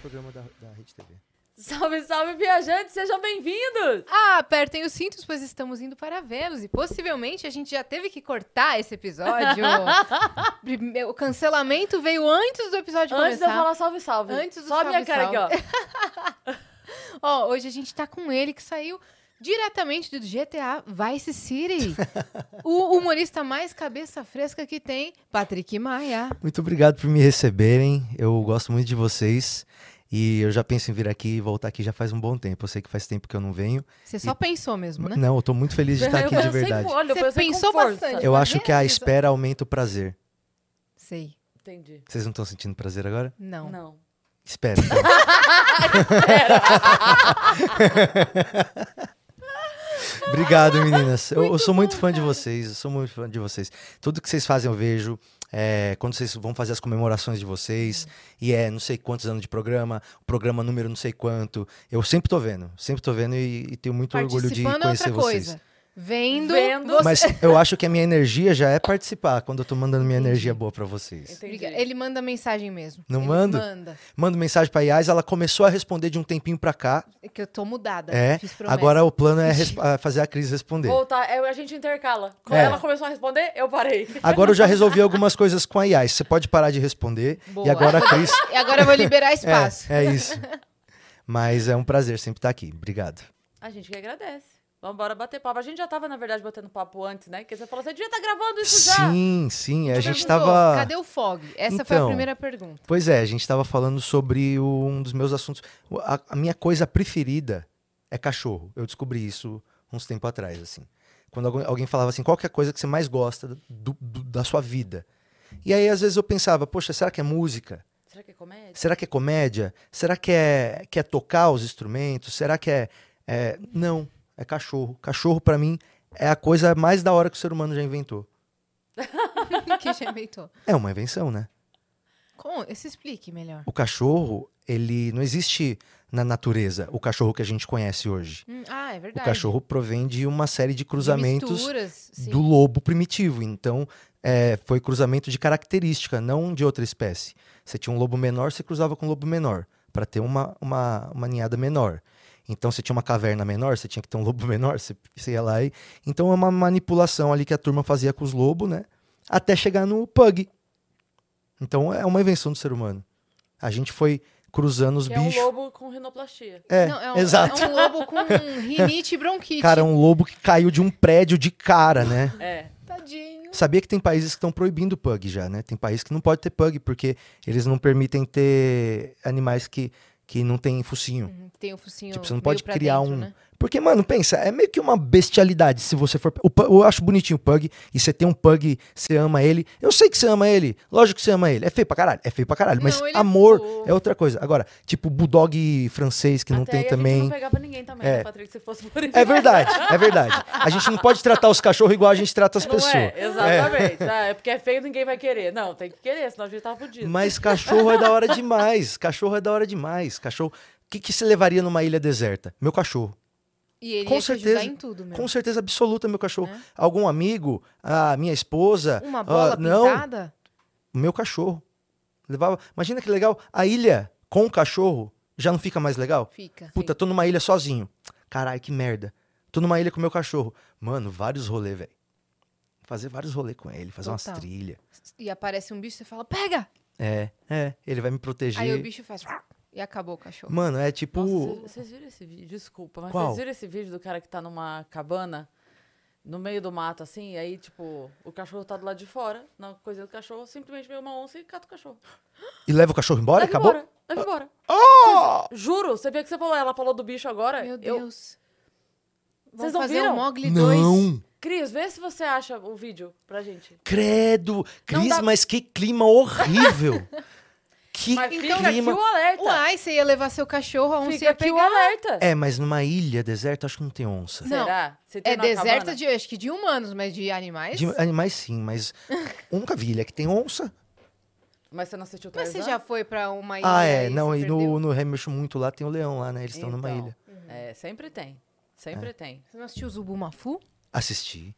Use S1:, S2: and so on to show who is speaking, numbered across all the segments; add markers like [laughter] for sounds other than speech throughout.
S1: Programa da, da Rede TV.
S2: Salve, salve, viajantes! Sejam bem-vindos!
S3: Ah, apertem os cintos, pois estamos indo para Vênus. E possivelmente a gente já teve que cortar
S2: [laughs]
S3: esse episódio. Prime- o cancelamento veio antes do episódio
S2: Antes de eu
S3: começar.
S2: falar salve, salve.
S3: Antes do
S2: Só a minha
S3: salve,
S2: cara aqui, ó.
S3: Ó, hoje a gente tá com ele que saiu diretamente do GTA Vice City. o humorista mais cabeça fresca que tem, Patrick Maia.
S1: Muito obrigado por me receberem. Eu gosto muito de vocês. E eu já penso em vir aqui e voltar aqui já faz um bom tempo. Eu sei que faz tempo que eu não venho.
S3: Você só pensou mesmo, né?
S1: Não, eu tô muito feliz de estar
S2: eu
S1: Tá aqui de
S2: pensei
S1: verdade.
S2: Com, olha, eu
S3: Você
S2: pensei com
S3: pensou
S2: força.
S3: bastante.
S1: Eu acho que a
S3: Beleza.
S1: espera aumenta o prazer.
S3: Sei.
S2: Entendi.
S1: Vocês não estão sentindo prazer agora?
S3: Não.
S2: Não.
S1: Espera.
S3: [laughs]
S1: então. [laughs] Obrigado, meninas. Eu, eu sou muito fã de vocês. Eu sou muito fã de vocês. Tudo que vocês fazem eu vejo. É, quando vocês vão fazer as comemorações de vocês. E é não sei quantos anos de programa. Programa número não sei quanto. Eu sempre tô vendo. Sempre tô vendo e, e tenho muito orgulho de
S3: Participando é
S1: conhecer
S3: outra
S1: vocês.
S3: coisa. Vendo,
S2: Vendo.
S3: você-
S1: Mas eu acho que a minha energia já é participar. Quando eu tô mandando minha energia boa pra vocês.
S2: Entendi.
S3: Obrigada. Ele manda mensagem mesmo.
S1: Não
S3: Ele
S1: mando?
S3: Manda.
S1: Mando mensagem pra Yas. Ela começou a responder de um tempinho pra cá.
S3: É que eu tô mudada.
S1: É,
S3: Né? Fiz promessa.
S1: agora o plano é resp- ah, fazer a Cris responder.
S2: Voltar, é, a gente intercala. Quando
S1: É.
S2: ela começou a responder, eu parei.
S1: Agora eu já resolvi algumas coisas com a Yas. Você pode parar de responder. E
S3: Boa.
S1: agora a
S3: [laughs]
S1: Cris.
S3: E agora eu vou liberar espaço.
S1: [laughs] é, é isso. Mas é um prazer sempre estar aqui. Obrigado.
S2: A gente que agradece. Vamos embora bater papo. A gente já tava, na verdade, batendo papo antes, né? Porque você falou, você devia estar gravando isso já.
S1: Sim, sim. A gente
S3: Perguntou,
S1: tava.
S3: Cadê o fog? Essa foi a
S1: Então.
S3: primeira pergunta.
S1: Pois é, a gente tava falando sobre o- um dos meus assuntos. O- A, a minha coisa preferida é cachorro. Eu descobri isso uns tempo atrás, assim. Quando algu- alguém falava assim, qual que é a coisa que você mais gosta do- do- da sua vida? E aí, às vezes, eu pensava, poxa, será que é música?
S2: Será que é comédia?
S1: Será que é comédia? Será que é, que é tocar os instrumentos? Será que é, é- Não, é cachorro. Cachorro, pra mim, é a coisa mais da hora que o ser humano já inventou.
S3: que já inventou.
S1: É uma invenção, né?
S3: Com, se explique melhor.
S1: O cachorro, ele não existe na natureza, o cachorro que a gente conhece hoje.
S3: Hum, ah, é
S1: O
S3: verdade.
S1: cachorro provém de uma série de
S3: De
S1: cruzamentos
S3: Misturas, sim.
S1: do lobo primitivo. Então, é, foi cruzamento de característica, não de outra espécie. Você tinha um lobo menor, você cruzava com um lobo menor, para ter uma, uma, uma ninhada menor. Então, você tinha uma caverna menor, você tinha que ter um [laughs] lobo menor, você, você ia lá e. Então, é uma manipulação ali que a turma fazia com os lobos, né? Até chegar no pug. Então, é uma invenção do ser humano. A gente foi cruzando os
S2: Que é um
S1: bichos.
S2: lobo com rinoplastia.
S1: É,
S3: Não, é um,
S1: exato.
S3: É um lobo com rinite e bronquite.
S1: Cara, um lobo que caiu de um prédio de cara, né?
S2: É.
S3: Tadinho.
S1: Sabia que tem países que estão proibindo pug já, né? Tem países que não pode ter pug porque eles não permitem ter animais que, que não têm focinho.
S3: Tem o focinho
S1: Tipo, você
S3: Uhum.
S1: não
S3: meio
S1: pode
S3: pra
S1: criar
S3: dentro,
S1: um-
S3: né?
S1: Porque, mano, pensa, é meio que uma bestialidade se você for. o pu- eu acho bonitinho o pug e você tem um pug, você ama ele. Eu sei que você ama ele, lógico que você ama ele. É feio pra caralho, é feio pra caralho, mas
S3: Não, ele é
S1: amor
S3: fofo.
S1: é, outra coisa. Agora, tipo, bulldog francês que não
S2: Até
S1: tem
S2: aí A gente
S1: também.
S2: não pegava ninguém também,
S1: É.
S2: né, Patrick? Se fosse por
S3: [laughs]
S2: isso.
S1: É verdade, é verdade. A gente não pode tratar os cachorros igual a gente trata as
S2: Não
S1: pessoas.
S2: é, exatamente. Ah, É porque é feio, ninguém vai querer. Não, tem que querer, senão a gente tá fudido.
S1: Mas cachorro é da hora demais. Cachorro é da hora demais. Cachorro. que, que você levaria numa ilha deserta? Meu cachorro.
S3: E ele
S1: Com
S3: ia te ajudar
S1: certeza.
S3: em tudo, meu.
S1: Com certeza absoluta, meu cachorro.
S3: Né?
S1: Algum amigo, a minha esposa.
S3: Uma
S1: ah,
S3: bola
S1: não,
S3: pintada?
S1: o meu cachorro. Levava. Imagina que legal, a ilha com o cachorro já não fica mais legal?
S3: Fica.
S1: Puta, tô numa ilha sozinho. Caralho, que merda. Tô numa ilha com meu cachorro. Mano, vários rolê, velho. Fazer vários rolê com ele, fazer umas
S3: Total.
S1: trilhas.
S3: Fica. E aparece um bicho, você fala, pega!
S1: É, é, ele vai me proteger.
S3: Aí o bicho faz. E acabou o cachorro.
S1: Mano, é tipo.
S2: Nossa, vocês- vocês viram esse vídeo? Desculpa, mas
S1: Qual?
S2: vocês viram esse vídeo do cara que tá numa cabana, no meio do mato, assim, e aí, tipo, o cachorro tá do lado de fora, na coisa do cachorro, simplesmente veio uma onça e cata o cachorro.
S1: E leva o cachorro embora?
S2: leva
S1: Acabou? Ah,
S2: embora, leva embora.
S1: Oh!
S2: Vocês- juro, você viu que você falou, ela falou do bicho agora.
S3: Meu
S2: eu-
S3: Deus. Vamos
S2: Vocês não
S3: fazer
S2: viram?
S3: um Mogli 2.
S1: Não!
S2: Cris, vê se você acha o vídeo pra gente.
S1: Credo! Cris,
S2: dá-
S1: mas que clima
S2: [laughs]
S1: horrível! que
S2: Mas fica aqui
S1: clima.
S2: o alerta.
S3: Uai, Um, você ia levar seu cachorro, a onça
S2: fica
S3: ia
S2: aqui o
S3: pegar.
S2: alerta.
S1: É, mas numa ilha deserta, acho que não tem onça.
S3: Não.
S2: Será? Você tem
S3: É
S2: na
S3: deserta
S2: cabana?
S3: de, acho que de humanos, mas de animais.
S1: De é, animais sim,
S2: [laughs]
S1: mas nunca vi ilha que tem onça.
S2: Mas você não assistiu o
S3: Mas você
S2: Tarzan?
S3: já foi pra uma ilha?
S1: ah, é.
S3: e
S1: Não,
S3: se
S1: e
S3: perdeu?
S1: no, no Hamilton muito lá tem o leão lá, né? Eles estão numa
S2: Então,
S1: ilha. É.
S2: É, sempre tem. Sempre tem.
S3: Você não assistiu o Zubumafu?
S1: Assisti.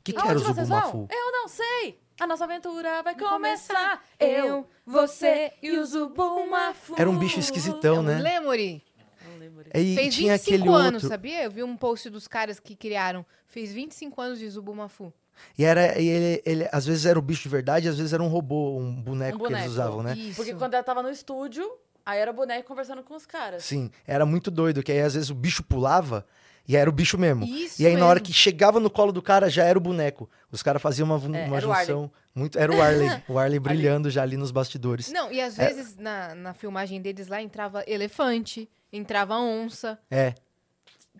S1: O que, que
S2: Aonde
S1: era o
S2: vocês
S1: Zubumafu?
S2: vão? Eu não sei. A nossa aventura vai
S3: começar.
S2: começar. Eu, você e o Zubumafu.
S1: Era um bicho esquisitão,
S3: é um
S1: né?
S3: Lemuri.
S2: Não lembro.
S1: É, E
S3: Fez
S1: tinha
S3: 25
S1: aquele
S3: anos,
S1: outro.
S3: sabia? Eu vi um post dos caras que criaram. Fez 25 anos de Zubumafu.
S1: E, era, e ele, ele- às vezes era o bicho de verdade, às vezes era um robô, um boneco,
S2: Um
S1: que eles
S2: boneco.
S1: usavam, né?
S3: Isso.
S2: Porque quando ela tava no estúdio, aí era o boneco conversando com os caras.
S1: Sim, era muito doido, que aí às vezes o bicho pulava e era o bicho mesmo.
S3: Isso
S1: Hum. e aí na hora
S3: mesmo.
S1: que chegava no colo do cara já era o boneco. Os caras faziam uma,
S2: É,
S1: uma
S2: era o Arley.
S1: junção muito, era
S2: [laughs]
S1: o Arley, o Arley brilhando já ali nos bastidores.
S3: Não, e
S1: é
S3: às vezes na, na filmagem deles lá entrava elefante, entrava onça.
S1: É.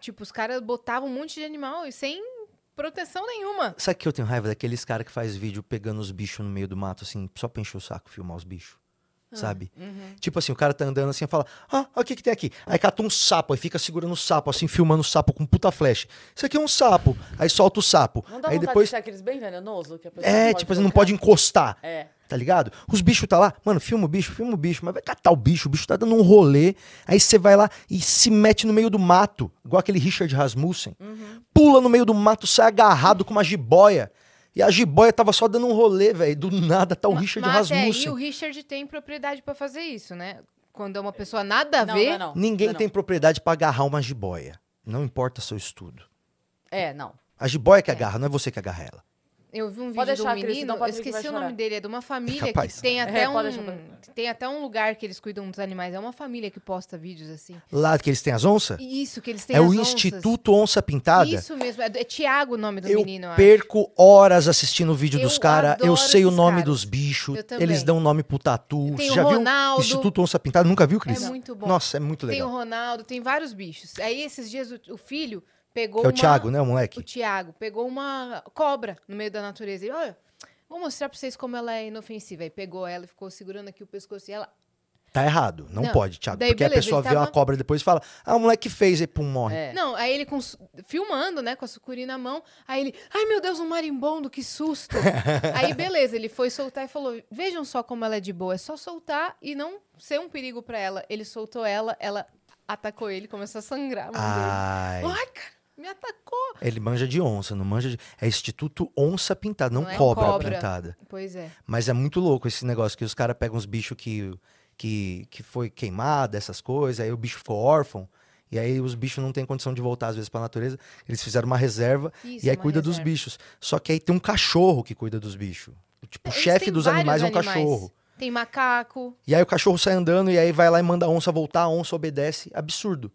S3: Tipo, os caras botavam um monte de animal e sem proteção nenhuma.
S1: Sabe que eu tenho raiva daqueles caras que faz vídeo pegando os bichos no meio do mato assim, só pra encher o saco filmar os bichos.
S2: Ah,
S1: Sabe?
S2: uhum.
S1: Tipo assim, o cara tá andando assim e fala: Ah, olha o que, que tem aqui? Aí cata um sapo, aí fica segurando o sapo, assim, filmando o sapo com puta flash. Isso aqui é um sapo. Aí solta o sapo.
S2: Não dá
S1: aí
S2: vontade
S1: depois.
S2: de ser aqueles bem venenosos que a pessoa
S1: É,
S2: não pode
S1: tipo assim, não
S2: tocar?
S1: pode encostar.
S2: É.
S1: Tá ligado? Os bichos tá lá, mano, filma o bicho, filma o bicho, mas vai catar o bicho, o bicho tá dando um rolê. Aí você vai lá e se mete no meio do mato, igual aquele Richard Rasmussen.
S3: Uhum.
S1: Pula no meio do mato, sai agarrado com uma jiboia. E a jiboia tava só dando um rolê, velho. Do nada tá o
S3: Ma-
S1: Richard
S3: Mas é, e
S1: Rasmussen.
S3: o Richard tem propriedade pra fazer isso, né? Quando é uma pessoa nada a
S2: Não, é
S3: ver.
S2: não, não.
S1: Ninguém
S2: Não, não.
S1: tem propriedade pra agarrar uma jiboia. Não importa seu estudo.
S2: É, não.
S1: A jiboia que agarra, não é você que agarra ela.
S3: Eu vi um vídeo
S2: Pode
S3: de um
S2: deixar, Cris,
S3: menino,
S2: senão o
S3: eu
S2: Patrick vai
S3: esqueci o
S2: chorar.
S3: nome dele, é de uma família
S1: Capaz.
S3: que tem até
S2: É,
S3: um
S2: pode deixar,
S3: tem até um lugar que eles cuidam dos animais, é uma família que posta vídeos assim.
S1: Lá que eles têm as onças?
S3: E Isso que eles têm
S1: É
S3: as
S1: o
S3: onças.
S1: Instituto Onça Pintada?
S3: Isso mesmo, é, do- é Tiago o nome do
S1: eu
S3: menino, eu acho.
S1: perco horas assistindo o vídeo dos
S3: Eu
S1: caras. Eu
S3: adoro
S1: sei o
S3: esses
S1: nome
S3: caras.
S1: dos bichos.
S3: Eu também.
S1: Eles dão nome pro tatu.
S3: Tem
S1: Você
S3: o
S1: já
S3: Ronaldo.
S1: viu Instituto Onça Pintada? Nunca viu, Cris?
S3: É muito bom.
S1: Nossa, é muito
S3: Tem o
S1: legal.
S3: Ronaldo, tem vários bichos. Aí esses dias o, o filho pegou
S1: é o
S3: uma-
S1: Thiago, né, o
S3: O
S1: moleque?
S3: Tiago pegou uma cobra no meio da natureza. E olha, vou mostrar pra vocês como ela é inofensiva. Aí pegou ela e ficou segurando aqui o pescoço e ela
S1: Tá errado. Não,
S3: Não.
S1: pode, Thiago.
S3: Daí,
S1: porque a
S3: beleza,
S1: pessoa
S3: ele
S1: vê uma
S3: tava-
S1: cobra depois e fala: Ah, o moleque fez, aí pum, morre.
S2: É.
S3: Não, aí ele com su- filmando, né, com a sucuri na mão, aí ele, ai meu Deus, um marimbondo, que susto.
S1: [laughs]
S3: aí beleza, ele foi soltar e falou: "Vejam só como ela é de boa, é só soltar e não ser um perigo pra ela". Ele soltou ela, ela atacou ele, começou a sangrar, mano.
S1: Ai.
S3: Ai, cara, me atacou.
S1: Ele manja de onça, não manja de. É Instituto Onça Pintada, não,
S3: Não é
S1: cobra,
S3: cobra.
S1: pintada.
S3: Pois é.
S1: Mas é muito louco esse negócio que os caras pegam uns bichos que, que, que foi queimado, essas coisas, aí o bicho ficou órfão. E aí os bichos não têm condição de voltar às vezes pra natureza. Eles fizeram uma reserva
S3: Isso,
S1: e aí
S3: uma
S1: cuida dos
S3: reserva.
S1: bichos. Só que aí tem um cachorro que cuida dos bichos. Tipo, o
S3: Eles
S1: chefe
S3: têm
S1: dos
S3: vários
S1: animais é um cachorro.
S3: Tem macaco.
S1: E aí o cachorro sai andando e aí vai lá e manda a onça voltar, a onça obedece. Absurdo.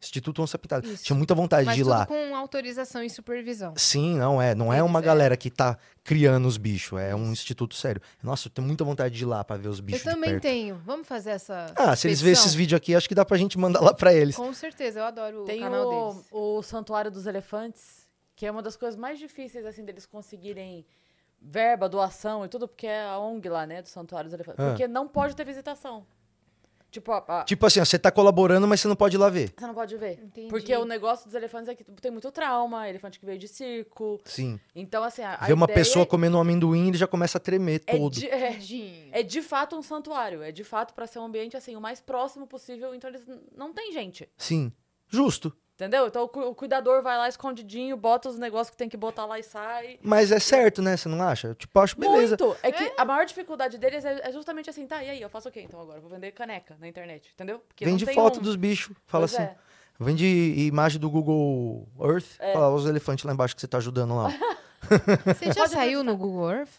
S1: Instituto Onça Pintada.
S3: Isso.
S1: Tinha muita vontade
S3: Mas
S1: de ir
S3: tudo
S1: lá.
S3: com autorização e supervisão.
S1: Sim, não é. Não é
S3: Eles-
S1: uma
S3: é.
S1: galera que tá criando os bichos. É um instituto sério. Nossa, eu tenho muita vontade de ir lá pra ver os bichos. de
S3: eu também
S1: perto.
S3: tenho. Vamos fazer essa
S1: Ah, se eles verem esses
S3: expedição?
S1: vídeos aqui, acho que dá pra gente mandar lá pra eles.
S3: Com certeza, eu adoro o
S2: Tem
S3: canal
S2: o,
S3: deles.
S2: o Santuário dos Elefantes, que é uma das coisas mais difíceis, assim, deles conseguirem verba, doação e tudo, porque é a ONG lá, né, do Santuário dos Elefantes.
S1: Ah.
S2: Porque não pode ter visitação. Tipo, a- a-
S1: Tipo assim, ó, você tá colaborando, mas você não pode ir lá ver.
S2: você não pode ver.
S3: Entendi.
S2: Porque o negócio dos elefantes é que tem muito trauma, elefante que veio de circo.
S1: Sim.
S2: Então, assim, a, a
S1: Ver uma
S2: ideia
S1: pessoa comendo um amendoim, ele já começa a tremer
S2: é
S1: todo.
S2: de, é,
S3: Tadinho.
S2: é de fato um santuário. É de fato pra ser um ambiente, assim, o mais próximo possível. Então, eles n- não tem gente.
S1: Sim. Justo.
S2: Entendeu? Então, o, cu- o cuidador vai lá escondidinho, bota os negócios que tem que botar lá e sai.
S1: Mas é certo, né? Você não acha? Eu, Tipo, acho beleza.
S2: Muito! É que a maior dificuldade deles é, é justamente assim, tá, e aí, eu faço o quê então agora? Vou vender caneca na internet, entendeu? Porque não
S1: Vende
S2: tem
S1: foto
S2: um-
S1: dos bichos. Fala
S2: Pois
S1: assim.
S2: é.
S1: Vende imagem do Google Earth. Fala "Olha os elefantes lá embaixo que você tá ajudando lá.
S2: [laughs]
S1: ó."
S3: Você já
S2: Pode
S3: saiu no Google Earth?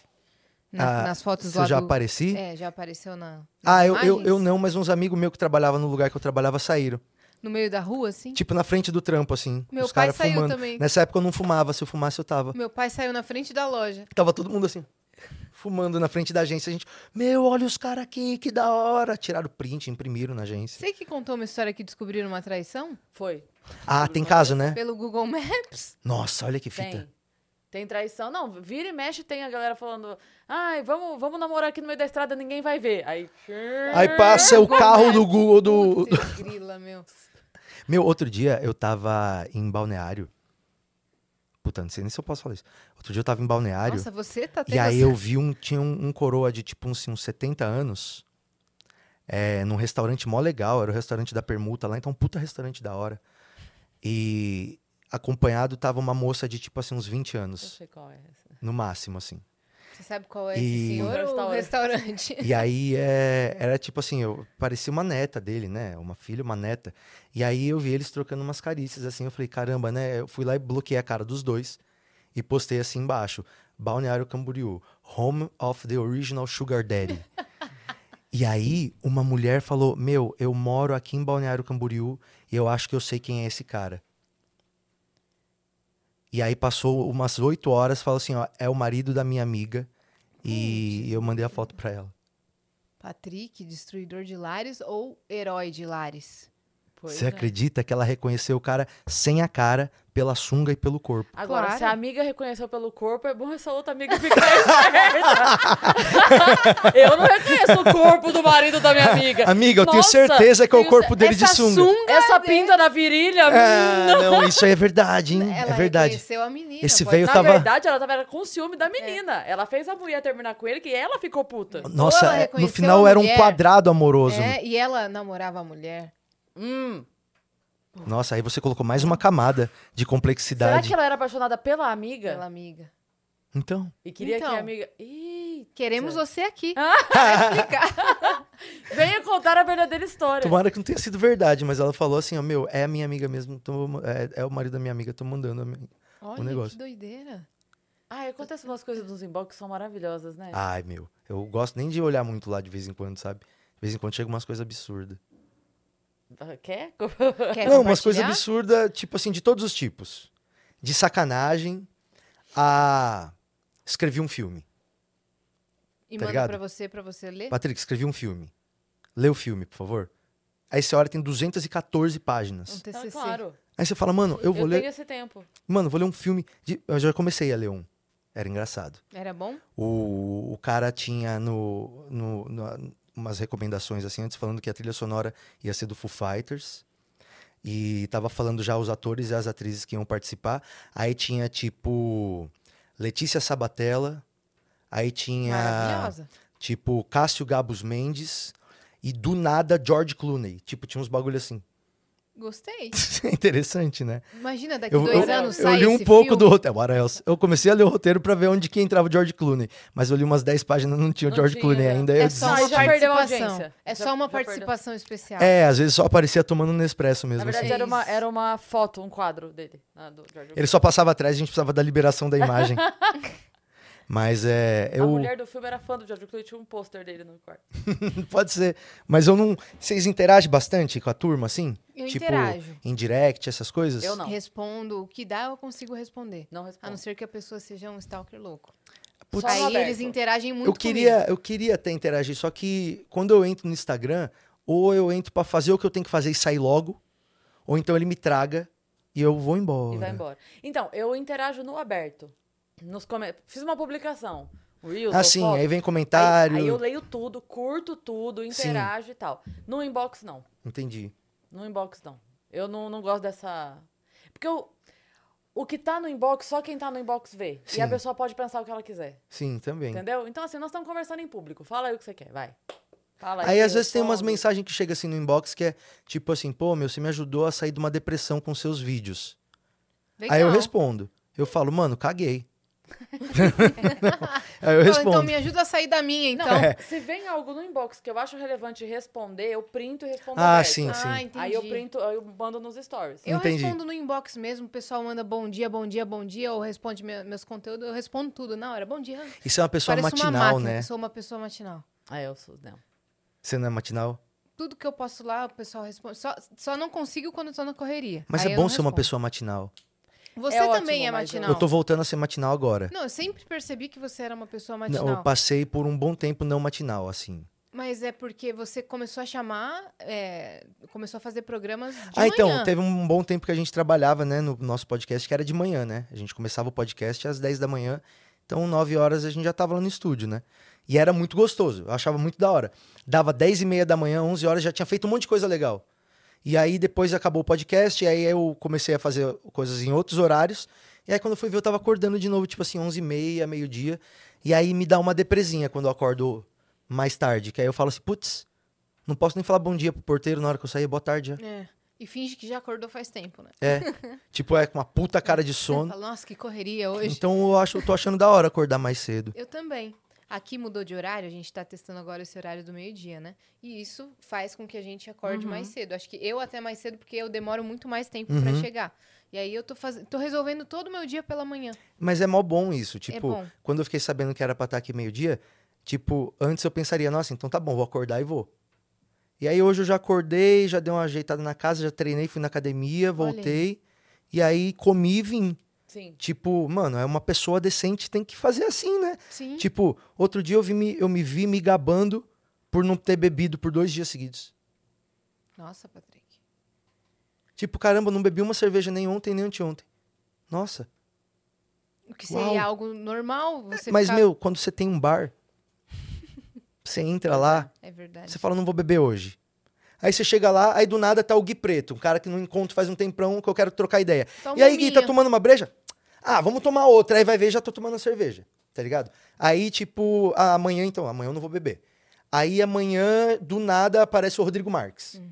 S3: Na-
S1: Ah,
S3: nas fotos
S1: Se
S3: lá
S1: eu já
S3: do...
S1: apareci?
S3: É, já apareceu na...
S1: Ah,
S3: nas
S1: eu, eu,
S3: imagens?
S1: eu não, mas uns amigos meus que trabalhavam no lugar que eu trabalhava saíram.
S3: No meio da rua, assim?
S1: Tipo, na frente do trampo, assim.
S3: Meu
S1: os
S3: pai
S1: caras
S3: saiu
S1: fumando.
S3: também.
S1: Nessa época eu não fumava, se eu fumasse eu tava.
S3: Tipo, Meu pai saiu na frente da loja.
S1: Tava todo mundo assim, fumando na frente da agência. A gente, meu, olha os caras aqui, que da hora. Tiraram print, imprimiram na agência.
S3: Você que contou uma história que descobriram uma traição?
S2: Foi.
S1: Ah, tem caso, né?
S3: Pelo Google
S1: [laughs]
S3: Maps?
S1: Nossa, olha que fita.
S2: Tem. Tem traição. Não, vira e mexe, tem a galera falando, ai, vamos, vamos namorar aqui no meio da estrada, ninguém vai ver. Aí.
S1: Aí passa o carro do Google do.
S3: Putz, grila, meu.
S1: Meu, outro dia eu tava em balneário. Puta, não sei nem se eu posso falar isso. Outro dia eu tava em balneário.
S3: Nossa, você tá tendo
S1: E aí
S3: essa-
S1: eu vi um, tinha um, um coroa de tipo uns, uns 70 anos, é, num restaurante mó legal, era o restaurante da permuta lá, então um puta restaurante da hora. E acompanhado tava uma moça de tipo assim uns 20
S2: Eu
S1: anos,
S2: sei qual é essa.
S1: no máximo assim.
S3: Você sabe qual é esse
S1: E-
S3: senhor ou o restaurante?
S1: E aí é, era tipo assim, eu parecia uma neta dele, né? Uma filha, uma neta. E aí eu vi eles trocando umas carícias, assim, eu falei, caramba, né? Eu fui lá e bloqueei a cara dos dois e postei assim embaixo: Balneário Camboriú, home of the original Sugar Daddy. e aí uma mulher falou: Meu, eu moro aqui em Balneário Camboriú e eu acho que eu sei quem é esse cara. E aí passou umas oito horas, falou assim, ó, é o marido da minha amiga. E eu mandei a foto pra ela.
S3: Patrick, destruidor de lares ou herói de lares?
S2: Pois
S1: Você
S2: é.
S1: acredita que ela reconheceu o cara sem a cara, pela sunga e pelo corpo?
S2: Agora,
S3: Claro.
S2: se a amiga reconheceu pelo corpo, é bom essa outra amiga ficar esperta. [laughs] eu não reconheço o corpo do marido da minha amiga.
S1: Amiga, eu tenho
S2: Nossa,
S1: certeza que é o
S2: tenho
S1: corpo dele de
S3: Essa
S1: sunga.
S2: Essa é pinta na virilha.
S3: [laughs]
S1: Ah, não, isso aí é verdade, hein?
S3: Ela
S1: é verdade.
S3: reconheceu a menina.
S1: Esse
S3: pode-
S1: veio- Eu
S2: Na
S1: tava-
S2: verdade, ela tava com ciúme da menina. Ela fez a mulher terminar com ele, que ela ficou puta.
S1: Nossa,
S3: ela
S1: é- no
S3: reconheceu
S1: final
S3: a
S1: era um
S3: mulher.
S1: quadrado amoroso.
S3: É, e ela namorava a mulher.
S2: Hum.
S1: Nossa, aí você colocou mais uma camada de
S2: Será
S1: complexidade.
S2: que ela era apaixonada pela amiga?
S3: Pela amiga.
S1: Então,
S2: E queria que
S3: Então.
S2: a amiga... Ih,
S3: Queremos você aqui.
S2: Ah, venha contar a verdadeira história.
S1: tomara que não tenha sido verdade, mas ela falou assim, ó, meu, é a minha amiga mesmo, tô- é, é o marido da minha amiga, tô mandando. a minha-
S3: Olha, que
S1: um negócio.
S3: doideira.
S2: Ai, acontecem umas coisas nos inbox que são maravilhosas,
S3: É.
S2: né?
S1: Ai, meu, eu gosto nem de olhar muito lá de vez em quando, sabe? De vez em quando chega umas coisas absurdas.
S2: Ah, Quer? [laughs]
S3: Quer
S1: não, umas coisas
S3: É compartilhar?
S1: absurdas, tipo assim, de todos os tipos. De sacanagem a. Escrevi um filme.
S3: E
S1: tá
S3: manda
S1: ligado?
S3: pra você, pra você ler.
S1: Patrick, escrevi um filme. Lê o filme, por favor. Aí você olha, tem 214
S3: Um
S1: páginas.
S2: Tá
S3: TCC.
S2: claro.
S1: Aí você fala, mano, eu
S2: Eu,
S1: vou
S2: tenho
S1: ler.
S2: esse tempo.
S1: Mano, eu vou ler um filme. de- Eu já comecei a ler um. Era engraçado.
S3: Era bom?
S1: O, o cara tinha no, no- na- umas recomendações assim antes falando que a trilha sonora ia ser do Foo Fighters. E tava falando já os atores e as atrizes que iam participar. Aí tinha tipo Letícia Sabatella, aí tinha
S3: Maravilhosa.
S1: tipo Cássio Gabus Mendes e do nada George Clooney. Tipo, tinha uns bagulho assim. [laughs]
S3: Gostei.
S1: Interessante, né?
S3: Imagina, daqui
S1: Eu,
S3: dois
S1: eu-
S3: anos
S1: eu
S3: sai
S1: li um
S3: esse
S1: pouco
S3: filme.
S1: do roteiro. What else? Eu comecei a ler o roteiro pra ver onde que entrava o George Clooney. Mas eu li umas 10 páginas não tinha o
S2: Não
S1: George
S2: tinha,
S1: Clooney
S2: né?
S1: ainda.
S3: É
S1: eu desisti.
S3: só uma
S2: desisto. Já perdeu a
S3: participação.
S2: audiência.
S3: É
S2: Já-
S3: só uma
S2: já perdeu.
S3: participação especial.
S1: É, às vezes só aparecia tomando um Nespresso mesmo.
S2: Na
S1: assim.
S2: verdade,
S3: assim.
S2: era uma,
S3: Isso.
S2: era uma foto, um quadro dele. na- do George
S1: Ele só passava atrás, a gente precisava da liberação da
S2: [laughs]
S1: imagem. Mas é.
S2: A
S1: Eu,
S2: mulher do filme era fã do George Clooney, tinha um pôster dele no quarto.
S1: Pode ser. Mas eu não. Vocês interagem bastante com a turma, assim?
S3: Eu
S1: tipo,
S3: interajo.
S1: em direct, essas coisas?
S2: Eu não.
S3: Respondo o que dá, eu consigo responder.
S2: Ah, Não
S3: A não
S2: respondo.
S3: ser que a pessoa seja um stalker louco.
S1: Putz,
S2: Só no
S3: Aí
S2: aberto.
S3: eles interagem muito
S1: eu queria, eu queria até interagir, só que quando eu entro no Instagram, ou eu entro pra fazer o que eu tenho que fazer e sair logo, ou então ele me traga e eu vou embora.
S2: E vai embora. Então, eu interajo no aberto. Nos come... Fiz uma publicação. Reels, ou
S1: Assim,
S2: foto.
S1: aí vem
S2: Aí,
S1: comentário.
S2: aí eu leio tudo, curto tudo, interajo e tal. No inbox, não.
S1: Entendi.
S2: No inbox, não. Eu não, não gosto dessa. Porque eu, o que tá no inbox, só quem tá no inbox vê. E a
S1: Sim.
S2: pessoa pode pensar o que ela quiser.
S1: Sim, também.
S2: Entendeu? Então, assim, nós estamos conversando em público. Fala aí o que você quer, vai. Fala
S1: Aí
S2: eu
S1: às vezes tem umas
S2: respondo.
S1: mensagens que chegam assim no inbox que é tipo assim, pô, meu, você me ajudou a sair de uma depressão com seus vídeos.
S3: Legal.
S1: Aí eu respondo. Eu falo,
S3: [laughs]
S1: mano, caguei. Não, Aí eu
S3: Fala, então
S1: respondo. É,
S3: me ajuda a sair da minha, então.
S2: Não, se vem algo no inbox que eu acho relevante responder, eu printo e respondo.
S1: Ah,
S2: direto.
S1: sim, sim.
S3: Ah, entendi.
S2: Aí eu printo, aí eu mando nos stories.
S3: Eu
S1: Entendi.
S3: respondo no inbox mesmo, o pessoal manda bom dia, bom dia, bom dia, ou responde me- meus conteúdos, eu respondo tudo na hora. Bom dia.
S1: Isso é uma pessoa
S3: Parece uma
S1: matinal,
S3: máquina,
S1: né?
S3: eu sou uma pessoa matinal.
S2: Ah, eu sou. Não.
S1: Você não é matinal?
S3: Tudo que eu posso lá, o pessoal responde. Só, só não consigo quando eu tô na correria.
S1: Mas
S3: Aí
S1: é
S3: eu
S1: bom
S3: não
S1: ser uma
S3: respondo.
S1: pessoa matinal.
S3: Você
S2: É ótimo,
S3: também é
S2: mas eu-
S3: matinal.
S1: Eu tô voltando a ser matinal agora.
S3: Não, eu sempre percebi que você era uma pessoa
S1: Não,
S3: matinal.
S1: eu passei por um bom tempo não matinal, assim.
S3: Mas é porque você começou a chamar, é, começou a fazer programas de
S1: ah, então,
S3: manhã.
S1: teve um bom tempo que a gente trabalhava, né, no nosso podcast, que era de manhã, né? A gente começava o podcast às 10 da manhã, então 9 horas a gente já tava lá no estúdio, né? E era muito gostoso, eu achava muito da hora. Dava 10 e meia da manhã, 11 horas, já tinha feito um monte de coisa legal. E aí depois acabou o podcast, e aí eu comecei a fazer coisas em outros horários. E aí quando eu fui ver, eu tava acordando de novo, tipo assim, 11 e meia, meio-dia. E aí me dá uma depresinha quando eu acordo mais tarde, que aí eu falo assim, putz, não posso nem falar bom dia pro porteiro na hora que eu sair, boa tarde já.
S3: É. E finge que já acordou faz tempo, né? [laughs]
S1: É. tipo, é com uma puta cara de
S3: Você
S1: sono.
S3: Fala, nossa, que correria hoje.
S1: Então eu acho, eu tô achando da hora acordar mais cedo.
S3: Eu também. Aqui mudou de horário, a gente tá testando agora esse horário do meio-dia, né? E isso faz com que a gente acorde mais
S2: Uhum.
S3: cedo. Acho que eu até mais cedo, porque eu demoro muito mais tempo pra
S1: Uhum.
S3: chegar. E aí eu tô, faz... tô resolvendo todo o meu dia pela manhã.
S1: Mas é mó bom isso. Tipo,
S3: bom.
S1: quando eu fiquei sabendo que era pra estar aqui meio-dia, tipo, antes eu pensaria, nossa, então tá bom, vou acordar e vou. E aí hoje eu já acordei, já dei uma ajeitada na casa, já treinei, fui na academia, voltei. E aí comi e vim.
S2: Sim.
S1: Tipo, mano, é uma pessoa decente, tem que fazer assim, né?
S3: Sim.
S1: Tipo, outro dia eu, vi me- eu me vi me gabando por não ter bebido por dois dias seguidos.
S3: Nossa, Patrick.
S1: Tipo, caramba, eu não bebi uma cerveja nem ontem, nem anteontem. Nossa.
S3: O que
S1: Uau.
S3: seria algo normal, você
S1: Mas,
S3: ficar-
S1: meu, quando você tem
S3: [laughs]
S1: um bar, você entra lá,
S3: É verdade.
S1: você fala, não vou beber hoje. Aí você chega lá, aí do nada tá o Gui Preto, um cara que não encontro faz um tempão que eu quero trocar ideia.
S2: Então
S3: Toma um
S1: e aí, Gui, tá
S3: minha.
S1: tomando uma breja? Ah, vamos tomar outra. Aí vai ver, já tô tomando a cerveja, tá ligado? Aí, tipo, ah, amanhã então, amanhã eu não vou beber. Aí amanhã, do nada, aparece o Rodrigo Marques.
S2: Hum.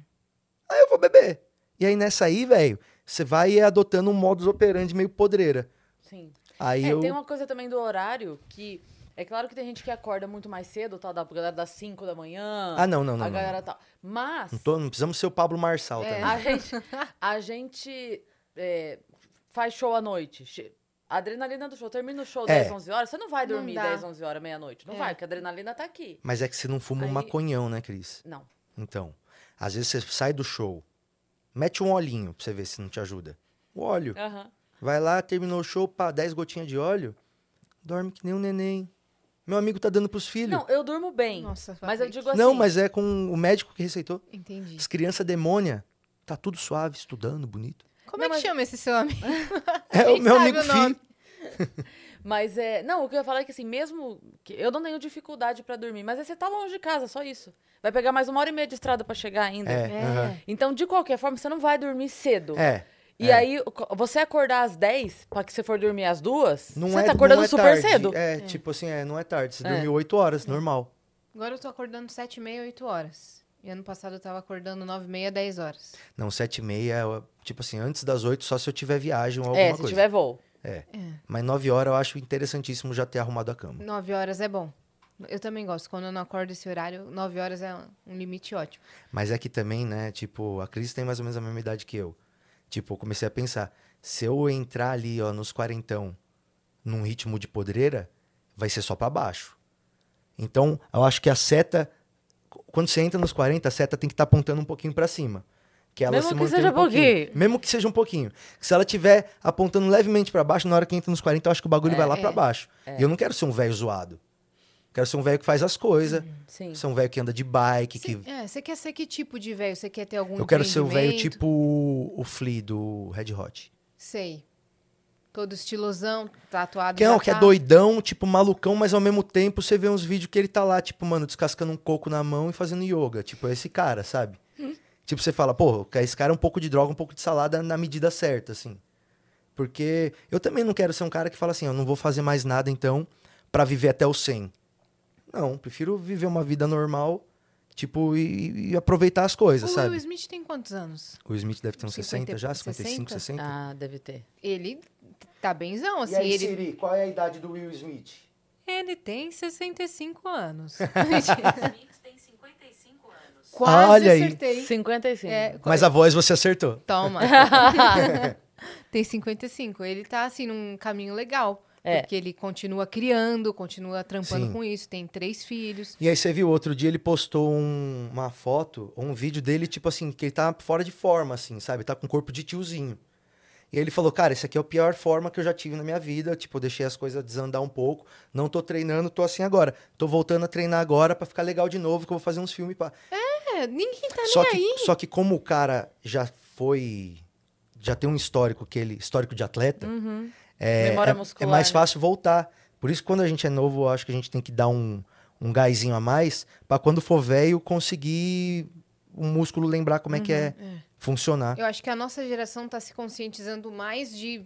S1: Aí eu vou beber. E aí nessa aí, velho, você vai adotando um modus operandi meio podreira.
S2: Sim.
S1: Aí
S2: é,
S1: eu.
S2: tem uma coisa também do horário que. É claro que tem gente que acorda muito mais cedo, tá? Da galera das 5 da manhã.
S1: Ah, não, não, não,
S2: A
S1: não.
S2: galera tal. Mas
S1: Não, tô- não precisamos ser o Pablo Marçal também.
S2: É, a gente, a gente é, faz show à noite. Che- A adrenalina do show. Termina o show
S1: É.
S2: 10, 11 horas. Você não vai
S3: Não
S2: dormir
S3: dá.
S2: 10, 11 horas, meia-noite. Não
S3: É.
S2: vai, porque a adrenalina tá aqui.
S1: Mas é que você não fuma um
S2: Aí-
S1: maconhão, né, Cris?
S2: Não.
S1: Então, às vezes você sai do show, mete um olhinho pra você ver se não te ajuda. O óleo.
S2: Aham.
S1: Vai lá, terminou o show, pá, 10 gotinhas de óleo, dorme que nem um neném. Meu amigo tá dando pros filhos.
S2: Não, eu durmo bem.
S3: Nossa,
S2: mas eu
S3: Patrick.
S2: digo assim.
S1: Não, mas é com o médico que receitou.
S3: Entendi.
S1: As crianças demônia, tá tudo suave, estudando, bonito.
S3: Como
S2: Não,
S3: é que
S2: mas-
S3: chama esse seu amigo?
S1: [laughs] É o
S3: Quem
S1: meu
S3: sabe
S1: amigo
S3: o nome?
S1: Fih.
S2: Mas é. Não, o que eu ia falar é que assim, mesmo. Que eu não tenho dificuldade pra dormir, mas é você tá longe de casa, só isso. Vai pegar mais uma hora e meia de estrada pra chegar ainda.
S1: É. aham.
S2: Então, de qualquer forma, você não vai dormir cedo.
S1: É.
S2: E aí, o co- você acordar às 10, pra que você for dormir às 2,
S1: Não
S2: você
S1: é,
S2: tá acordando
S1: não é
S2: super
S1: tarde.
S2: cedo.
S1: É, tipo assim, é, não é tarde. Você
S2: É.
S1: dormiu 8 horas, normal.
S3: Agora eu tô acordando 7 e meia, 8 horas. E ano passado eu tava acordando 9 e meia, 10 horas.
S1: Não, sete e meia, eu- tipo assim, antes das oito, só se eu tiver viagem ou alguma
S2: É, se
S1: coisa.
S2: tiver É. voo.
S1: Mas nove horas eu acho interessantíssimo já ter arrumado a cama.
S3: 9 horas é bom. Eu também gosto. Quando eu não acordo esse horário, 9 horas é um limite ótimo.
S1: Mas é que também, né, tipo, a Cris tem mais ou menos a mesma idade que eu. Tipo, eu comecei a pensar, se eu entrar ali, ó, nos quarentão, num ritmo de podreira, vai ser só pra baixo. Então, eu acho que a seta, qu- quando você entra nos 40, a seta tem que estar apontando um pouquinho pra cima. Que ela
S2: Mesmo
S1: se
S2: que
S1: mantém
S2: seja
S1: um pouquinho.
S2: pouquinho.
S1: Mesmo que seja um pouquinho. Se ela tiver apontando levemente pra baixo, na hora que entra nos 40, eu acho que o
S2: É,
S1: bagulho vai lá pra baixo. E eu não quero ser um velho zoado. Quero ser um velho que faz as coisas.
S2: Sim.
S1: Ser um velho que anda de bike, que
S3: É, você quer ser que tipo de velho? Você quer ter algum
S1: eu quero ser o velho
S3: empreendimento?
S1: tipo o Flea do Red Hot.
S3: Sei. Todo estilosão, tatuado.
S1: Que, não,
S3: já
S1: que é
S3: tá.
S1: doidão, tipo malucão, mas ao mesmo tempo você vê uns vídeos que ele tá lá, tipo, mano, descascando um coco na mão e fazendo yoga. Tipo, é esse cara, sabe?
S3: Hum.
S1: Tipo, você fala, pô, esse cara é um pouco de droga, um pouco de salada na medida certa, assim. Porque eu também não quero ser um cara que fala assim, eu não vou fazer mais nada então pra viver até o 100. Não, prefiro viver uma vida normal, tipo, e, e aproveitar as
S3: O
S1: coisas,
S3: Will
S1: sabe?
S3: Smith tem quantos anos?
S1: O Smith deve ter uns 60 já,
S3: 50,
S1: 55, 60.
S2: Ah, deve ter.
S3: Ele tá benzão, assim. ele...
S1: Siri, qual é a idade do Will Smith?
S3: ele tem 65
S1: [laughs]
S3: anos.
S4: Smith tem 55 anos.
S3: Quase
S1: Olha aí.
S3: acertei.
S2: 55.
S3: É,
S1: Mas a voz você acertou.
S3: Toma. [laughs] Tem 55. Ele tá, assim, num caminho legal.
S2: É.
S3: Porque ele continua criando, continua trampando
S1: Sim.
S3: com isso. Tem três filhos.
S1: E aí você viu, outro dia ele postou um- uma foto, ou um vídeo dele, tipo assim, que ele tá fora de forma, assim, sabe? Tá com corpo de tiozinho. E aí ele falou, cara, esse aqui é a pior forma que eu já tive na minha vida. Tipo, eu deixei as coisas desandar um pouco. Não tô treinando, tô assim agora. Tô voltando a treinar agora pra ficar legal de novo, que eu vou fazer uns filmes. Pra...
S3: É, ninguém tá
S1: só,
S3: nem
S1: que,
S3: aí.
S1: só que como o cara já foi... Já tem um histórico que ele... Histórico de atleta.
S3: Uhum.
S1: É,
S2: Memória
S1: é-
S2: muscular,
S1: é mais
S2: né?
S1: fácil voltar. Por isso, que quando a gente é novo, eu acho que a gente tem que dar um, um gásinho a mais pra quando for velho conseguir o músculo lembrar como é que é,
S3: Uhum.
S1: funcionar.
S3: Eu acho que a nossa geração tá se conscientizando mais de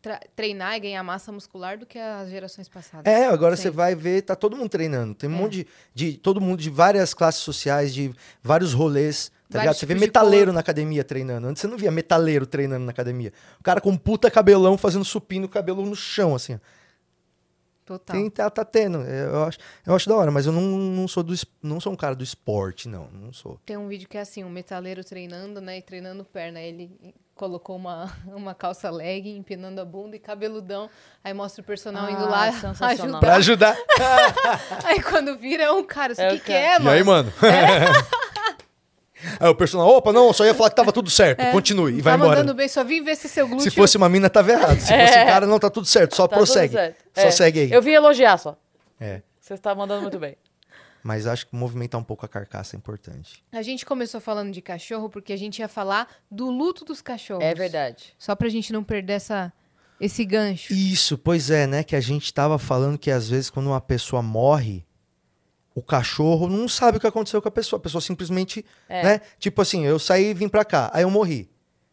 S3: tra- treinar e ganhar massa muscular do que as gerações passadas.
S1: É, agora
S3: Sim.
S1: você vai ver, tá todo mundo treinando. Tem um
S3: É.
S1: monte de, de- Todo mundo de várias classes sociais, de vários rolês. Tá
S3: Vários
S1: ligado? Você vê
S3: tipos de
S1: metaleiro
S3: corpo.
S1: na academia treinando. Antes você não via metaleiro treinando na academia. O cara com um puta cabelão fazendo supino, cabelo no chão, assim. ó.
S3: Total.
S1: Tem, tá, tá tendo. É, Eu acho, eu acho da hora, mas eu não, não sou do, es- não sou um cara do esporte, não. Não sou.
S3: Tem um vídeo que é assim, um metaleiro treinando, né? E treinando perna. Ele colocou uma, [laughs] uma calça leg, empinando a bunda e cabeludão. Aí mostra o personal
S2: Ah,
S3: indo lá
S2: sensacional.
S3: [laughs]
S1: Pra
S3: ajudar.
S1: ajudar.
S3: [laughs] Aí quando vira, é um cara. Isso
S2: É
S3: que,
S2: o
S3: que
S2: cara.
S3: é, mano? É.
S1: mano? [laughs] aí o personal, opa, não, só ia falar que tava tudo certo. Continue e
S3: tá
S1: vai embora.
S3: mandando bem, só vim ver se seu glúteo...
S1: Se fosse uma mina, tava errado. Se fosse um cara, não, tá tudo certo. Só
S2: É. Tá tudo
S1: prossegue.
S2: certo.
S1: Só
S2: É.
S1: segue aí.
S2: Eu vim elogiar só.
S1: É.
S2: Você está mandando muito bem.
S1: Mas acho que movimentar um pouco a carcaça é importante.
S3: A gente começou falando de cachorro porque a gente ia falar do luto dos cachorros.
S2: É verdade.
S3: Só pra gente não perder essa, esse gancho.
S1: Isso, pois é, né? Que a gente tava falando que às vezes quando uma pessoa morre, o cachorro não sabe o que aconteceu com a pessoa. A pessoa simplesmente,
S2: É.
S1: né? Tipo assim, eu saí e vim pra cá, aí eu morri.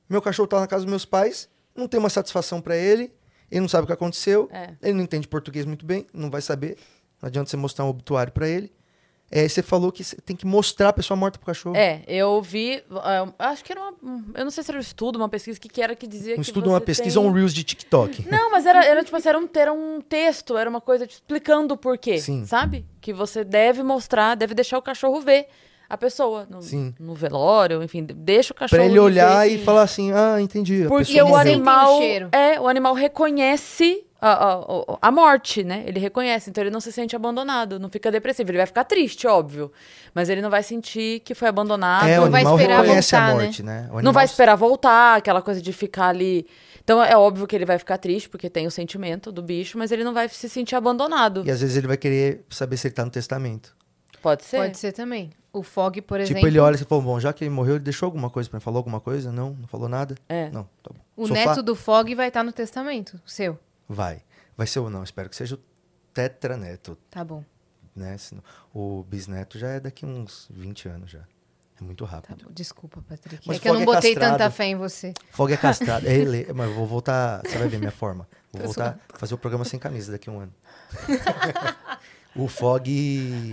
S1: Meu cachorro tá na casa dos meus pais, não tem uma satisfação pra ele, ele não sabe o que aconteceu,
S2: É.
S1: ele não entende português muito bem, não vai saber. Não adianta você mostrar um obituário pra ele. É, aí você falou que você tem que mostrar a pessoa morta pro cachorro.
S2: É, eu vi. ah, acho que era uma. Eu não sei se era um estudo, uma pesquisa, o que, que era que dizia
S1: um
S2: que.
S1: estudo,
S2: você
S1: uma pesquisa,
S2: tem...
S1: um Reels de TikTok.
S2: Não, mas era, era tipo assim, era um, era um texto, era uma coisa te explicando o porquê,
S1: Sim.
S2: sabe? Que você deve mostrar, deve deixar o cachorro ver a pessoa no,
S1: Sim.
S2: no velório, enfim, de- deixa o cachorro
S1: Pra ele olhar
S2: ver,
S1: e
S2: sim.
S1: falar assim, ah, entendi. a
S2: porque
S1: pessoa
S2: o
S1: morreu.
S3: morreu.
S2: animal
S3: Sentem o cheiro.
S2: é o animal reconhece a, a, a- a morte, né? Ele reconhece, então ele não se sente abandonado, não fica depressivo, ele vai ficar triste, óbvio, mas ele não vai sentir que foi abandonado.
S1: É, o
S3: Não vai
S1: animal
S3: esperar
S1: reconhece a
S3: voltar, né?
S1: morte, né? O
S2: Não
S1: animal-
S2: vai esperar voltar, aquela coisa de ficar ali. Então é óbvio que ele vai ficar triste, porque tem o sentimento do bicho, mas ele não vai se sentir abandonado.
S1: E às vezes ele vai querer saber se ele tá no testamento.
S2: Pode ser?
S3: Pode ser também. O Fog, por exemplo,
S1: Tipo, ele olha e fala, bom, já que ele morreu, ele deixou alguma coisa pra mim? Falou alguma coisa? Não? Não falou nada?
S2: É.
S1: Não, tá bom.
S3: o
S1: Sofá?
S3: neto do Fog vai estar no testamento, o seu.
S1: Vai. Vai ser ou não, espero que seja o tetraneto,
S3: Tá bom,
S1: né? Senão- O bisneto já é daqui uns 20 anos já. É muito
S3: tá
S1: rápido.
S3: bom. Desculpa, Patrick.
S1: Mas
S3: é que eu
S1: Fog
S3: não
S1: é
S3: botei
S1: castrado.
S3: tanta fé em você.
S1: Fog
S3: [laughs]
S1: é castrado. é ele... Mas eu vou voltar... Você vai ver minha forma. Vou voltar a fazer o programa sem camisa daqui a um ano. [laughs] o Fog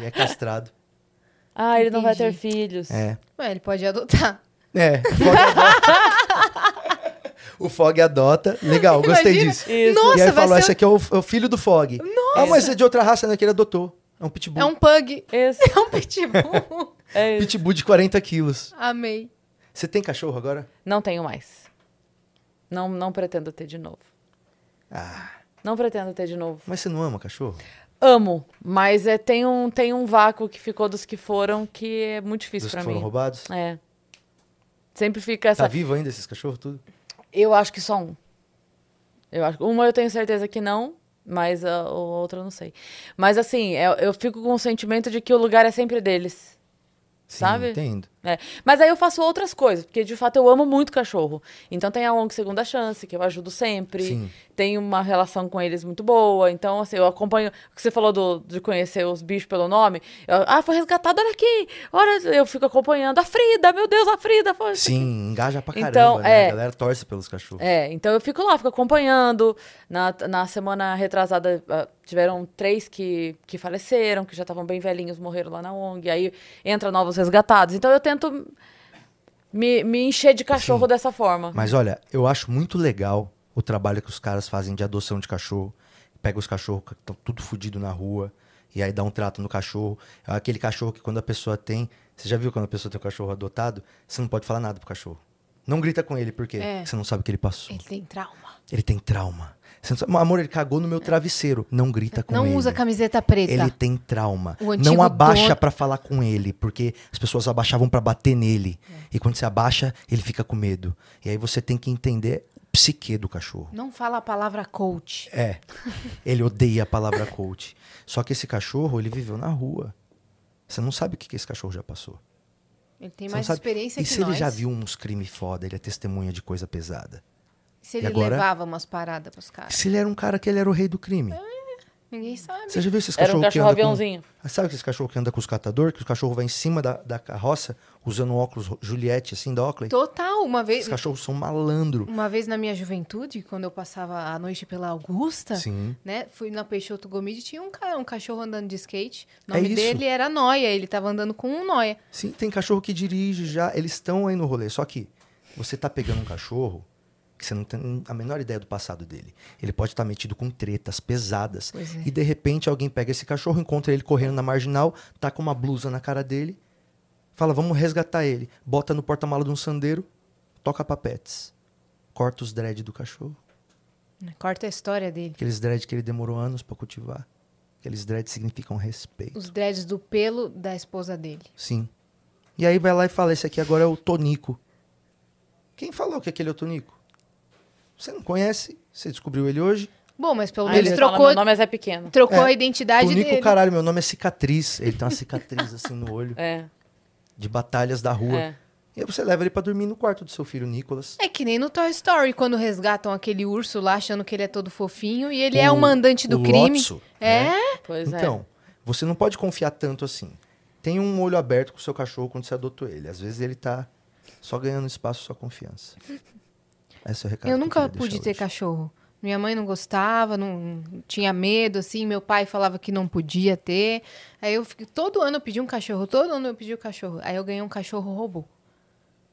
S1: é castrado.
S3: [laughs]
S2: Ah, ele não vai ter
S3: Entendi.
S2: filhos.
S1: É.
S3: Ué, ele pode
S1: [laughs]
S3: adotar.
S1: É, o Fog adota. [laughs] o Fog adota. Legal, gostei
S3: Imagina.
S1: disso.
S3: Isso. Nossa,
S1: e aí
S3: vai
S1: falou,
S3: ser
S1: esse
S3: o-
S1: aqui é o, é o filho do Fog. Ah, mas é de outra raça, né? Que ele adotou. É um pitbull.
S3: É um pug. [laughs]
S2: Esse,
S3: É um pitbull.
S2: é esse.
S1: Pitbull de 40 quilos.
S3: Amei.
S1: Você tem cachorro agora?
S2: Não tenho mais. Não, não pretendo ter de novo.
S1: Ah,
S2: Não pretendo ter de novo.
S1: mas você não ama cachorro?
S2: Amo, mas é, tem, um, tem um vácuo que ficou dos que foram que é muito difícil
S1: Dos que
S2: pra
S1: foram
S2: mim.
S1: roubados?
S2: É. Sempre fica essa.
S1: Tá vivo ainda esses cachorros tudo?
S2: Eu acho que só um. Eu acho, uma eu tenho certeza que não, mas a, o outra eu não sei. Mas assim, eu, eu fico com o sentimento de que o lugar é sempre deles.
S1: Sim,
S2: Sabe?
S1: entendo.
S2: É. Mas aí eu faço outras coisas, porque de fato eu amo muito cachorro. Então tem a ONG Segunda Chance, que eu ajudo sempre.
S1: Sim.
S2: Tenho uma relação com eles muito boa. Então, assim, eu acompanho. o que Você falou do- de conhecer os bichos pelo nome. Eu- ah, foi resgatado, olha aqui. Olha, eu fico acompanhando. A Frida, meu Deus, a Frida. Foi...
S1: Sim, engaja pra caramba,
S2: Então,
S1: né?
S2: é.
S1: A galera torce pelos cachorros.
S2: É, então eu fico lá, fico acompanhando. Na, na semana retrasada, ah, tiveram três que, que faleceram, que já estavam bem velhinhos, morreram lá na ONG. Aí entra novos resgatados. Então eu tento me, me encher de cachorro dessa forma.
S1: Mas olha, eu acho muito legal o trabalho que os caras fazem de adoção de cachorro. Pega os cachorros que estão tudo fodido na rua e aí dá um trato no cachorro. É aquele cachorro que quando a pessoa tem. Você já viu quando a pessoa tem um cachorro adotado? Você não pode falar nada pro cachorro. Não grita com ele, porque
S3: É.
S1: você não sabe o que ele passou.
S3: Ele tem trauma.
S1: Ele tem trauma. Você não sabe- Amor, ele cagou no meu travesseiro. Não grita com
S3: É. não
S1: ele.
S3: usa camiseta preta.
S1: Ele tá- tem trauma.
S3: O antigo
S1: Não abaixa
S3: dono-
S1: pra falar com ele, porque as pessoas abaixavam pra bater nele.
S3: É.
S1: E quando você abaixa, ele fica com medo. E aí você tem que entender o psique do cachorro.
S3: Não fala a palavra coach. [laughs]
S1: É. Ele odeia a palavra coach. Só que esse cachorro, ele viveu na rua. Você não sabe o que, que esse cachorro já passou.
S3: Ele tem
S1: Você não
S3: mais
S1: sabe.
S3: experiência
S1: e
S3: que
S1: se
S3: nós.
S1: ele já viu uns crimes foda, ele é testemunha de coisa pesada.
S3: Se
S1: E
S3: ele
S1: agora?
S3: levava umas paradas pros
S1: E
S3: caras.
S1: se ele era um cara que ele era o rei do crime?
S3: É. Ninguém sabe.
S1: Você já viu esses
S2: Era um
S1: cachorros que
S2: cachorro
S1: andam com-
S2: aviãozinho.
S1: Ah, Sabe esses cachorros que andam com os catador? Que o cachorro vai em cima da, da carroça, usando um óculos ro- Juliette, assim, da Oakley?
S3: Total, uma vez,
S1: Esses cachorros são malandro.
S3: uma vez na minha juventude, quando eu passava a noite pela Augusta,
S1: Sim.
S3: né? Fui na Peixoto Gomide e tinha um cara, um cachorro andando de skate. O
S1: É
S3: nome
S1: isso.
S3: dele era Noia, ele tava andando com um Noia.
S1: Sim, tem cachorro que dirige já, eles estão aí no rolê. Só que você tá pegando um cachorro que você não tem a menor ideia do passado dele. Ele pode estar metido com tretas pesadas.
S3: Pois é.
S1: E de repente alguém pega esse cachorro, encontra ele correndo na marginal, tá com uma blusa na cara dele, fala, vamos resgatar ele. Bota no porta-mala de um sandeiro, toca papetes. Corta os dread do cachorro.
S3: Corta a história dele.
S1: Aqueles dreads que ele demorou anos pra cultivar. Aqueles dreads significam respeito.
S3: Os dreads do pelo da esposa dele.
S1: Sim. E aí vai lá e fala, esse aqui agora é o Tonico. Quem falou que aquele é o Tonico? Você não conhece, você descobriu ele hoje.
S3: Bom, mas pelo
S2: Aí
S3: menos
S2: ele
S3: Ah, trocou, Então-
S2: fala, meu nome é Zé Pequeno.
S3: trocou
S1: É,
S3: a identidade
S1: Tonico,
S3: dele.
S1: caralho, meu nome é Cicatriz. Ele tem uma cicatriz assim
S3: [laughs]
S1: no olho,
S2: É,
S1: de batalhas da rua.
S2: é.
S1: E aí você leva ele pra dormir no quarto do seu filho, Nicolas.
S3: É que nem no Toy Story, quando resgatam aquele urso lá, achando que ele é todo fofinho, e ele é
S1: O-
S3: o mandante do
S1: o
S3: crime.
S1: Lotso,
S3: é?
S2: Pois
S1: Então, você não pode confiar tanto assim. Tem um olho aberto com o seu cachorro quando você adotou ele. Às vezes ele tá só ganhando espaço
S3: [laughs]
S1: sua confiança. Esse é o recado.
S3: Eu
S1: que
S3: nunca
S1: queria
S3: pude
S1: deixar
S3: ter
S1: hoje.
S3: cachorro. Minha mãe não gostava, não tinha medo, assim. Meu pai falava que não podia ter. Aí eu fiquei, todo ano eu pedi um cachorro, todo ano eu pedi um cachorro. Aí eu ganhei um cachorro robô.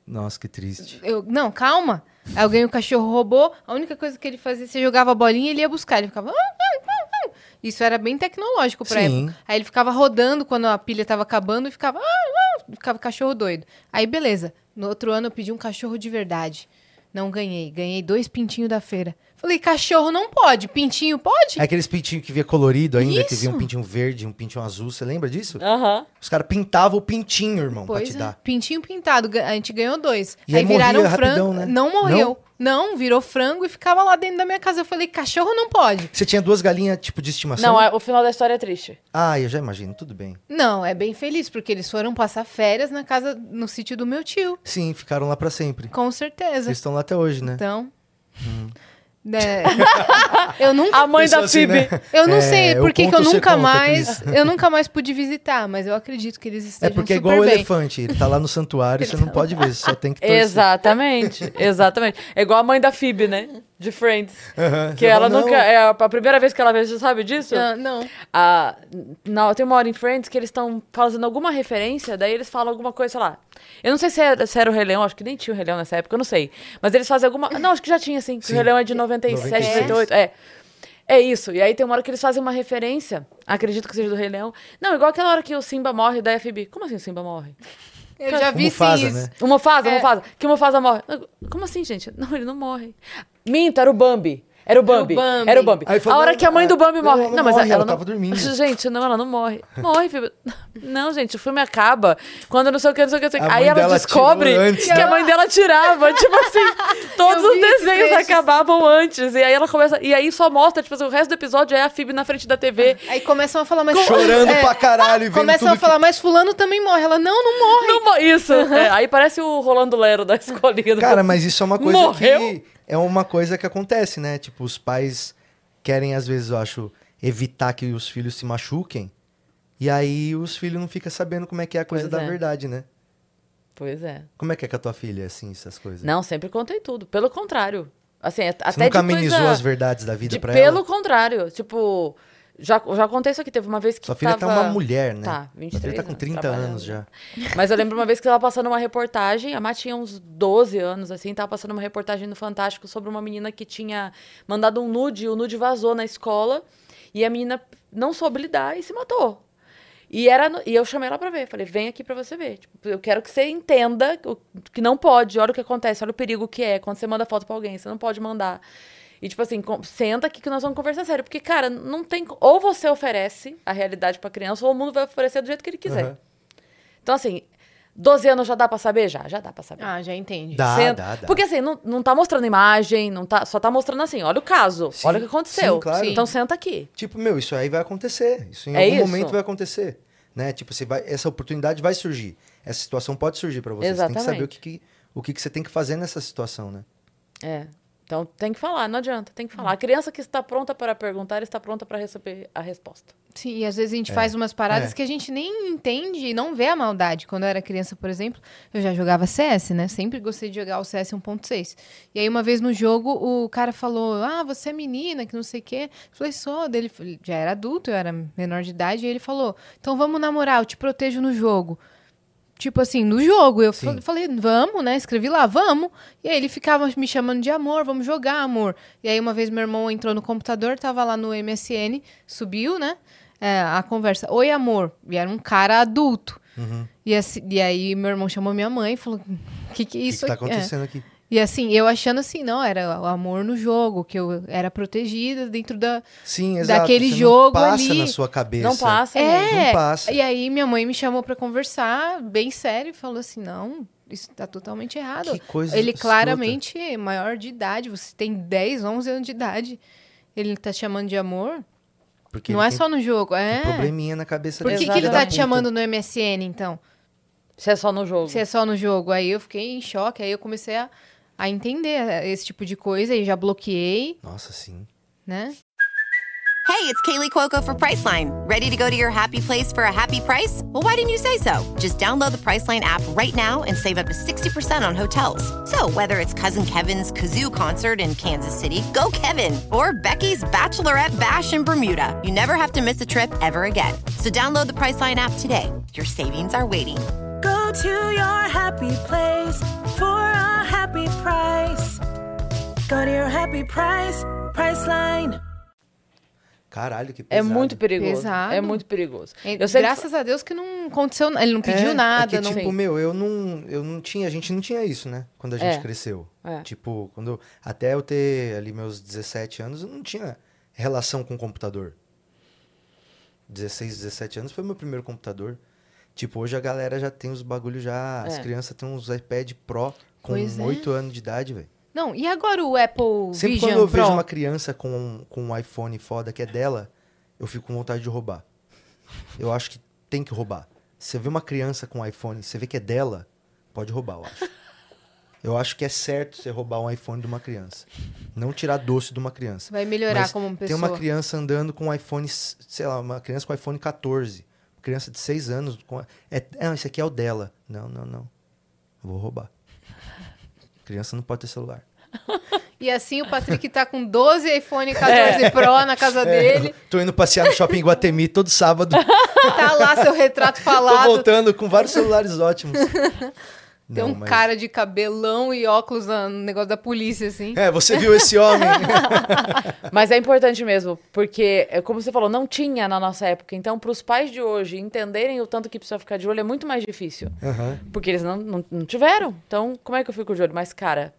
S1: Nossa, que triste.
S3: Eu, não, calma. Aí eu ganhei um cachorro robô. A única coisa que ele fazia, você jogava a bolinha, ele ia buscar. Ele ficava. "Ah, ah, ah, ah". Isso era bem tecnológico pra
S1: Sim.
S3: época. Aí ele ficava rodando quando a pilha tava acabando e ficava. "Ah, ah", Ficava cachorro doido. Aí beleza. No outro ano eu pedi um cachorro de verdade. Não ganhei. Ganhei dois pintinhos da feira. Falei, cachorro não pode. Pintinho pode?
S1: É aqueles pintinhos que via colorido ainda, que via um
S3: Isso.
S1: pintinho verde, um pintinho azul, você lembra disso?
S2: é. Aham.
S1: Os caras pintavam o pintinho, irmão, pra
S3: Pois
S1: te
S3: é.
S1: dar.
S3: Pintinho pintado. Ga- A gente ganhou dois.
S1: E aí
S3: viraram
S1: morria
S3: frango.
S1: rapidão, né?
S3: Não morreu. Não? virou frango e ficava lá dentro da minha casa. Eu falei, cachorro não pode.
S1: Você tinha duas galinhas, tipo, de estimação?
S2: Não, é- o final da história é triste.
S1: Ah, eu já imagino, tudo bem.
S3: Não, é bem feliz, porque eles foram passar férias na casa, no sítio do meu tio.
S1: Sim, ficaram lá pra sempre.
S3: Com certeza.
S1: Eles estão lá até hoje, né?
S3: Então. né, [laughs] eu nunca.
S1: [laughs]
S2: A mãe da
S1: Isso assim,
S2: Phoebe.
S1: né?
S3: Eu não
S1: É,
S3: sei
S1: eu
S3: por que que eu
S1: conto, você
S3: nunca
S1: conta,
S3: mais. [laughs] Eu nunca mais pude visitar, mas eu acredito que eles
S1: É
S3: estejam
S1: porque é
S3: super
S1: igual o
S3: bem. tá
S1: elefante, ele tá lá
S3: [laughs]
S1: no santuário, você não pode ver, você só tem que torcer.
S2: [laughs]
S1: [laughs]
S2: Exatamente, exatamente. É igual a mãe da Phoebe, né? De Friends.
S1: Aham,
S2: Que
S1: você
S2: ela
S1: fala, "Não,
S2: nunca. É a primeira vez que ela vê, você sabe disso?
S3: Ah, não.
S2: Ah, não, tem uma hora em Friends que eles estão fazendo alguma referência, daí eles falam alguma coisa, sei lá. Eu não sei se era, se era o Rei Leão, acho que nem tinha o Rei Leão nessa época, eu não sei. Mas eles fazem alguma. Não, acho que já tinha, assim. que
S1: Sim.
S2: O Rei Leão é de 97,
S1: 96.
S2: 98. É. É isso. E aí tem uma hora que eles fazem uma referência, acredito que seja do Rei Leão. Não, igual aquela hora que o Simba morre da FB. Como assim o Simba morre?
S3: Eu já
S1: O
S3: vi
S1: Mufasa,
S3: sim isso.
S1: né?
S2: O Mufasa, o
S3: É.
S2: Mufasa. Que o Mufasa morre. Como assim, gente? Não, ele não morre. Minto, era o Bambi. Era o Bambi.
S3: Era o Bambi.
S2: Era o Bambi.
S1: Aí
S2: a
S1: falou,
S2: hora
S1: não,
S2: que a mãe do Bambi
S1: não,
S2: morre.
S1: ela
S2: Não, mas
S1: morre,
S2: ela,
S1: ela
S2: não...
S1: tava dormindo.
S2: [laughs] Gente, não, ela não
S1: [laughs]
S2: morre. Morre, filho. Não, gente, o filme acaba quando não sei o que, não sei o que, não sei o que.
S1: A
S2: Aí
S1: mãe
S2: ela
S1: dela
S2: descobre
S1: tirou antes,
S2: que a
S3: né?
S2: mãe dela
S1: [laughs]
S2: tirava. tipo assim, todos
S3: Eu
S2: os
S3: vi esse
S2: desenhos
S3: trecho.
S2: acabavam antes. E aí ela começa. E aí só mostra, tipo assim, o resto do episódio é a Phoebe na frente da TV.
S3: Aí começam a falar mais...
S1: Chorando
S3: [laughs]
S1: pra caralho e vendo
S3: Começam
S1: tudo
S3: é, a falar, mas fulano também morre. Ela, não, não morre.
S2: Não mo- isso. É, aí parece o Rolando Lero da [laughs] escolinha. do-
S1: Cara, mas isso é uma coisa
S2: Morreu?
S1: que é uma coisa que acontece, né? Tipo, os pais querem às vezes, eu acho, evitar que os filhos se machuquem. E aí os filhos não ficam sabendo como é que é a coisa
S2: Pois
S1: da
S2: é.
S1: verdade, né?
S2: Pois é.
S1: Como é que é com a tua filha assim, essas coisas?
S2: Não, sempre contei tudo. Pelo contrário. Assim, é-
S1: Você
S2: até
S1: nunca
S2: de coisa...
S1: amenizou as verdades da vida
S2: de-
S1: pra
S2: Pelo
S1: ela?
S2: contrário. Tipo, já, já contei isso aqui. Teve uma vez que
S1: Sua filha
S2: tava...
S1: tá uma mulher, né?
S2: Tá,
S1: Sua filha
S2: 23
S1: tá com
S2: anos,
S1: 30
S2: trabalhando.
S1: anos já.
S2: Mas eu lembro uma vez que ela passando uma reportagem, a Má tinha uns 12 anos, assim, tava passando uma reportagem no Fantástico sobre uma menina que tinha mandado um nude, e o nude vazou na escola, e a menina não soube lidar e se matou. E, era no- e eu chamei ela pra ver, falei, vem aqui pra você ver. Tipo, eu quero que você entenda o- que não pode, olha o que acontece, olha o perigo que é quando você manda foto pra alguém, você não pode mandar. E tipo assim, com- senta aqui que nós vamos conversar sério. Porque, cara, não tem. co- Ou você oferece a realidade pra criança, ou o mundo vai oferecer do jeito que ele quiser.
S1: Aham.
S2: Então, assim, 12 anos já dá pra saber? Já, já dá pra saber.
S3: Ah, já entende.
S1: Dá,
S2: Senta-
S1: dá, dá.
S2: Porque assim, não, não tá mostrando imagem, não tá, só tá mostrando assim, olha o caso,
S1: Sim,
S2: olha o que aconteceu.
S1: sim, claro.
S2: Então senta aqui.
S1: Tipo, meu, isso aí vai acontecer. Isso em
S2: É
S1: algum
S2: isso.
S1: momento vai acontecer. Né? Tipo, você vai, essa oportunidade vai surgir. Essa situação pode surgir pra você. Você tem que saber o
S2: Exatamente.
S1: que, que- o que, que você tem que fazer nessa situação, né?
S2: É. Então tem que falar, não adianta, tem que falar. A criança que está pronta para perguntar está pronta para receber a resposta.
S3: Sim, e às vezes a gente faz umas paradas
S1: É.
S3: que a gente nem entende e não vê a maldade. Quando eu era criança, por exemplo, eu já jogava CS, né? Sempre gostei de jogar o CS 1.6. E aí uma vez no jogo, o cara falou: "Ah, você é menina, que não sei o quê". Eu falei: "Sou". Daí Ele f- já era adulto, eu era menor de idade, e ele falou: "Então vamos namorar, eu te protejo no jogo". Tipo assim, no jogo, eu fa-
S1: Sim.
S3: falei, vamos, né? Escrevi lá, vamos. E aí ele ficava me chamando de amor, vamos jogar, amor. E aí uma vez meu irmão entrou no computador, tava lá no MSN, subiu, né? é, a conversa, oi amor. E era um cara adulto. E, assim- e aí meu irmão chamou minha mãe e falou, o que, que é
S1: O Uhum. que
S3: isso
S1: que tá
S3: aqui?" É.
S1: acontecendo aqui?
S3: E assim, eu achando assim, não, era o amor no jogo, que eu era protegida dentro da...
S1: Sim, exato.
S3: Daquele
S1: Você
S3: jogo
S1: não passa
S3: ali.
S1: na sua cabeça.
S2: Não passa, né?
S3: É,
S1: Não passa.
S3: e aí minha mãe me chamou pra conversar, bem sério, e falou assim, não, isso tá totalmente errado.
S1: Que coisa
S3: ele
S1: escrota.
S3: claramente é maior de idade, você tem 10, 11 anos de idade, ele tá te chamando de amor,
S1: Porque
S3: não é
S1: ele tem-
S3: só no jogo,
S1: tem
S3: é...
S1: probleminha na cabeça
S3: Por
S1: dele,
S3: que, que
S2: Exato.
S3: ele
S1: filha
S3: tá
S1: da
S3: te
S1: puta.
S3: chamando no MSN, então?
S2: Se é só no jogo.
S3: Se é só no jogo. Aí eu fiquei em choque, aí eu comecei a, a entender esse tipo de coisa e já bloqueei,
S1: Nossa, sim.
S3: né?
S5: Hey, it's Kaylee Cuoco for Priceline. Ready to go to your happy place for a happy price? Well, why didn't you say so? Just download the Priceline app right now and save up to 60% on hotels. So, whether it's Cousin Kevin's Kazoo concert in Kansas City, go Kevin, or Becky's Bachelorette Bash in Bermuda, you never have to miss a trip ever again. So, download the Priceline app today. Your savings are waiting.
S6: Go to your happy place for a happy price. Go to your happy price, Priceline.
S1: Caralho, que
S2: É
S1: pesado.
S2: muito perigoso.
S3: Pesado.
S2: É muito perigoso.
S3: E
S2: Eu sempre
S3: graças a Deus que não aconteceu nada. Ele não
S1: É,
S3: pediu
S1: é
S3: nada.
S1: que,
S3: não...
S1: tipo, meu, eu não, eu não tinha, a gente não tinha isso, né? Quando a gente
S2: É.
S1: cresceu.
S2: É.
S1: Tipo, quando até eu ter ali meus 17 anos, eu não tinha relação com o computador. 16, 17 anos foi meu primeiro computador. Tipo, hoje a galera já tem os bagulhos já, as
S2: É.
S1: crianças têm uns iPad Pro com
S3: Pois é.
S1: 8 anos de idade, velho.
S3: Não, e agora o Apple
S1: Sempre
S3: Vision
S1: quando eu
S3: Pro?
S1: vejo uma criança com, com um iPhone foda que é dela, eu fico com vontade de roubar. Eu acho que tem que roubar. Você vê uma criança com um iPhone, você vê que é dela, pode roubar, eu acho. Eu acho que é certo você roubar um iPhone de uma criança. Não tirar doce de uma criança.
S3: Vai melhorar
S1: Mas
S3: como pessoa.
S1: Tem uma criança andando com um iPhone, sei lá, uma criança com iPhone 14. Criança de 6 anos. Com... É, não, esse aqui é o dela. Não, não, não. Vou roubar. Criança não pode ter celular.
S3: E assim o Patrick tá com 12
S2: [laughs]
S3: iPhone 14
S2: É.
S3: Pro na
S1: É.
S3: casa dele.
S1: [laughs] Tô indo passear no shopping Guatemi todo sábado.
S3: Tá lá seu retrato
S1: Tô
S3: falado.
S1: voltando com vários celulares ótimos.
S3: Tem
S1: Não,
S3: um
S1: mas-
S3: cara de cabelão e óculos na- no negócio da polícia, assim.
S1: É, você viu esse homem?
S2: Mas é importante mesmo, porque, é, como você falou, não tinha na nossa época. Então, para os pais de hoje entenderem o tanto que precisa ficar de olho, é muito mais difícil. Porque eles não, não, não tiveram. Então, como é que eu fico de olho? Mas, cara,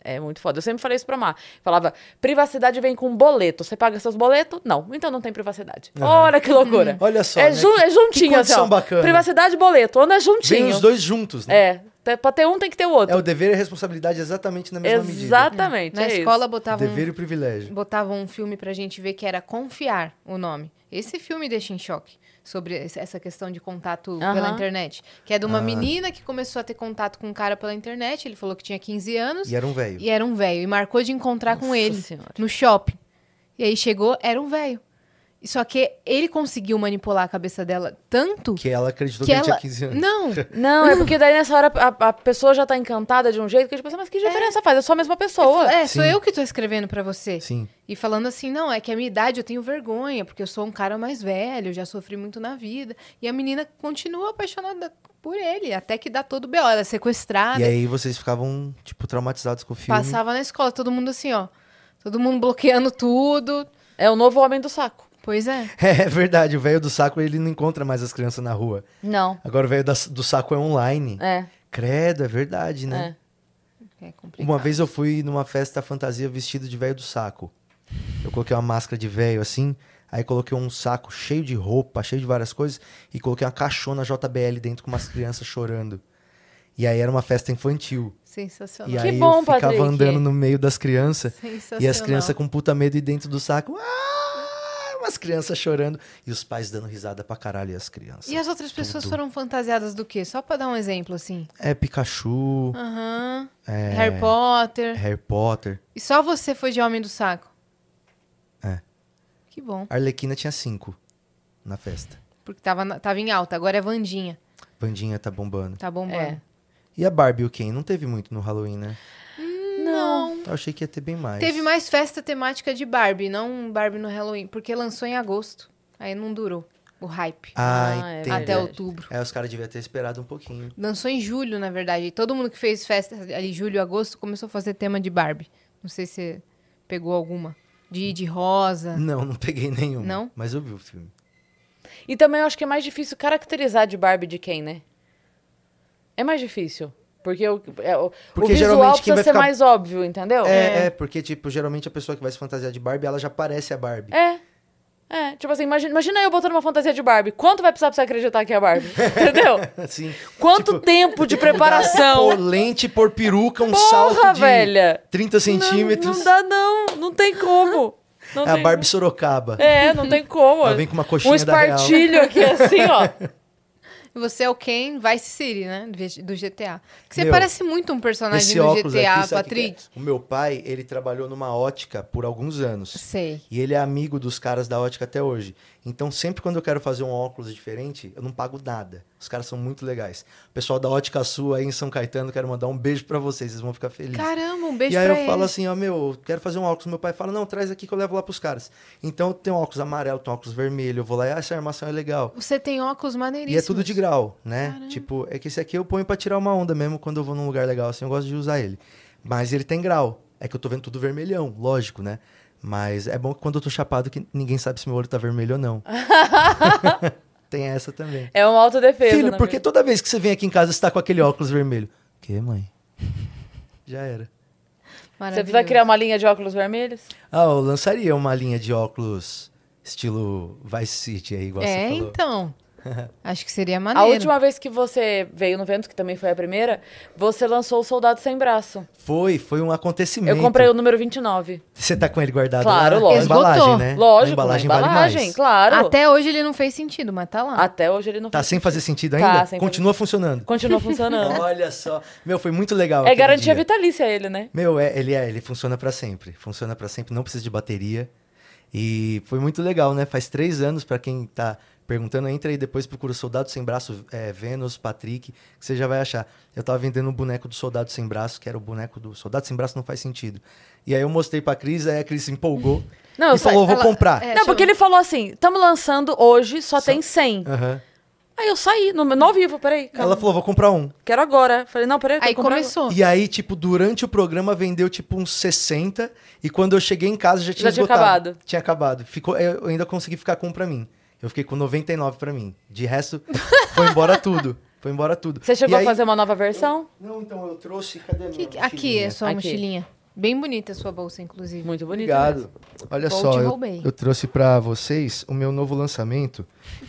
S2: É muito foda. Eu sempre falei isso pra Mar. Falava, privacidade vem com boleto. Você paga seus boletos? Não. Então não tem privacidade. Olha que loucura.
S1: [laughs] Olha só,
S2: É,
S1: né?
S2: ju-
S1: Que-
S2: é juntinho,
S1: que
S2: assim, ó.
S1: condição bacana.
S2: Privacidade e boleto. Anda juntinho.
S1: Vem os dois juntos, né?
S2: É. Tá- Pra ter um tem que ter o
S1: É
S2: outro.
S1: o dever e a responsabilidade é exatamente na mesma medida.
S2: Exatamente.
S3: Na
S2: é isso.
S3: escola botavam um
S1: Dever e privilégio.
S3: botavam um filme pra gente ver que era Confiar, o nome. Esse filme deixa em choque sobre esse- essa questão de contato pela
S2: Aham.
S3: internet. Que é de
S1: Ah.
S3: uma menina que começou a ter contato com um cara pela internet, ele falou que tinha 15 anos
S1: E era um velho.
S3: e era um velho. E marcou de encontrar com
S2: Nossa
S3: ele
S2: Senhora.
S3: no shopping. E aí chegou, era um velho. E Só que ele conseguiu manipular a cabeça dela tanto
S1: Que ela acreditou
S3: que
S1: que, ele
S3: ela.
S1: tinha 15 anos. [laughs]
S3: Não!
S2: Não, é porque daí nessa hora a, a pessoa já tá encantada de um jeito que a gente pensa, mas que diferença faz? É só a mesma pessoa.
S3: É, sou
S1: Sim.
S3: eu que tô escrevendo pra você.
S1: Sim.
S3: E falando assim, não, é que a minha idade eu tenho vergonha, porque eu sou um cara mais velho, eu já sofri muito na vida. E a menina continua apaixonada por ele, até que dá todo o B.O. Ela é sequestrada,
S1: E aí vocês ficavam, tipo, traumatizados com o filme.
S3: passava na escola, todo mundo assim, ó. Todo mundo bloqueando tudo.
S2: É o novo homem do saco.
S3: Pois é.
S1: [laughs] É verdade, o velho do saco ele não encontra mais as crianças na rua.
S2: Não.
S1: Agora o velho da- do saco é online.
S2: É.
S1: Credo, é verdade, né?
S3: É complicado.
S1: Uma vez eu fui numa festa fantasia vestido de velho do saco. Eu coloquei uma máscara de velho assim, aí coloquei um saco cheio de roupa, cheio de várias coisas, e coloquei uma caixona JBL dentro com umas crianças chorando. E aí era uma festa infantil.
S3: Sensacional.
S1: E
S2: Que
S1: aí
S2: bom,
S1: eu ficava
S2: Patrick.
S1: andando no meio das crianças, e as
S3: Sensacional.
S1: crianças com puta medo e dentro do saco. "Ah!" Umas crianças chorando, e os pais dando risada pra caralho, e as crianças.
S3: E as outras pessoas
S1: Tudo.
S3: foram fantasiadas do quê? Só pra dar um exemplo, assim.
S1: É Pikachu,
S3: Aham.
S1: É.
S3: Harry Potter.
S1: Harry Potter.
S3: E só você foi de Homem do Saco?
S1: É.
S3: Que bom.
S1: Arlequina tinha cinco na festa.
S3: Porque tava, na- tava em alta, agora é Vandinha.
S1: Vandinha tá bombando.
S3: Tá bombando.
S2: É.
S1: E a Barbie e o Ken? Não teve muito no Halloween, né?
S2: Hum, Não.
S1: Eu achei que ia ter bem mais.
S3: Teve mais festa temática de Barbie, não Barbie no Halloween, porque lançou em agosto. Aí não durou o hype.
S1: Ah,
S2: Ah, é
S1: entendi.
S2: verdade.
S3: até outubro.
S1: É, os caras deviam ter esperado um pouquinho.
S3: Lançou em julho, na verdade. E todo mundo que fez festa ali, julho, agosto, começou a fazer tema de Barbie. Não sei se você pegou alguma. De, de rosa.
S1: Não, não peguei nenhum.
S3: Não?
S1: Mas eu vi o filme.
S2: E também eu acho que é mais difícil caracterizar de Barbie de quem, né? É mais difícil. Porque o, é, o,
S1: Porque
S2: o visual
S1: geralmente
S2: precisa
S1: quem vai
S2: ser
S1: ficar-
S2: mais óbvio, entendeu?
S1: É, é, porque, tipo, geralmente a pessoa que vai se fantasiar de Barbie, ela já parece a Barbie.
S2: É. É, tipo assim, imagina, imagina eu botando uma fantasia de Barbie. Quanto vai precisar pra você acreditar que é a
S1: [laughs]
S2: Barbie? Entendeu?
S1: [laughs] Assim,
S2: Quanto
S1: tipo, [laughs]
S2: tempo de
S1: tem que mudar Por
S2: preparação?
S1: lente, por peruca, um
S2: Porra,
S1: salto de
S2: velha!
S1: 30
S2: Não,
S1: centímetros.
S2: não dá, não. Não tem como. Não
S1: é a
S2: tem
S1: Barbie Sorocaba.
S2: É, não tem como.
S1: Ela vem com uma
S2: Um
S1: coxinha da Real.
S2: espartilho aqui, assim, ó.
S3: Você é o Ken Vice City, né? Do do GTA. Que você
S1: Meu,
S3: parece muito um personagem
S1: Esse
S3: do
S1: óculos
S3: GTA,
S1: aqui, sabe o que que é?
S3: Patrick.
S1: O meu pai, ele trabalhou numa ótica por alguns anos.
S3: Sei.
S1: E ele é amigo dos caras da ótica até hoje. Então, sempre quando eu quero fazer um óculos diferente, eu não pago nada. Os caras são muito legais. O pessoal da Ótica Sua aí em São Caetano, quero mandar um beijo pra vocês, vocês vão ficar felizes.
S3: Caramba, um beijo
S1: e aí
S3: pra
S1: eu
S3: ele.
S1: falo assim, ó, meu, eu quero fazer um óculos. Meu pai fala, não, traz aqui que eu levo lá pros caras. Então, tem um óculos amarelo, tem um óculos vermelho. Eu vou lá e ah, essa armação é legal.
S3: Você tem óculos maneiríssimos.
S1: E é tudo de grau, né? Tipo, é que esse aqui eu ponho pra tirar uma onda mesmo quando eu vou num lugar legal, assim, eu gosto de usar ele. Mas ele tem grau. É que eu tô vendo tudo vermelhão, lógico, né? Mas é bom que quando eu tô chapado que ninguém sabe se meu olho tá vermelho ou não. tem essa também.
S2: É uma autodefesa.
S1: Filho,
S2: na
S1: por que toda vez que você vem aqui em casa você tá com aquele óculos vermelho? Que, mãe? Já era.
S2: Você vai
S3: Maravilhoso.
S2: criar uma linha de óculos vermelhos?
S1: Ah, eu lançaria uma linha de óculos estilo Vice City aí, igual
S3: É,
S1: você falou. [laughs]
S3: então. Acho que seria
S2: A
S3: maneiro.
S2: última vez que você veio no Vênus, que também foi a primeira, você lançou o Soldado Sem Braço.
S1: Foi, foi um acontecimento.
S2: Eu comprei o número 29.
S1: Você tá com ele guardado
S2: Claro,
S1: lá?
S2: lógico.
S1: Na embalagem,
S3: Esgotou.
S1: né?
S2: Lógico,
S1: Na embalagem,
S2: na embalagem,
S1: vale mais.
S2: claro.
S3: Até hoje ele não fez sentido, mas tá lá.
S2: Até hoje ele não
S1: Tá
S2: fez.
S1: sem fazer sentido
S2: Tá,
S1: ainda?
S2: sem
S1: Continua funcionando.
S2: [laughs] Continua funcionando.
S1: Olha só. Meu, foi muito legal.
S2: é
S1: aquele
S2: garantia
S1: dia.
S2: vitalícia ele, né?
S1: Meu, é, ele é, ele funciona pra sempre. Funciona pra sempre, não precisa de bateria. E foi muito legal, né? Faz três anos, pra quem tá perguntando, entra aí depois procura Soldado Sem Braço, é, Vênus, Patrick, que você já vai achar. Eu tava vendendo um boneco do Soldado Sem Braço, que era o boneco do Soldado Sem Braço, não faz sentido. E aí eu mostrei pra Cris, aí a Cris se empolgou
S2: Não, eu
S1: e falou,
S2: falei-
S3: ela-
S1: vou comprar.
S3: é.
S2: Não, porque
S3: chama-
S2: ele falou assim: estamos lançando hoje, só tem 100.
S1: Aham.
S2: Aí eu saí, no, no ao vivo, peraí. calma.
S1: Ela falou, vou comprar um.
S2: Quero agora. Falei, não, peraí. eu tenho
S3: Aí
S2: que comprar
S3: começou.
S1: E aí, tipo, durante o programa vendeu tipo uns 60. E quando eu cheguei em casa já tinha
S2: Já tinha
S1: esgotado.
S2: acabado.
S1: Tinha acabado. Ficou, eu eu ainda consegui ficar com um pra mim. Eu fiquei com 99 pra mim. De resto, foi embora tudo. Foi embora tudo.
S2: agora. Você chegou
S1: E aí-
S2: a fazer uma nova versão?
S1: Não, então eu trouxe. Cadê a minha
S3: Que- aqui é
S1: mochilinha?
S3: sua
S2: Aqui.
S3: mochilinha. Bem bonita a sua bolsa, inclusive.
S2: Muito bonito.
S1: Obrigado.
S2: mesmo.
S1: Olha
S3: né? Vou
S1: só,
S3: te
S1: eu,
S3: roubei.
S1: eu trouxe para vocês o meu novo lançamento,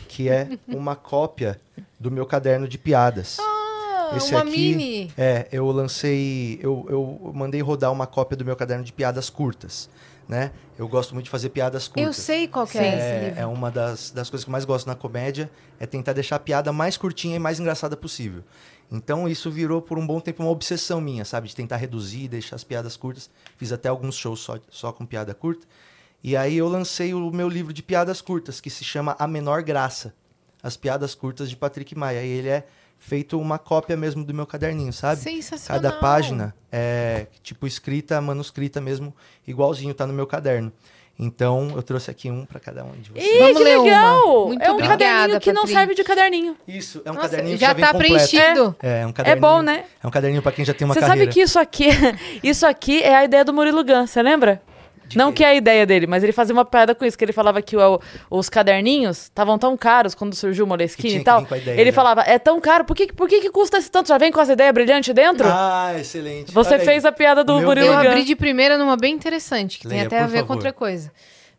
S1: que é
S3: [laughs]
S1: uma cópia do meu caderno de piadas.
S3: Ah,
S1: Esse
S3: uma
S1: aqui-
S3: mini.
S1: É, eu lancei, eu, eu mandei rodar uma cópia do meu caderno de piadas curtas, né? Eu gosto muito de fazer piadas curtas.
S3: Eu sei qual que
S1: é,
S3: é esse livro.
S1: é uma das, das coisas que eu mais gosto na comédia, é tentar deixar a piada mais curtinha e mais engraçada possível. Então isso virou por um bom tempo uma obsessão minha, sabe? De tentar reduzir, deixar as piadas curtas. Fiz até alguns shows só, só com piada curta. E aí eu lancei o meu livro de piadas curtas, que se chama A Menor Graça. As piadas curtas de Patrick Maia. E ele é feito uma cópia mesmo do meu caderninho, sabe?
S3: Sensacional.
S1: Cada página é tipo escrita, manuscrita mesmo, igualzinho, tá no meu caderno. Então, eu trouxe aqui um para cada um de vocês.
S2: Ih,
S3: Vamos
S2: que
S3: ler uma.
S2: legal!
S3: Muito
S2: é um
S3: obrigada,
S2: caderninho que não
S3: Patrick.
S2: serve de caderninho.
S1: Isso, é um
S3: Nossa,
S1: caderninho que
S3: já
S1: já vem
S3: tá
S1: completo.
S3: preenchido.
S1: É, é um
S2: É
S1: caderninho.
S2: bom, né?
S1: É um caderninho para quem já tem uma
S2: Você
S1: carreira.
S2: sabe que isso aqui, [laughs] isso aqui é a ideia do Murilo Gun, você lembra? não
S1: quê?
S2: que é a ideia dele, mas ele fazia uma piada com isso, que ele falava que o- os caderninhos estavam tão caros quando surgiu o
S1: Que
S2: Moleskine
S1: tinha
S2: e
S1: que
S2: tal.
S1: vir com a ideia,
S2: ele
S1: né?
S2: falava, é tão caro, por que, por que, que custa esse tanto? Já vem com as ideias brilhantes dentro?
S1: Ah, excelente.
S2: Você
S1: Olha aí.
S2: fez a piada do
S1: Meu
S2: Murilo
S3: Eu
S1: Legal.
S3: abri
S2: Gun.
S3: de primeira numa bem interessante, que tem
S1: Leia,
S3: até a
S1: por
S3: ver com
S1: favor.
S3: outra coisa.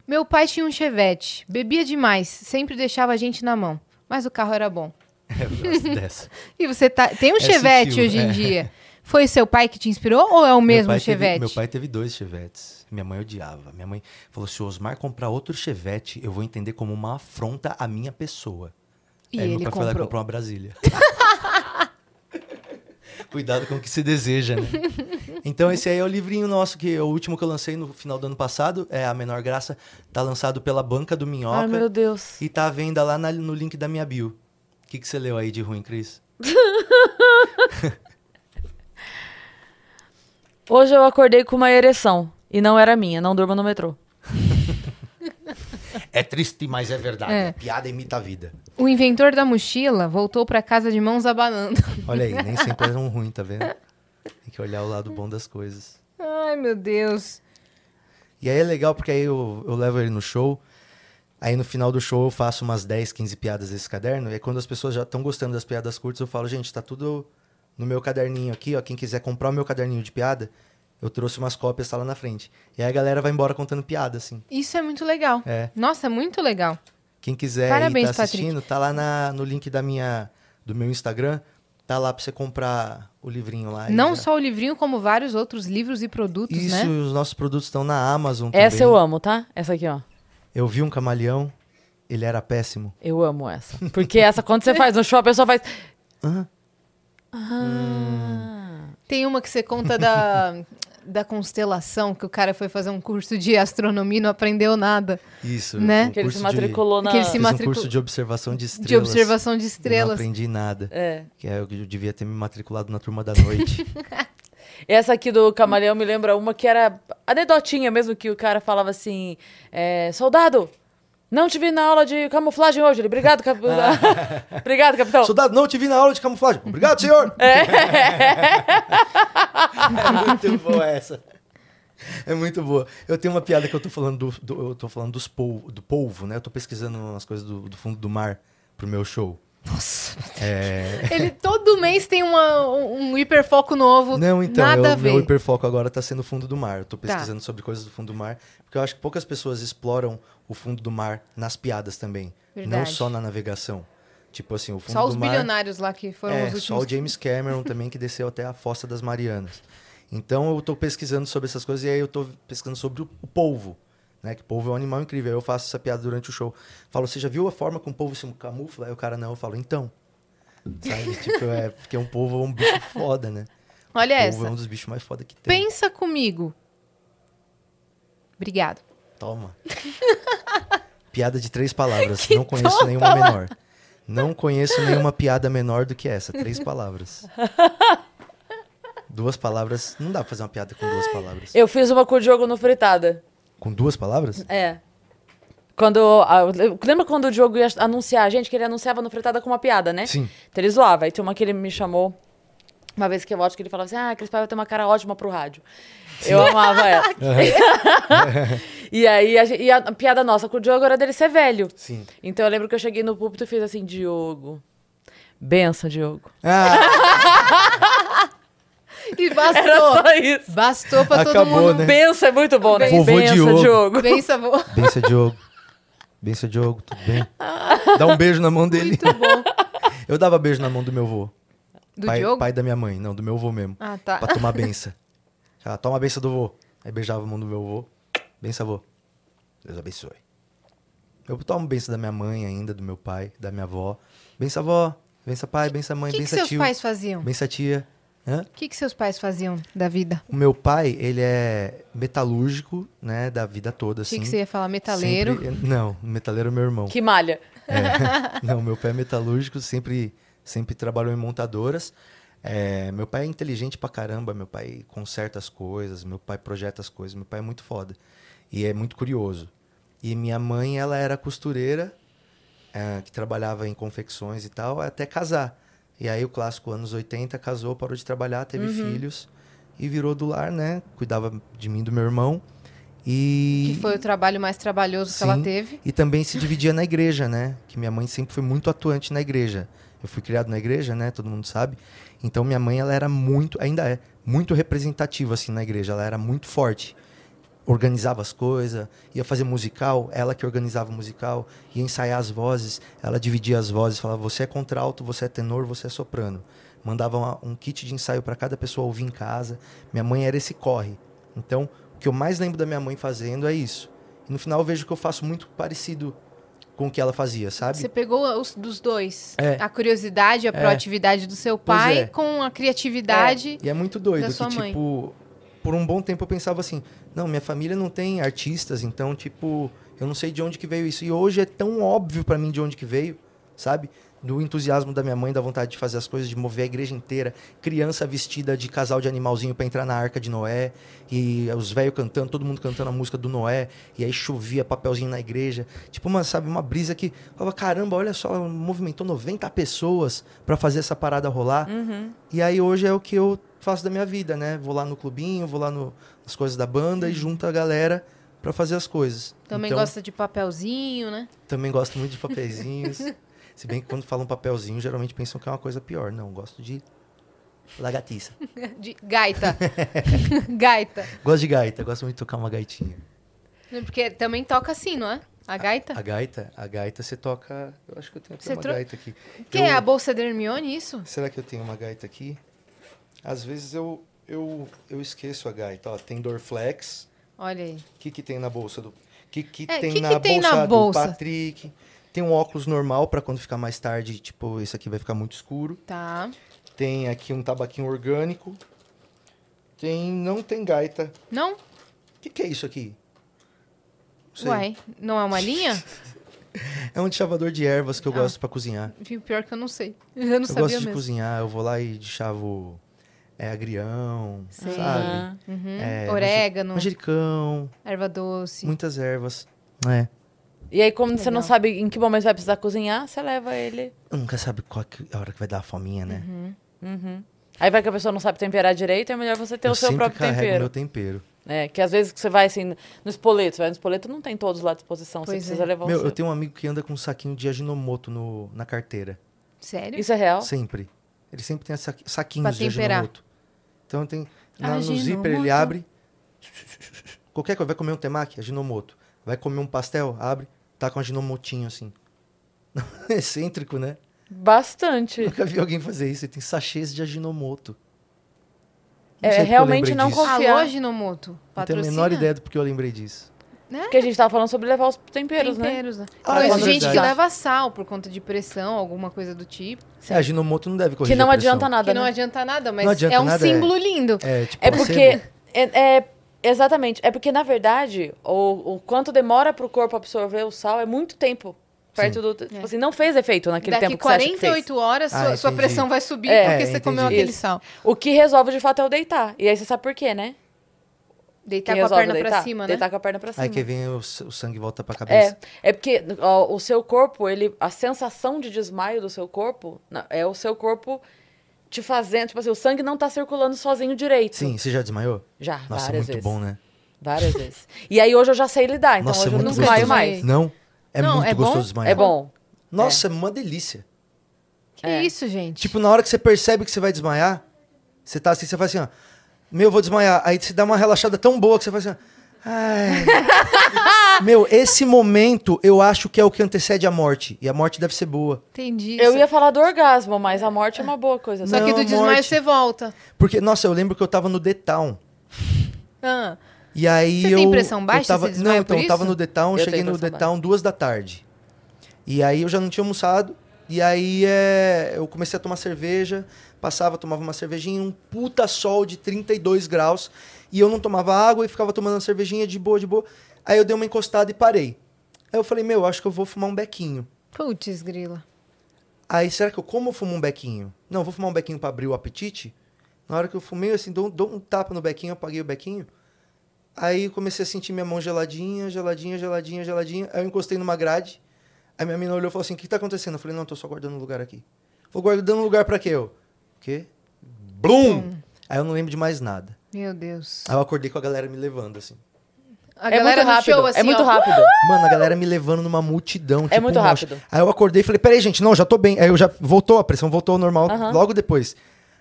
S3: Meu pai tinha um chevette, bebia demais, sempre deixava a gente na mão, mas o carro era bom.
S1: [laughs] Eu gosto dessa.
S3: E você tá, tem um
S1: É
S3: chevette
S1: sutil,
S3: hoje em
S1: é.
S3: dia. Foi seu pai que te inspirou ou é o
S1: Meu
S3: mesmo
S1: pai teve-
S3: chevette?
S1: meu pai teve dois chevetes. Minha mãe odiava. Minha mãe falou: se o Osmar comprar outro chevette, eu vou entender como uma afronta à minha pessoa.
S3: E
S1: Aí meu
S3: ele
S1: pai foi lá e
S3: comprou.
S1: comprou uma Brasília. [laughs] Cuidado com o que se deseja, né? Então esse aí é o livrinho nosso, que é o último que eu lancei no final do ano passado, é A Menor Graça, tá lançado pela Banca do Minhoca
S2: Ai, meu Deus.
S1: e tá à venda lá na- no link da minha bio. O que, que você leu aí de ruim, Cris?
S2: Hoje eu acordei com uma ereção. E não era minha, não durma no metrô.
S1: Tá É triste, mas é verdade.
S3: É.
S1: Piada imita a vida.
S3: O inventor da mochila voltou pra casa de mãos abanando.
S1: Olha aí, nem sempre é um ruim, tá vendo? Tem que olhar o lado bom das coisas.
S3: [laughs] Ai, meu Deus.
S1: E aí é legal porque aí eu, eu levo ele no show. Aí no final do show eu faço umas 10, 15 piadas desse caderno. E aí quando as pessoas já estão gostando das piadas curtas, eu falo, gente, tá tudo no meu caderninho aqui, ó. Quem quiser comprar o meu caderninho de piada, eu trouxe umas cópias, tá lá na frente. E aí a galera vai embora contando piada, assim.
S3: Isso é muito legal.
S1: É.
S3: Nossa, é muito legal.
S1: Quem quiser
S3: Parabéns,
S1: e tá
S3: Patrick.
S1: assistindo, tá lá na- no link da minha, do meu Instagram. Tá lá pra você comprar o livrinho lá. E
S3: Não
S1: já-
S3: só o livrinho, como vários outros livros e produtos,
S1: né? Isso,
S3: né?
S1: os nossos produtos estão na Amazon
S2: Essa
S1: também.
S2: eu amo, tá? Essa aqui, ó.
S1: Eu vi um camaleão, ele era péssimo.
S2: Eu amo essa. Porque essa, quando você faz no show, a pessoa faz.
S3: Tem uma que você conta
S1: [laughs]
S3: da, da constelação, que o cara foi fazer um curso de astronomia e não aprendeu nada.
S1: Isso,
S3: Né?
S1: um
S2: Que ele se
S1: curso de-
S2: matriculou na.
S3: Que ele se
S1: Fiz um
S3: matricu-
S1: curso de observação de estrelas.
S3: De observação de
S1: Eu Não
S3: estrelas.
S1: aprendi nada.
S2: É.
S1: Que é, eu devia ter me matriculado na turma da noite.
S2: Essa aqui do camaleão me lembra uma que era anedotinha mesmo, que o cara falava assim: é, Soldado, não te vi na aula de camuflagem hoje. Ele, obrigado, cap... [laughs] obrigado capitão.
S1: Soldado, não te vi na aula de camuflagem. Obrigado, senhor! [laughs] É. muito boa essa. É muito boa. Eu tenho uma piada que eu tô falando do, do- eu tô falando dos polvo, do polvo, né? Eu tô pesquisando umas coisas do, do fundo do mar pro meu show. Nossa. É...
S3: Ele todo mês tem uma- um, um hiperfoco novo.
S1: Não, então,
S3: nada
S1: eu-
S3: a ver.
S1: meu hiperfoco agora tá sendo o fundo do mar. Eu tô pesquisando sobre coisas do fundo do mar, porque eu acho que poucas pessoas exploram o fundo do mar nas piadas também, não
S3: Verdade.
S1: só na navegação. Tipo assim, o fundo
S3: Só
S1: do
S3: os
S1: mar
S3: bilionários lá que foram
S1: é,
S3: os últimos.
S1: só o James Cameron também que desceu até a Fossa das Marianas. Então eu tô pesquisando sobre essas coisas e aí eu tô pesquisando sobre o, o polvo, né? Que polvo é um animal incrível. Aí eu faço essa piada durante o show. Falo, você já viu a forma que um polvo se camufla? Aí o cara não, eu falo, então. Sabe? tipo, é porque um polvo é um bicho foda, né?
S3: Olha
S1: polvo
S3: essa.
S1: é um dos bichos mais foda que tem.
S3: Pensa comigo. Obrigado.
S1: Toma. [laughs] piada de três palavras. não conheço nenhuma menor. Não conheço nenhuma piada menor do que essa. Três palavras. Duas palavras. Não dá pra fazer uma piada com duas palavras.
S2: Eu fiz uma com o Diogo no Fritada.
S1: Com duas palavras?
S2: É. Quando. ah, eu- Lembra quando o Diogo ia anunciar? Gente, que ele anunciava no Fritada com uma piada, né?
S1: Sim.
S2: Então ele zoava. Aí tem uma que ele me chamou. Uma vez que eu acho que ele falava assim: Ah, Cris Paiva tem uma cara ótima pro rádio. Eu amava ela. [laughs] e aí, a, gen- e a piada nossa com o Diogo era dele ser velho.
S1: Sim.
S2: Então eu lembro que eu cheguei no púlpito e fiz assim:
S3: Ah.
S2: Diogo. Benção, Diogo.
S1: Ah,
S3: E bastou.
S2: Era só isso.
S3: Bastou pra todo
S1: Acabou,
S3: mundo.
S1: né?
S2: Benção é muito bom, né?
S1: Vovô
S2: Benção,
S1: Diogo.
S2: Diogo.
S3: Pensa, vou.
S1: Bença Diogo. Bença Diogo, tudo bem? Dá um beijo na mão dele.
S3: Ah. Muito bom.
S1: Eu dava beijo na mão do meu avô.
S3: Do
S1: pai,
S3: Diogo?
S1: pai da minha mãe, não, do meu avô mesmo.
S3: Ah, tá.
S1: Pra
S3: [laughs]
S1: tomar benção. Ela, toma a benção do vô. Aí beijava a mão do meu avô. Benção, avô. Deus abençoe. Eu tomo benção da minha mãe ainda, do meu pai, da minha avó. Benção, avó. Benção, pai. Benção,
S3: O
S1: mãe.
S3: que, que
S1: benção,
S3: seus
S1: tio.
S3: pais faziam?
S1: Benção, tia. Hã?
S3: O que, que seus pais faziam da vida?
S1: O meu pai, ele é metalúrgico, né, da vida toda,
S3: Achei
S1: assim.
S3: que você ia falar metaleiro.
S1: Sempre- Não, metaleiro é meu irmão.
S2: Que malha.
S1: É. [laughs] Não, meu pai é metalúrgico, sempre, sempre trabalhou em montadoras. É, meu pai é inteligente pra caramba, meu pai conserta as coisas, meu pai projeta as coisas, meu pai é muito foda. E é muito curioso. E minha mãe, ela era costureira, é, que trabalhava em confecções e tal, até casar. E aí o clássico, anos 80, casou, parou de trabalhar, teve
S3: Uhum.
S1: filhos e virou do lar, né? Cuidava de mim e do meu irmão. E...
S3: Que foi o trabalho mais trabalhoso que ela
S1: Sim.
S3: teve.
S1: E também se dividia na igreja, né? Que minha mãe sempre foi muito atuante na igreja. Eu fui criado na igreja, né? Todo mundo sabe. Então minha mãe, ela era muito, ainda é, muito representativa assim na igreja. Ela era muito forte. Organizava as coisas, ia fazer musical, ela que organizava o musical, ia ensaiar as vozes, ela dividia as vozes, falava: você é contralto, você é tenor, você é soprano. Mandava uma- um kit de ensaio para cada pessoa ouvir em casa. Minha mãe era esse corre. Então, o que eu mais lembro da minha mãe fazendo é isso. E no final eu vejo que eu faço muito parecido com o que ela fazia, sabe?
S3: Você pegou os dos dois.
S1: É.
S3: A curiosidade, a proatividade do seu
S1: Pois
S3: pai
S1: é.
S3: com a criatividade.
S1: E é muito doido
S3: da
S1: que,
S3: sua mãe.
S1: tipo, por um bom tempo eu pensava assim, não, minha família não tem artistas, então, tipo, eu não sei de onde que veio isso. E hoje é tão óbvio pra mim de onde que veio, sabe? Do entusiasmo da minha mãe, da vontade de fazer as coisas, de mover a igreja inteira, criança vestida de casal de animalzinho pra entrar na arca de Noé, e os velhos cantando, todo mundo cantando a música do Noé, e aí chovia papelzinho na igreja. Tipo, uma, sabe, uma brisa que falava, caramba, olha só, movimentou 90 pessoas pra fazer essa parada rolar. E aí hoje é o que eu faço da minha vida, né? Vou lá no clubinho, vou lá no, nas coisas da banda e junto a galera pra fazer as coisas.
S3: Também
S1: Então,
S3: gosta de papelzinho, né? [laughs]
S1: Também gosto muito de papeizinhos. [laughs] Se bem que quando falam papelzinho, geralmente pensam que é uma coisa pior. Não, gosto de lagartixa.
S3: De
S1: [laughs]
S3: gaita. [laughs] gaita.
S1: Gosto de gaita, gosto muito de tocar uma gaitinha.
S3: Porque também toca assim, não é? A gaita?
S1: A gaita, a gaita você toca... Eu acho que eu tenho até
S3: Você
S1: uma
S3: trou-
S1: gaita aqui.
S3: que
S1: Eu-
S3: é a bolsa de Hermione, isso?
S1: Será que eu tenho uma gaita aqui? Às vezes eu, eu, eu esqueço a gaita. Ó, tem Dorflex.
S3: Olha aí.
S1: O que, que tem na bolsa do. que, que
S3: É,
S1: tem,
S3: que
S1: na,
S3: que tem
S1: bolsa
S3: na bolsa?
S1: do Patrick? Tem um óculos normal pra quando ficar mais tarde, tipo, esse aqui vai ficar muito escuro.
S3: Tá.
S1: Tem aqui um tabaquinho orgânico. Tem. Não tem gaita.
S3: Não?
S1: O que, que é isso aqui? Não sei.
S3: Uai. Não é uma linha?
S1: É um chavador de ervas que eu
S3: Ah.
S1: gosto pra cozinhar.
S3: Viu? Pior que eu não sei. [laughs] Eu não
S1: Eu
S3: sabia
S1: gosto de
S3: mesmo.
S1: cozinhar, eu vou lá e chavo é, agrião,
S3: Sei.
S1: sabe?
S3: Uhum.
S1: É,
S3: Orégano,
S1: Manjericão,
S3: erva doce.
S1: muitas ervas. É.
S2: E aí, como você não sabe em que momento vai precisar cozinhar, você leva ele.
S1: Nunca sabe qual que é a hora que vai dar a fominha, né?
S3: Uhum.
S2: Aí vai que a pessoa não sabe temperar direito, é melhor você ter
S3: Então,
S1: eu
S2: o seu
S1: sempre
S2: próprio
S1: carrego
S2: tempero.
S1: meu tempero.
S2: É, que às vezes que você vai assim no espoleto, você vai no espoleto, não tem todos lá à disposição,
S3: Pois
S2: você precisa
S3: é.
S2: levar o
S1: Meu,
S2: seu.
S1: eu tenho um amigo que anda com um saquinho de aginomoto no, na carteira.
S3: Sério?
S2: Isso é real?
S1: Sempre. Ele sempre tem sa- saquinhos
S3: Pra
S1: de
S3: temperar.
S1: aginomoto. Então tem. Na, no
S3: Aginomoto.
S2: um
S1: zíper ele abre. Qualquer coisa. Vai comer um temaki? Aginomoto. Vai comer um pastel? Abre. Tá com aginomotinho assim. [laughs] É excêntrico, né?
S2: Bastante.
S1: Nunca vi alguém fazer isso. Ele tem sachês de aginomoto.
S2: É,
S1: sei porque eu
S2: realmente
S1: lembrei
S2: não
S1: disso.
S2: confio.
S3: Alô, Ginomoto.
S1: Não tenho a
S3: Patrocina.
S1: menor ideia do porque eu lembrei disso.
S2: Porque a gente tava falando sobre levar os temperos, né?
S3: Temperos, né?
S1: Ah,
S3: Conheço
S1: é
S3: gente que
S1: verdade.
S3: leva sal por conta de pressão, alguma coisa do tipo.
S1: É, aginomoto não deve correr.
S2: Que não adianta nada,
S3: que não
S2: né?
S3: adianta nada, mas
S1: Não adianta
S3: é um
S1: nada, é.
S3: símbolo lindo.
S1: É, tipo,
S2: É
S1: placebo.
S2: porque. É, é- exatamente. É porque, na verdade, o, o quanto demora pro corpo absorver o sal é muito tempo. Perto do. Tipo assim, não fez efeito naquele
S3: É. Daqui
S2: tempo que você acha que
S3: 48
S2: fez.
S3: horas,
S1: Ah,
S3: sua, sua
S1: entendi.
S3: pressão vai subir
S2: É,
S3: porque
S1: é,
S3: você
S1: entendi.
S3: comeu aquele
S2: Isso.
S3: sal.
S2: O que resolve de fato é o deitar. E aí você sabe por quê, né?
S3: Deitar
S2: Que
S3: com a
S2: resolve
S3: perna pra
S2: deitar?
S3: cima, né?
S2: Deitar com a perna pra cima.
S1: Aí que vem o, s- o sangue volta pra cabeça.
S2: É, é porque ó, o seu corpo, ele, a sensação de desmaio do seu corpo na- é o seu corpo te fazendo, tipo assim, o sangue não tá circulando sozinho direito.
S1: Sim, você já desmaiou?
S2: Já,
S1: Nossa,
S2: várias
S1: muito
S2: vezes.
S1: bom, né?
S2: Várias vezes. E aí hoje eu já sei lidar, então
S1: Nossa,
S2: hoje
S1: é
S2: eu
S1: muito
S2: não
S1: gostoso.
S2: desmaio mais.
S1: Não? É
S3: Não,
S1: muito
S3: é bom?
S1: gostoso desmaiar.
S2: É bom.
S1: Nossa, é uma delícia.
S3: Que isso, gente?
S2: é.
S1: Tipo, na hora que você percebe que você vai desmaiar, Você tá assim, você faz assim, ó. Meu, eu vou desmaiar. Aí você dá uma relaxada tão boa que você faz assim,
S2: [laughs]
S1: ó. Ai. Meu, esse momento eu acho que é o que antecede a morte. E a morte deve ser boa.
S3: Entendi.
S2: Eu
S3: Só-
S2: ia falar do orgasmo, mas a morte é uma boa coisa.
S3: Só que
S1: Não,
S3: do desmaio
S1: morte.
S3: você volta.
S1: Porque, nossa, eu lembro que eu tava no The Town.
S3: Ah,
S1: E aí
S3: Você
S1: eu.
S3: tem pressão
S1: eu
S3: baixa?
S1: tava-
S3: Você
S1: não,
S3: desmaia
S1: então
S3: por
S1: eu tava
S3: isso?
S1: no The Town,
S2: Eu
S1: cheguei
S2: tenho
S1: no The
S2: pressão
S1: Town duas da tarde. E aí eu já não tinha almoçado. E aí é, eu comecei a tomar cerveja, passava, tomava uma cervejinha, um puta sol de 32 graus. E eu não tomava água e ficava tomando uma cervejinha de boa, de boa. Aí eu dei uma encostada e parei. Aí eu falei, meu, acho que eu vou fumar um bequinho.
S3: putz, grila.
S1: Aí, será que eu como ou fumo um bequinho? Não, vou fumar um bequinho pra abrir o apetite. Na hora que eu fumei, assim, dou, dou um tapa no bequinho, apaguei o bequinho. Aí eu comecei a sentir minha mão geladinha, geladinha, geladinha, geladinha. Aí eu encostei numa grade. Aí minha menina olhou e falou assim: O que que tá acontecendo? Eu falei: Não, tô só guardando um lugar aqui. Vou guardando um lugar pra quê? Eu, o quê? Blum! Aí eu não lembro de mais nada.
S3: Meu Deus.
S1: Aí eu acordei com a galera me levando, assim.
S3: A
S2: É muito
S3: galera no
S2: rápido.
S3: show, assim,
S2: é muito
S3: ó, [laughs]
S2: rápido.
S1: Mano, a galera me levando numa multidão.
S2: É
S1: tipo
S2: muito
S1: um monte.
S2: rápido.
S1: Aí eu acordei e falei, peraí, gente, não, já tô bem. Aí eu já voltou, a pressão voltou ao normal logo depois.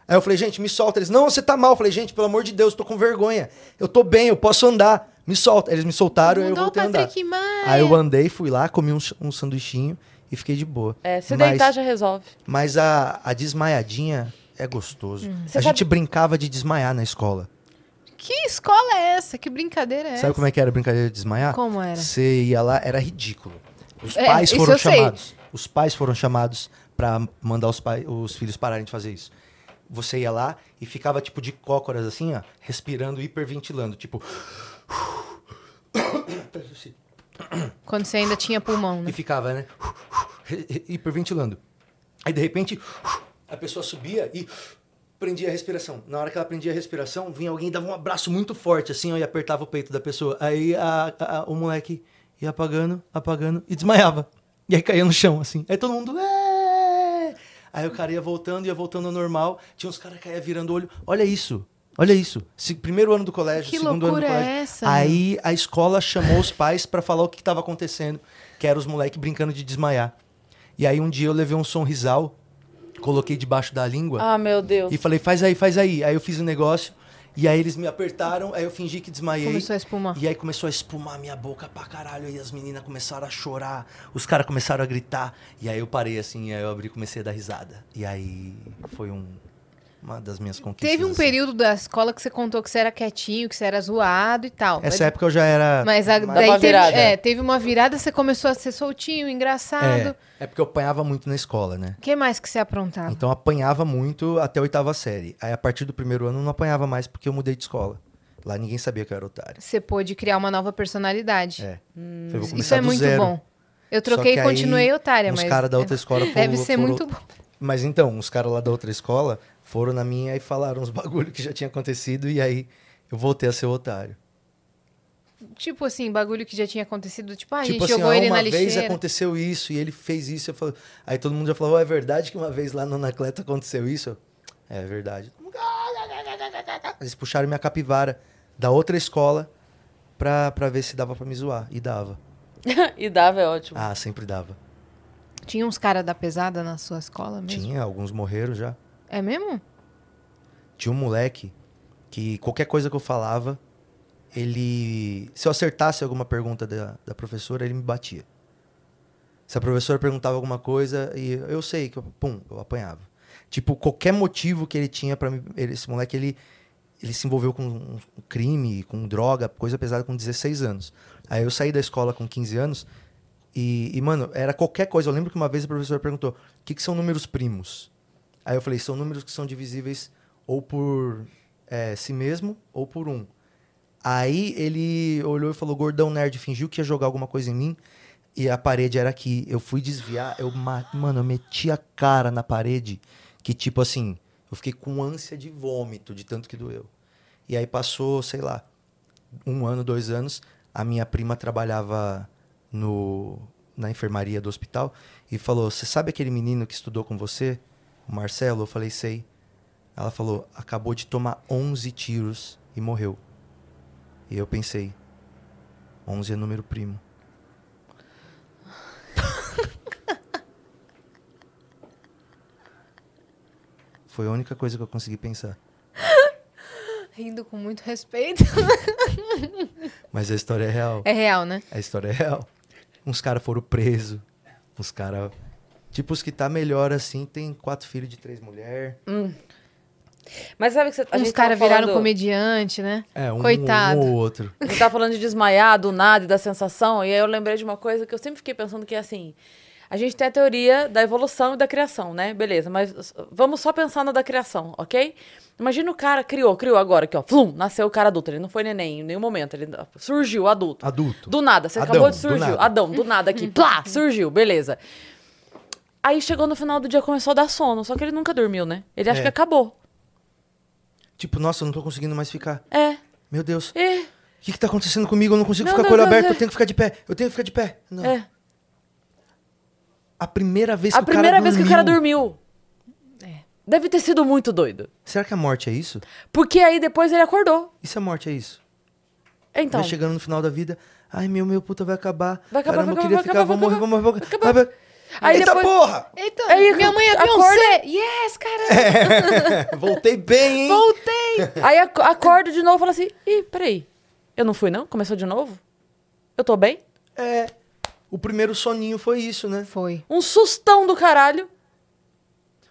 S1: Aí eu falei, gente, me solta. Eles, não, você tá mal. Eu falei, gente, pelo amor de Deus, tô com vergonha. Eu tô bem, eu posso andar. Me solta. Eles me soltaram, aí eu
S3: Mandou o
S1: voltei a andar.
S3: Patrick Maia.
S1: Aí eu andei, fui lá, comi um, um sanduichinho e fiquei de boa.
S2: É, se
S1: mas,
S2: deitar já resolve.
S1: Mas a, a desmaiadinha é
S3: Hum.
S1: gostoso. A
S2: Você
S1: gente
S2: sabe-
S1: brincava de desmaiar na escola.
S3: Que escola é essa? Que brincadeira é
S1: Sabe
S3: essa?
S1: como é que era a brincadeira de desmaiar?
S3: Como era?
S1: Você ia lá, era ridículo. Os
S3: É,
S1: pais
S3: isso
S1: foram
S3: eu sei.
S1: chamados. Os pais foram chamados pra mandar os, pai, os filhos pararem de fazer isso. Você ia lá e ficava tipo de cócoras assim, ó, respirando, hiperventilando, tipo,
S3: Quando você ainda tinha pulmão,
S1: e
S3: né?
S1: ficava, né, [laughs] hiperventilando. Aí de repente, a pessoa subia e prendia a respiração. Na hora que ela prendia a respiração, vinha alguém e dava um abraço muito forte assim, ó, e apertava o peito da pessoa. Aí a- a- o moleque ia apagando, apagando e desmaiava. E aí caía no chão assim. Aí todo mundo, "É!" Aí o cara ia voltando, ia voltando ao normal. Tinha uns caras que ia virando o olho. Olha isso. Olha isso. Se- primeiro ano do colégio,
S3: Que
S1: segundo ano do
S3: loucura é
S1: colégio.
S3: essa,
S1: Aí e a escola chamou os pais pra falar o que tava acontecendo, que eram os moleques brincando de desmaiar. E aí um dia eu levei um sonrisal, coloquei debaixo da língua
S2: Ah, meu Deus.
S1: Tá. e falei, faz aí, faz aí. Aí eu fiz o negócio, e aí eles me apertaram, aí eu fingi que desmaiei.
S3: Começou a espumar.
S1: E aí começou a espumar minha boca pra caralho, e as meninas começaram a chorar, os caras começaram a gritar. E aí eu parei assim, aí eu abri e comecei a dar risada. E aí foi um- uma das minhas conquistas.
S3: Teve um
S1: assim.
S3: período da escola que você contou que você era quietinho, que você era zoado e tal.
S1: Essa é época eu já era...
S3: Mas a,
S2: uma
S3: daí teve,
S2: virada.
S3: é, teve uma virada, você começou a ser soltinho, engraçado.
S1: É,
S3: O
S1: é porque eu apanhava muito na escola, né?
S3: que mais que você aprontava?
S1: Então apanhava muito até a oitava série. Aí a partir do primeiro ano eu não apanhava mais porque eu mudei de escola. Lá ninguém sabia que eu era otário.
S3: Você pôde criar uma nova personalidade.
S1: É. Falei, vou
S3: Isso
S1: começar
S3: é
S1: do
S3: muito
S1: zero.
S3: bom. Eu
S1: Só
S3: troquei
S1: que
S3: e
S1: aí
S3: continuei otária,
S1: uns
S3: mas. é, [laughs]
S1: caras da outra escola foram,
S3: Deve ser
S1: foram-
S3: muito bom.
S1: Mas então, os caras lá da outra escola foram na minha e falaram uns [laughs] bagulho que já tinha acontecido e aí eu voltei a ser otário.
S3: Tipo assim, bagulho que já tinha acontecido. Tipo, ah, a gente
S1: tipo assim,
S3: jogou
S1: ah,
S3: ele na
S1: uma vez
S3: lixeira.
S1: aconteceu isso e ele fez isso. Eu falo... Aí todo mundo já falou, "Oh, é verdade que uma vez lá no Anacleto aconteceu isso? Eu, É verdade. Eles puxaram minha capivara da outra escola pra, pra ver se dava pra me zoar. E dava.
S2: [laughs] e dava, é ótimo.
S1: Ah, sempre dava.
S3: Tinha uns caras da pesada na sua escola mesmo?
S1: Tinha, alguns morreram já.
S3: É mesmo?
S1: Tinha um moleque que qualquer coisa que eu falava, ele. Se eu acertasse alguma pergunta da, da professora, ele me batia. Se a professora perguntava alguma coisa, e eu sei que eu, pum, eu apanhava. Tipo, qualquer motivo que ele tinha para Esse moleque, ele, ele se envolveu com um crime, com droga, coisa pesada, com 16 anos. Aí eu saí da escola com 15 anos. E, e, mano, era qualquer coisa. Eu lembro que uma vez a professora perguntou: o que, que são números primos? Aí eu falei: são números que são divisíveis ou por é, si mesmo ou por um. Aí ele olhou e falou: gordão nerd, fingiu que ia jogar alguma coisa em mim. E a parede era aqui. Eu fui desviar, eu, ma- mano, eu meti a cara na parede, que tipo assim, eu fiquei com ânsia de vômito, de tanto que doeu. E aí passou, sei lá, um ano, dois anos, a minha prima trabalhava no, na enfermaria do hospital e falou: Você sabe aquele menino que estudou com você, o Marcelo? Eu falei: Sei. Ela falou: Acabou de tomar 11 tiros e morreu. E eu pensei: 11 é número primo. Foi a única coisa que eu consegui pensar.
S3: Rindo com muito respeito.
S1: Mas a história é real.
S3: [laughs] É real, né?
S1: A história é real. Uns caras foram presos. Uns caras. Tipo, os que tá melhor assim, tem quatro filhos de três mulheres.
S2: Mas sabe que você, a
S3: Uns
S2: gente tava
S3: caras viraram
S2: falando-
S3: comediante, né?
S1: É, um,
S3: Coitado.
S1: um ou outro.
S2: [laughs] A gente tava falando de desmaiar do nada e da sensação, e aí eu lembrei de uma coisa que eu sempre fiquei pensando que é assim. A gente tem a teoria da evolução e da criação, né? Beleza, mas s- vamos só pensar na da criação, ok? Imagina o cara criou, criou agora aqui, ó. Flum, nasceu o cara adulto. Ele não foi neném em nenhum momento. Ele surgiu adulto.
S1: Adulto.
S2: Do nada. Você
S1: Adão,
S2: acabou de
S1: do
S2: surgir.
S1: nada.
S2: Adão, do nada
S3: [laughs]
S2: aqui. Plá, surgiu, beleza. Aí chegou no final do dia, começou a dar sono. Só que ele nunca dormiu, né? Ele acha
S1: É.
S2: que acabou.
S1: Tipo, nossa, eu não tô conseguindo mais ficar.
S2: É.
S1: Meu Deus. O
S2: É.
S1: que que tá acontecendo comigo? Eu não consigo
S2: Meu
S1: ficar com o
S2: Deus,
S1: olho
S2: meu
S1: aberto.
S2: Deus.
S1: Eu tenho que ficar de pé. Eu tenho que ficar de pé. Não.
S2: É.
S1: A primeira vez que
S2: A
S1: o cara
S2: primeira vez que o cara
S1: dormiu.
S2: dormiu.
S3: É.
S2: Deve ter sido muito doido.
S1: Será que a morte é isso?
S2: Porque aí depois ele acordou.
S1: E se a morte é isso?
S2: Então.
S1: Vai chegando no final da vida. Ai, meu, meu, puta, vai acabar.
S2: Vai acabar,
S1: Cara, eu não
S2: vai
S1: queria
S2: acabar,
S1: ficar.
S2: vai
S1: Vou morrer,
S2: acabar,
S1: vou morrer, vou
S2: vai
S1: morrer.
S2: acabar.
S1: Vai, vai.
S2: Aí
S1: Eita
S2: depois-
S1: porra! [laughs]
S3: Eita,
S2: Aí,
S3: minha mãe é
S2: acorda-
S3: Beyoncé! Yes,
S1: É.
S3: cara!
S1: Voltei bem, hein?
S3: Voltei!
S2: Aí ac- acorda de novo e fala assim: ih, peraí. Eu não fui, não? Começou de novo? Eu tô bem?
S1: É. O primeiro soninho foi isso, né?
S3: Foi.
S2: Um sustão do caralho.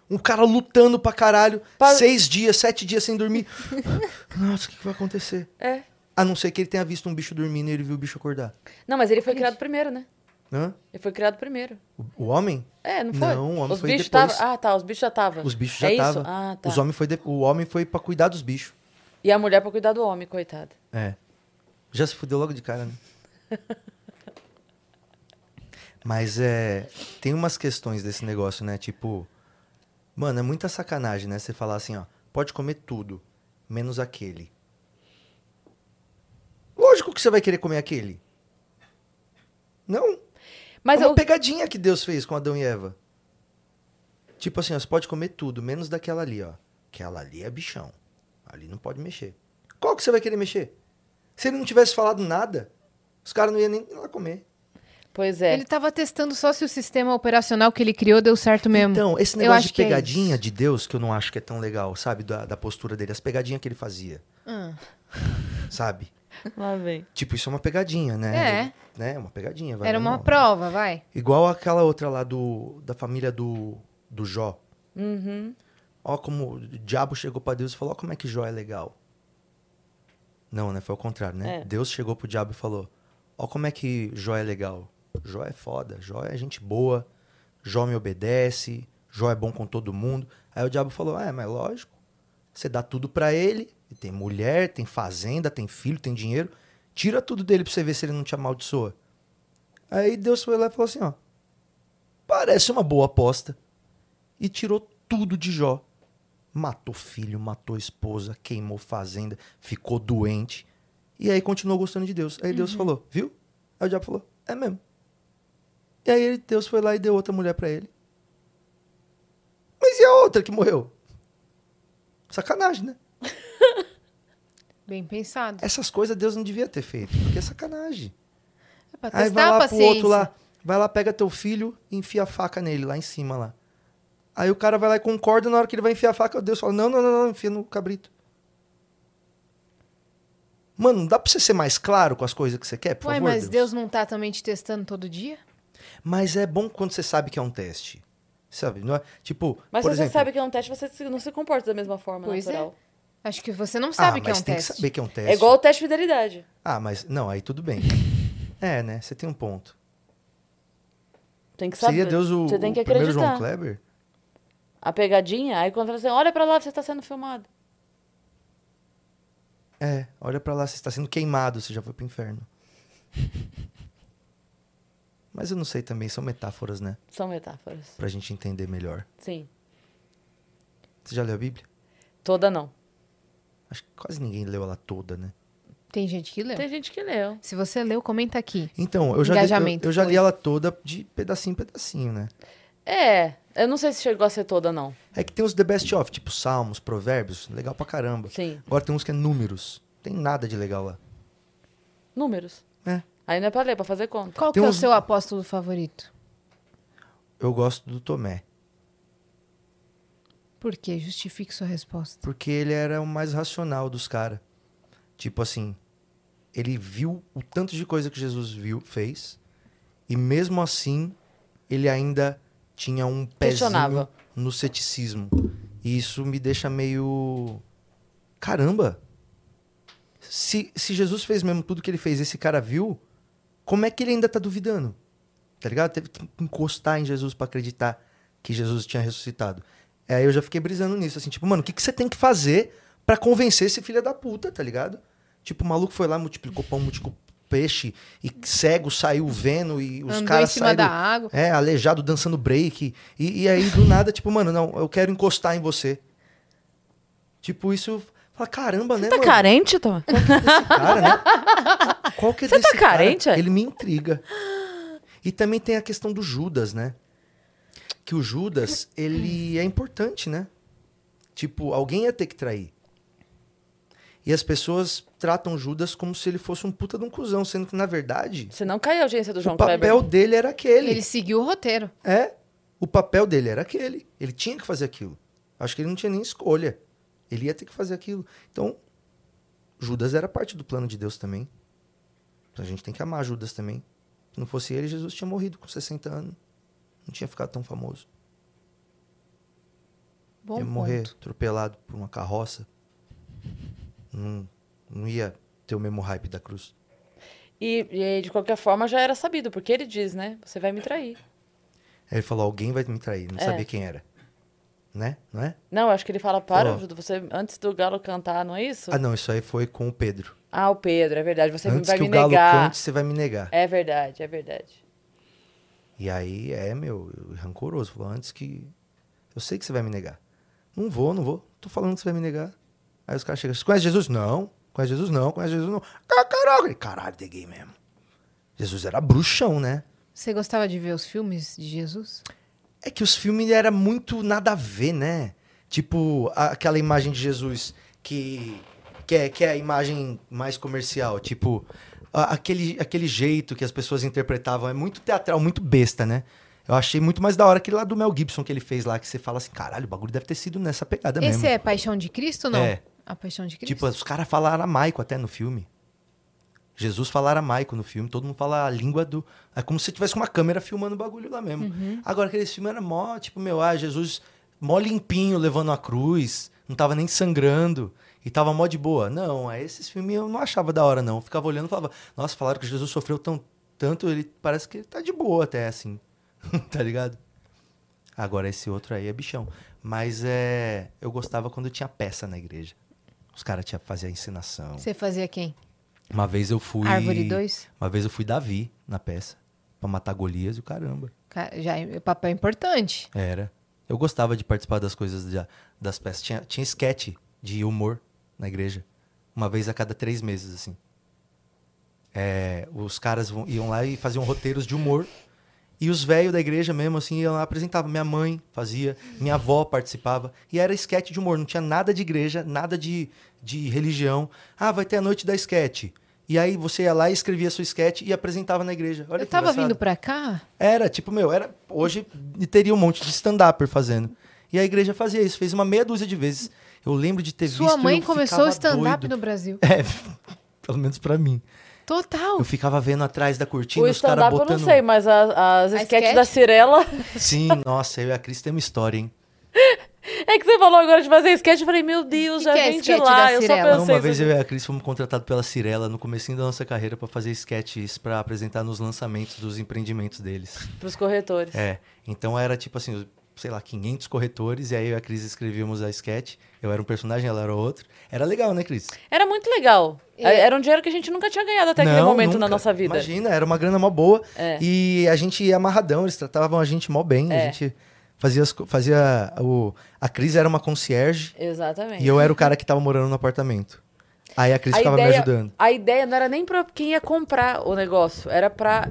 S1: Um cara lutando pra caralho.
S2: Pa-
S1: Seis dias, sete dias sem dormir. [laughs] Nossa, o que, que vai acontecer?
S2: É.
S1: A não ser que ele tenha visto um bicho dormindo e ele viu o bicho acordar.
S2: Não, mas ele foi criado primeiro, né?
S1: Hã?
S2: Ele foi criado primeiro.
S1: O, o homem?
S2: É, não foi?
S1: Não, o homem
S2: os
S1: foi
S2: bichos
S1: depois.
S2: tava- Ah, tá. Os bichos já estavam.
S1: Os bichos já
S2: é
S1: estavam.
S2: Isso? Ah, tá.
S1: Os homem foi de- O homem foi pra cuidar dos bichos.
S2: E a mulher pra cuidar do homem, coitada.
S1: É. Já se fudeu logo de cara, né? Mas é. Tem umas questões desse negócio, né? Tipo. Mano, é muita sacanagem, né? Você falar assim, ó. Pode comer tudo, menos aquele. Lógico que você vai querer comer aquele. Não?
S2: Mas
S1: é uma
S2: eu.
S1: pegadinha que Deus fez com Adão e Eva. Tipo assim, ó, você pode comer tudo, menos daquela ali, ó. Aquela ali é bichão. Ali não pode mexer. Qual que você vai querer mexer? Se ele não tivesse falado nada, os caras não iam nem lá comer.
S2: Pois é.
S3: Ele tava testando só se o sistema operacional que ele criou deu certo mesmo.
S1: Então, esse
S3: Eu
S1: negócio
S3: acho
S1: de
S3: que é
S1: pegadinha
S3: isso.
S1: de Deus, que eu não acho que é tão legal, sabe? Da, da postura dele, as pegadinhas que ele fazia,
S3: Ah.
S1: sabe?
S2: Lá vem.
S1: Tipo, isso é uma pegadinha,
S3: É.
S1: né? É. Né? Uma pegadinha. vai,
S3: Era uma
S1: vamos lá.
S3: prova, vai.
S1: Igual aquela outra lá do, da família do, do Jó. Ó como o diabo chegou pra Deus e falou, ó como é que Jó é legal. Não, né? Foi ao contrário, né?
S2: É.
S1: Deus chegou pro diabo e falou, ó como é que Jó é legal. Jó é foda, Jó é gente boa, Jó me obedece, Jó é bom com todo mundo. Aí o diabo falou, é, mas lógico, você dá tudo pra ele, ele tem mulher, tem fazenda, tem filho, tem dinheiro, tira tudo dele pra você ver se ele não te amaldiçoa. Aí Deus foi lá e falou assim, ó. Parece uma boa aposta. E tirou tudo de Jó. Matou filho, matou esposa, queimou fazenda, ficou doente. E aí continuou gostando de Deus. Aí Deus falou, viu? Aí o diabo falou, é mesmo. E aí ele- Deus foi lá e deu outra mulher pra ele. Mas e a outra que morreu? Sacanagem, né?
S3: Bem pensado.
S1: Essas coisas Deus não devia ter feito, porque é sacanagem.
S3: É pra
S1: Aí
S3: testar
S1: vai
S3: a
S1: lá pro
S3: paciência.
S1: outro lá, vai lá, pega teu filho e enfia a faca nele, lá em cima lá. Aí o cara vai lá e concorda, na hora que ele vai enfiar a faca, Deus fala, não, não, não, não, enfia no cabrito. Mano, não dá pra você ser mais claro com as coisas que você quer, por
S3: Ué,
S1: favor,
S3: mas Deus. não tá também te testando todo dia?
S1: Mas é bom quando você sabe que é um teste. Sabe? Não é- Tipo,
S2: Mas
S1: por
S2: se
S1: exemplo...
S2: você sabe que é um teste, você se- não se comporta da mesma forma
S3: Pois é.
S2: natural.
S3: Acho que você não sabe
S1: ah,
S3: que é
S1: mas
S3: um
S1: tem
S3: teste.
S1: que saber que é um teste.
S2: É igual o teste de fidelidade.
S1: Ah, mas... Não, aí tudo
S3: [laughs]
S1: bem. é, né? Você tem um ponto.
S2: Tem que saber.
S1: Seria Deus o,
S2: Você tem que
S1: o primeiro
S2: acreditar.
S1: João Kleber?
S2: A pegadinha, aí quando você olha pra lá, você tá sendo filmado.
S1: É, olha pra lá, você está sendo queimado, você já foi
S3: [laughs]
S1: pro inferno. Mas eu não sei também, são metáforas, né?
S2: São metáforas.
S1: Pra gente entender melhor.
S2: Sim.
S1: Você já leu a Bíblia?
S2: Toda não.
S1: Acho que quase ninguém leu ela toda, né?
S3: Tem gente que leu.
S2: Tem gente que leu.
S3: Se você leu, comenta aqui.
S1: Então, eu já, li, eu,
S3: Engajamento,
S1: eu já li
S3: foi.
S1: ela toda de pedacinho em pedacinho, né?
S2: É, eu não sei se chegou a ser toda não.
S1: É que tem os The Best Of, tipo Salmos, Provérbios, legal pra caramba.
S2: Sim.
S1: Agora tem uns que é números. Tem nada de legal lá.
S2: Números.
S1: É.
S2: Aí não é pra ler, é pra fazer conta.
S3: Qual
S1: Tem
S3: que é o
S1: uns-
S3: seu apóstolo favorito?
S1: Eu gosto do Tomé.
S3: Por Por quê? Justifique sua resposta.
S1: Porque ele era o mais racional dos caras. Tipo assim, ele viu o tanto de coisa que Jesus viu, fez, e mesmo assim, ele ainda tinha um pezinho
S2: Questionava.
S1: no ceticismo. E isso me deixa meio. Caramba! Se, se Jesus fez mesmo tudo que ele fez, esse cara viu, como é que ele ainda tá duvidando? Tá ligado? Teve que encostar em Jesus pra acreditar que Jesus tinha ressuscitado. Aí eu já fiquei brisando nisso, assim, tipo, mano, o que, que você tem que fazer pra convencer esse filho da puta, tá ligado? Tipo, o maluco foi lá, multiplicou pão, multiplicou peixe, e cego saiu vendo, e os
S3: Andou em
S1: caras
S3: cima
S1: saíram.
S3: da água.
S1: É, aleijado, dançando break. E, e aí, do nada, tipo, mano, não, eu quero encostar em você. Tipo, isso. Fala, caramba, né?
S2: Tá
S1: mano?
S2: carente, Tom?
S1: Esse cara, né? Qual que é
S2: Você tá
S1: desse cara?
S2: carente, é?
S1: Ele me intriga. E também tem a questão do Judas, né? Que o Judas, ele é importante, né? Tipo, alguém ia ter que trair. E as pessoas tratam Judas como se ele fosse um puta de um cuzão, sendo que, na verdade,
S2: Você não caiu a audiência do João
S1: o papel
S2: Kleber.
S1: dele era aquele.
S3: Ele seguiu o roteiro.
S1: É. O papel dele era aquele. Ele tinha que fazer aquilo. Acho que ele não tinha nem escolha. Ele ia ter que fazer aquilo. Então, Judas era parte do plano de Deus também. A gente tem que amar Judas também. Se não fosse ele, Jesus tinha morrido com 60 anos. Não tinha ficado tão famoso.
S3: Bom
S1: ia
S3: ponto.
S1: morrer atropelado por uma carroça. Não, não ia ter o mesmo hype da cruz.
S2: E, e, de qualquer forma já era sabido, porque ele diz, né? Você vai me trair.
S1: Aí ele falou: alguém vai me trair. Não
S2: É.
S1: sabia quem era. Né? Não é?
S2: Não, acho que ele fala, para,
S1: Ó.
S2: Judas, você antes do galo cantar, não é isso?
S1: Ah, não. Isso aí foi com o Pedro.
S2: Ah, o Pedro, é verdade. Você
S1: Antes
S2: vai
S1: que
S2: me
S1: o galo
S2: negar.
S1: cante, você vai me negar.
S2: É verdade, é verdade.
S1: E aí, é, meu, eu- rancoroso. Falou, antes que. Eu sei que você vai me negar. Não vou, não vou. Tô falando que você vai me negar. Aí os caras chegam, você conhece Jesus? Não. Conhece Jesus? Não. Conhece Jesus? Não. Ah, Caraca, Ele, caralho, peguei mesmo. Jesus era bruxão, né?
S3: Você gostava de ver os filmes de Jesus?
S1: É que os filmes era muito nada a ver, né? Tipo, a- aquela imagem de Jesus que, que, é, que é a imagem mais comercial. Tipo, a- aquele, aquele jeito que as pessoas interpretavam. É muito teatral, muito besta, né? Eu achei muito mais da hora aquele lá do Mel Gibson que ele fez lá, que você fala assim, caralho, o bagulho deve ter sido nessa pegada
S3: Esse
S1: mesmo.
S3: é Paixão de Cristo ou não?
S1: É.
S3: A Paixão de Cristo.
S1: Tipo, os caras falam aramaico até no filme. Jesus fala aramaico no filme, todo mundo fala a língua do. É como se tivesse uma câmera filmando o bagulho lá mesmo. Agora, aquele filme era mó, tipo, meu, ah, Jesus mó limpinho levando a cruz, não tava nem sangrando e tava mó de boa. Não, aí esses filmes eu não achava da hora, não. Eu ficava olhando e falava, nossa, falaram que Jesus sofreu tão, tanto, ele parece que ele tá de boa até, assim. [laughs] tá ligado? Agora, esse outro aí é bichão. Mas é. Eu gostava quando tinha peça na igreja. Os caras tinha- faziam encenação.
S3: Você fazia quem?
S1: Uma vez eu fui.
S3: Árvore 2?
S1: Uma vez eu fui Davi na peça. Pra matar Golias e o caramba.
S3: Cara, Já é papel importante.
S1: Era. Eu gostava de participar das coisas da- das peças. Tinha, tinha sketch de humor na igreja. Uma vez a cada três meses, assim. É, os caras vão- iam lá e faziam roteiros de humor. E os velhos da igreja mesmo, assim, iam lá, apresentavam. Minha mãe fazia, minha avó participava. E era sketch de humor, não tinha nada de igreja, nada de, de religião. Ah, vai ter a noite da sketch. E aí você ia lá e escrevia sua sketch e apresentava na igreja. Olha
S3: eu
S1: que
S3: tava
S1: engraçado.
S3: vindo pra cá,
S1: Era, tipo, meu, era. Hoje teria um monte de stand-upper fazendo. E a igreja fazia isso, fez uma meia dúzia de vezes. Eu lembro de ter visto.
S3: sua mãe
S1: eu
S3: começou o
S1: ficava
S3: stand-up no
S1: doido.
S3: Brasil.
S1: [laughs] É, pelo menos pra mim.
S3: Total.
S1: Eu ficava vendo atrás da cortina
S2: O
S1: os caras
S2: stand-up eu
S1: botando.
S2: não sei, mas a- as
S3: A
S2: sketches
S3: sketch?
S2: da Cirela. [laughs]
S1: Sim, nossa, eu e a Cris tem uma história, hein?
S2: É que você falou agora de fazer sketch, eu falei, meu Deus,
S3: Que
S2: já
S3: que é
S2: vem de
S3: sketch
S2: lá.
S3: da
S2: Eu só
S3: Cirela?
S2: pensei.
S1: Não, uma vez
S2: isso.
S1: eu e a Cris fomos contratados pela Cirela no comecinho da nossa carreira pra fazer sketches pra apresentar nos lançamentos dos empreendimentos deles.
S2: Pros corretores.
S1: É. Então era tipo assim, sei lá, 500 corretores, e aí eu e a Cris escrevíamos a sketch. Eu era um personagem, ela era outro. Era legal, né, Cris?
S2: Era muito legal.
S3: É.
S2: Era um dinheiro que a gente nunca tinha ganhado até aquele momento na
S1: nunca.
S2: nossa vida.
S1: Imagina, era uma grana mó boa.
S2: É.
S1: E a gente ia amarradão, eles tratavam a gente mó bem. A
S2: É.
S1: gente fazia, as co- fazia o... A Cris era uma concierge
S2: Exatamente.
S1: e eu era o cara que tava morando no apartamento. Aí a Cris
S2: a
S1: ficava
S2: ideia,
S1: me ajudando.
S2: A ideia não era nem pra quem ia comprar o negócio, era pra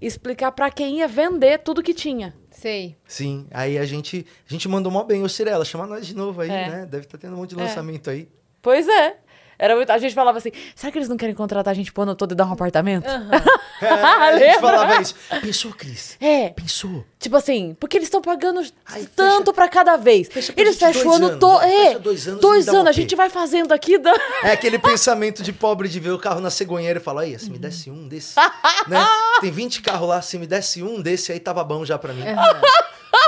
S2: explicar pra quem ia vender tudo que tinha.
S3: Sei.
S1: Sim, aí a gente, a gente mandou mó bem. Ô, Cirela, chama nós de novo aí,
S2: É. [laughs]
S1: né? Deve estar tendo um monte de
S2: É.
S1: lançamento aí.
S2: Pois é. Era muito- A gente falava assim, será que eles não querem contratar a gente pro ano todo e dar um apartamento?
S1: [laughs] É, a
S2: [laughs]
S1: gente
S2: Lembra?
S1: falava isso. Pensou, Cris?
S2: É,
S1: Pensou?
S2: tipo assim, porque eles estão pagando
S1: Ai,
S2: tanto
S1: fecha-
S2: pra cada vez.
S1: fecha pra
S2: eles
S1: gente
S2: fecham o
S1: dois
S2: ano
S1: anos,
S2: todo.
S1: fecha
S2: É,
S1: dois anos e
S2: dois
S1: dá um
S2: anos, a
S1: AP.
S2: gente vai fazendo aqui. [laughs] Da...
S1: É aquele pensamento de pobre de ver o carro na cegonheira e falar, aí, se me desse um desse,
S2: [laughs]
S1: né? Tem 20 carros lá, se me desse um desse, aí tava bom já pra mim.
S2: É.
S1: [laughs]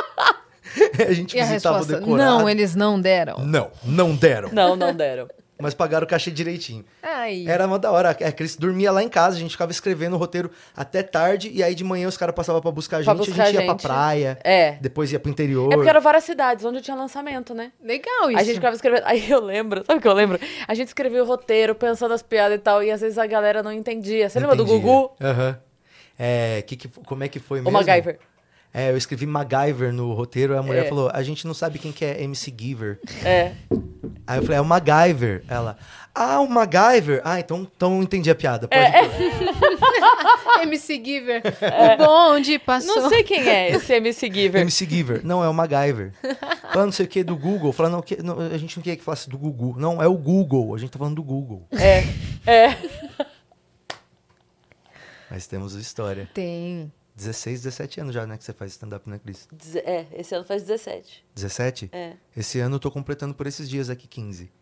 S1: a gente
S3: E a
S1: tipo, visitava
S3: resposta?
S1: o decorado.
S3: Não, eles não deram.
S1: Não, não deram.
S2: Não, É não deram.
S1: Mas pagaram o cachê direitinho.
S3: Ai.
S1: Era uma da hora. É A Cris dormia lá em casa, a gente ficava escrevendo o roteiro até tarde, e aí de manhã os caras passavam pra buscar a
S2: Pra
S1: gente,
S2: buscar
S1: a
S2: a
S1: gente ia pra
S2: gente.
S1: praia,
S2: É.
S1: depois ia pro interior.
S2: É porque eram várias cidades onde tinha lançamento, né?
S3: Legal isso.
S2: A gente ficava escrevendo. Aí eu lembro, sabe o que eu lembro? A gente escrevia o roteiro, pensando as piadas e tal, e às vezes a galera não entendia. Você
S1: Não
S2: lembra do
S1: entendia.
S2: Gugu?
S1: Aham. É, que, que- como é que foi
S2: O
S1: mesmo?
S2: MacGyver.
S1: É, eu escrevi MacGyver no roteiro, aí a mulher
S2: É.
S1: falou, a gente não sabe quem que é MC Giver.
S2: É.
S1: Aí eu falei, é o MacGyver. Ela, ah, o MacGyver? Ah, então, então entendi a piada, pode
S2: É,
S1: pôr.
S3: [laughs]
S1: "Ah!"
S3: MC Giver.
S1: É.
S3: O bonde passou.
S2: Não sei quem é esse MC Giver.
S1: MC Giver. Não, é o MacGyver. Fala não sei o que do Google. Fala, não, que- não, a gente não queria que falasse do Gugu. Não, é o Google. A gente tá falando do Google.
S2: É. É.
S1: Mas temos história.
S3: Tem.
S1: 16, 17 anos já, né, que você faz stand-up, né, Cris?
S2: Deze- É, esse ano faz 17.
S1: 17?
S2: É.
S1: Esse ano eu tô completando por esses dias aqui 15.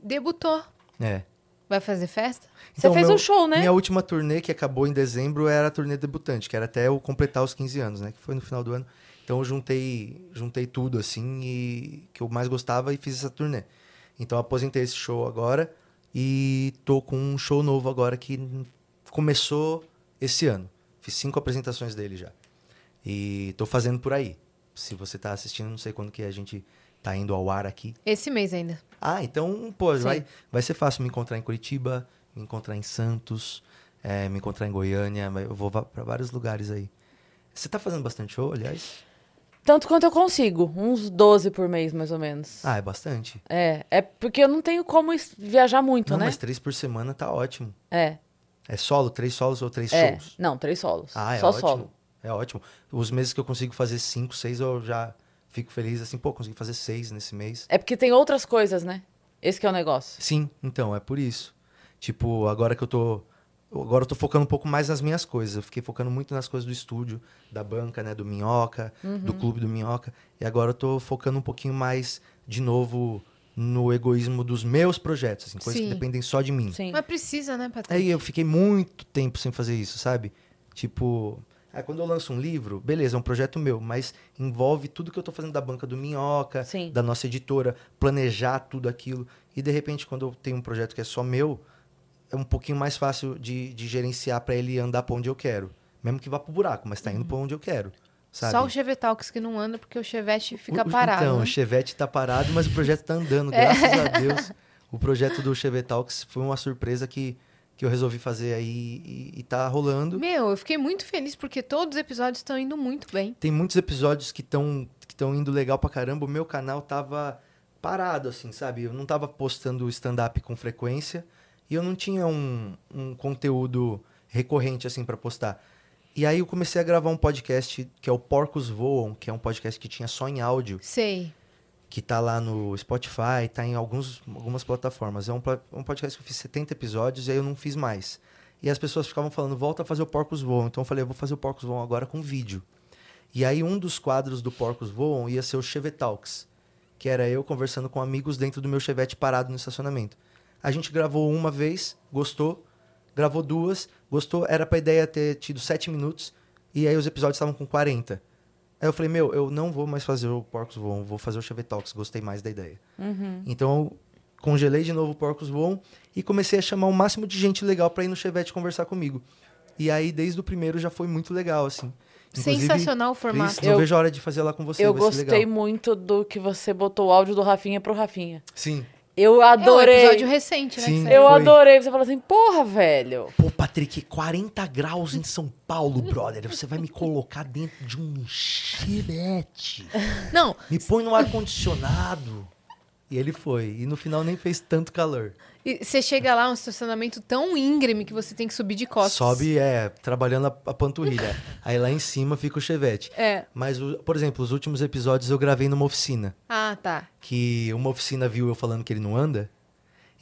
S3: Debutou.
S1: É.
S3: Vai fazer festa?
S2: Você fez um show, né?
S1: Então, Minha última turnê, que acabou em dezembro, era a turnê debutante, que era até eu completar os 15 anos, né? Que foi no final do ano. Então eu juntei, juntei tudo, assim, e que eu mais gostava e fiz essa turnê. Então eu aposentei esse show agora e tô com um show novo agora que começou esse ano. Fiz cinco apresentações dele já. E tô fazendo por aí. Se você tá assistindo, não sei quando que a gente tá indo ao ar aqui.
S3: Esse mês ainda.
S1: Ah, então, pô,
S3: Sim.
S1: vai, vai ser fácil me encontrar em Curitiba, me encontrar em Santos, eh, me encontrar em Goiânia. vai- Eu vou va- pra vários lugares aí. Você tá fazendo bastante show, aliás?
S2: Tanto quanto eu consigo. Uns 12 por mês, mais ou menos.
S1: Ah, é bastante.
S2: É. É porque eu não tenho como es- viajar muito,
S1: Não,
S2: né?
S1: mas três por semana tá ótimo.
S2: É.
S1: É solo, três solos ou três
S2: É.
S1: shows?
S2: Não, três solos.
S1: Ah, é
S2: Só
S1: ótimo.
S2: solo.
S1: É ótimo. Os meses que eu consigo fazer cinco, seis, eu já fico feliz assim, pô, consegui fazer seis nesse mês.
S2: É porque tem outras coisas, né? Esse que é o negócio.
S1: Sim, então, é por isso. Tipo, agora que eu tô. Agora eu tô focando um pouco mais nas minhas coisas. Eu fiquei focando muito nas coisas do estúdio, da banca, né? Do Minhoca, do clube do Minhoca. E agora eu tô focando um pouquinho mais, de novo, no egoísmo dos meus projetos, assim, coisas
S3: Sim.
S1: que dependem só de mim.
S2: Sim.
S3: Mas precisa, né, Patrícia?
S1: Aí eu fiquei muito tempo sem fazer isso, sabe? Tipo, ah, quando eu lanço um livro, beleza, é um projeto meu, mas envolve tudo que eu tô fazendo da banca do Minhoca,
S2: Sim.
S1: da nossa editora, planejar tudo aquilo. E de repente, quando eu tenho um projeto que é só meu, é um pouquinho mais fácil de, de gerenciar pra ele andar pra onde eu quero. Mesmo que vá pro buraco, mas tá indo pra onde eu quero. Sabe?
S3: Uhum. Só o Chevetalks que não anda, porque o Chevette fica
S1: O- o-
S3: parado.
S1: Então,
S3: né? É.
S1: o Chevette tá parado, mas o projeto tá andando, graças a
S3: [laughs]
S1: Deus. O projeto do Chevetalks foi uma surpresa que, que eu resolvi fazer aí e, e tá rolando.
S3: Meu, eu fiquei muito feliz porque todos os episódios estão indo muito bem.
S1: Tem muitos episódios que estão que tão indo legal pra caramba. O meu canal tava parado, assim, sabe? Eu não tava postando stand-up com frequência e eu não tinha um, um conteúdo recorrente, assim, pra postar. E aí eu comecei a gravar um podcast que é o Porcos Voam, que é um podcast que tinha só em áudio.
S3: Sei.
S1: que tá lá no Spotify, tá em alguns, algumas plataformas. É um, pla- um podcast que eu fiz 70 episódios e aí eu não fiz mais. E as pessoas ficavam falando, volta a fazer o Porcos Voam. Então eu falei, eu vou fazer o Porcos Voam agora com vídeo. E aí um dos quadros do Porcos Voam ia ser o Chevetalks, que era eu conversando com amigos dentro do meu Chevette parado no estacionamento. A gente gravou uma vez, gostou, gravou duas, gostou, era pra ideia ter tido sete minutos, e aí os episódios estavam com 40. Aí eu falei, meu, eu não vou mais fazer o Porcos Voam, vou fazer o Chevetalks, gostei mais da ideia.
S2: Uhum.
S1: Então eu congelei de novo o Porcos Voam e comecei a chamar o máximo de gente legal pra ir no Chevette conversar comigo. E aí, desde o primeiro, já foi muito legal, assim. Inclusive,
S3: Sensacional o formato.
S1: Cris, não
S2: Eu-
S1: vejo a hora de fazer lá com você,
S2: Eu
S1: vai ser legal.
S2: gostei muito do que você botou o áudio do Rafinha pro Rafinha.
S1: Sim.
S2: Eu
S3: É um
S2: adorei.
S3: episódio recente, né? que
S1: Sim.
S3: saiu.
S2: Eu
S1: Foi.
S2: adorei. Você falou assim, porra, velho.
S1: Pô, Patrick, 40 graus em São Paulo, brother. Você vai me colocar dentro de um chivete.
S3: Não,
S1: Me põe no ar-condicionado. E ele foi. E no final nem fez tanto calor.
S3: e você chega lá, um estacionamento tão íngreme que você tem que subir de costas.
S1: Sobe, é, trabalhando a,
S3: [laughs]
S1: a panturrilha. Aí lá em cima fica o chevette.
S3: É.
S1: Mas, o- por exemplo, os últimos episódios eu gravei numa oficina.
S3: Ah, tá.
S1: Que uma oficina viu eu falando que ele não anda.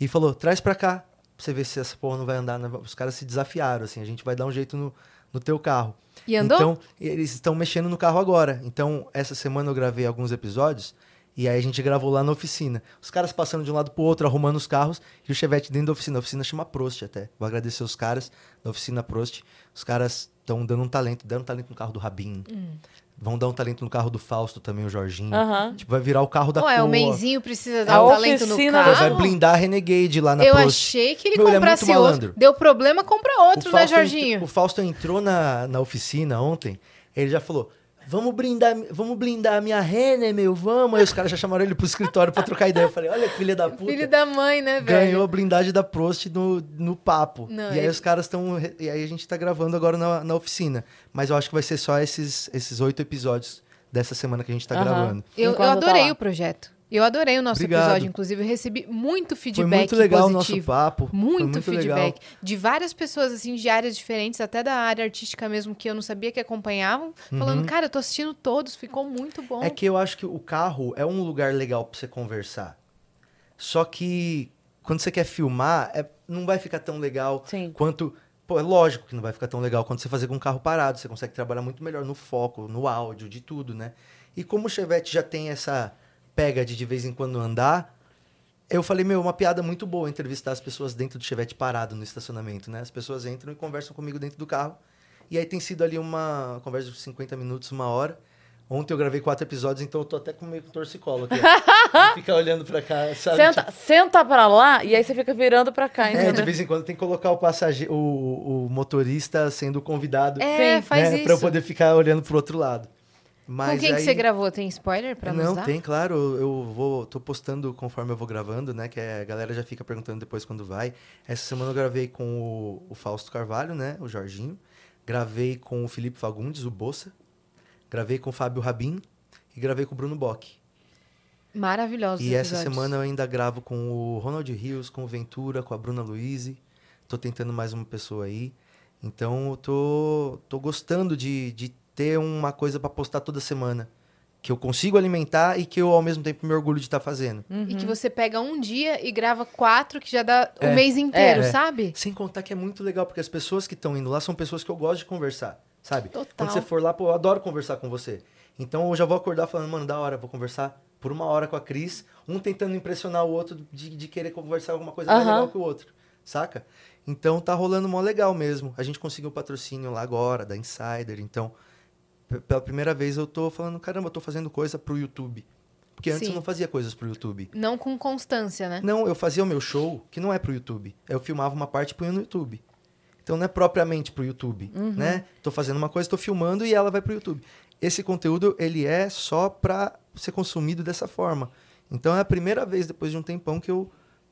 S1: e falou: traz pra cá, pra você ver se essa porra não vai andar. né?" Os caras se desafiaram, assim, a gente vai dar um jeito no, no teu carro.
S3: E andou?
S1: Então, eles estão mexendo no carro agora. Então, essa semana eu gravei alguns episódios e aí a gente gravou lá na oficina. Os caras passando de um lado pro outro, arrumando os carros e o Chevette dentro da oficina. A oficina chama Prost até. Vou agradecer os caras da oficina Prost. Os caras estão dando um talento, dando talento no carro do Rabin.
S3: Hum.
S1: Vão dar um talento no carro do Fausto também, o Jorginho.
S2: Aham.
S1: Tipo, vai virar o carro da
S3: Ué, o
S1: coroa.
S3: Menzinho precisa
S2: A
S3: dar um talento no
S2: oficina do-
S3: carro.
S1: Vai blindar a Renegade lá na
S3: Eu
S1: Prost.
S3: achei que ele
S1: Meu, ele é
S3: comprasse
S1: muito
S3: outro.
S1: malandro. é
S3: Deu problema, compra outro, né,
S1: ent-
S3: Jorginho?
S1: o Fausto entrou na, na oficina ontem, ele já falou: vamos brindar, vamos blindar a minha Renner, meu, vamos. Aí os caras já chamaram ele pro escritório pra trocar ideia. Eu falei, olha que filha da puta.
S3: Filho da mãe, né, velho?
S1: Ganhou a blindagem da Prost no, no papo.
S3: Não,
S1: e aí
S3: ele-
S1: os caras estão. E aí a gente tá gravando agora na, na oficina. Mas eu acho que vai ser só esses esses oito episódios dessa semana que a gente tá
S2: Aham.
S1: gravando.
S3: Eu, eu
S2: Enquanto tá
S3: adorei
S2: lá.
S3: o projeto. Eu adorei o nosso
S1: Obrigado.
S3: episódio, inclusive. Eu recebi muito feedback
S1: Foi muito legal o nosso
S3: positivo.
S1: papo. foi
S3: Muito,
S1: legal.
S3: feedback. De várias pessoas, assim, de áreas diferentes, até da área artística mesmo, que eu não sabia que acompanhavam, falando, cara, eu tô assistindo todos, ficou muito bom.
S1: Uhum. É que eu acho que o carro é um lugar legal pra você conversar. Só que quando você quer filmar, é- não vai ficar tão legal
S2: Sim.
S1: quanto. Pô, é lógico que não vai ficar tão legal quando você fazer com um carro parado. Você consegue trabalhar muito melhor no foco, no áudio, de tudo, né? E como o Chevette já tem essa pega de de vez em quando andar, eu falei, meu, uma piada muito boa entrevistar as pessoas dentro do Chevette parado no estacionamento, né? As pessoas entram e conversam comigo dentro do carro. E aí tem sido ali uma conversa de 50 minutos, uma hora. Ontem eu gravei quatro episódios, então eu tô até com meio que torcicolo aqui.
S3: [laughs]
S1: ó. Fica olhando pra cá, sabe?
S3: tá
S2: Senta, senta pra lá e aí você fica virando pra cá,
S1: Tá, É, de
S2: entendeu?
S1: vez em quando tem que colocar o passageiro, o, o motorista sendo convidado.
S3: É,
S1: né,
S3: faz isso.
S1: Pra eu poder ficar olhando pro outro lado. Mas
S3: Com quem
S1: aí-
S3: que você gravou? Tem spoiler pra
S1: Não,
S3: nos dar?
S1: tem, claro. Eu vou, tô postando conforme eu vou gravando, né? Que a galera já fica perguntando depois quando vai. Essa semana eu gravei com o, o Fausto Carvalho, né? O Jorginho. Gravei com o Felipe Fagundes, o Bossa. Gravei com o Fábio Rabin. E gravei com o Bruno Bock.
S3: Maravilhosos
S1: E essa
S3: episódios.
S1: semana eu ainda gravo com o Ronald Rios, com o Ventura, com a Bruna Luiz. Tô tentando mais uma pessoa aí. Então eu tô, tô gostando de, de ter uma coisa pra postar toda semana. Que eu consigo alimentar e que eu, ao mesmo tempo, me orgulho de estar fazendo.
S3: Uhum. E que você pega um dia e grava quatro, que já dá o mês inteiro,
S1: Uhum. É.
S3: sabe?
S1: Sem contar que é muito legal, porque as pessoas que estão indo lá são pessoas que eu gosto de conversar, sabe?
S3: Total.
S1: Quando você for lá, pô, eu adoro conversar com você. Então eu já vou acordar falando, mano, da hora, vou conversar por uma hora com a Cris, um tentando impressionar o outro de, de querer conversar alguma coisa mais
S2: Aham.
S1: legal que o outro, saca? Então tá rolando mó legal mesmo. A gente conseguiu o patrocínio lá agora, da Insider, então p- pela primeira vez eu tô falando, caramba, eu tô fazendo coisa pro YouTube. Porque antes
S3: Sim.
S1: eu não fazia coisas pro YouTube.
S3: Não com constância, né?
S1: Não, eu fazia o meu show, que não é pro YouTube. Eu filmava uma parte e punha no YouTube. Então não é propriamente pro YouTube, né? Tô fazendo uma coisa, tô filmando e ela vai pro YouTube. Esse conteúdo, ele é só pra ser consumido dessa forma. Então é a primeira vez, depois de um tempão, que eu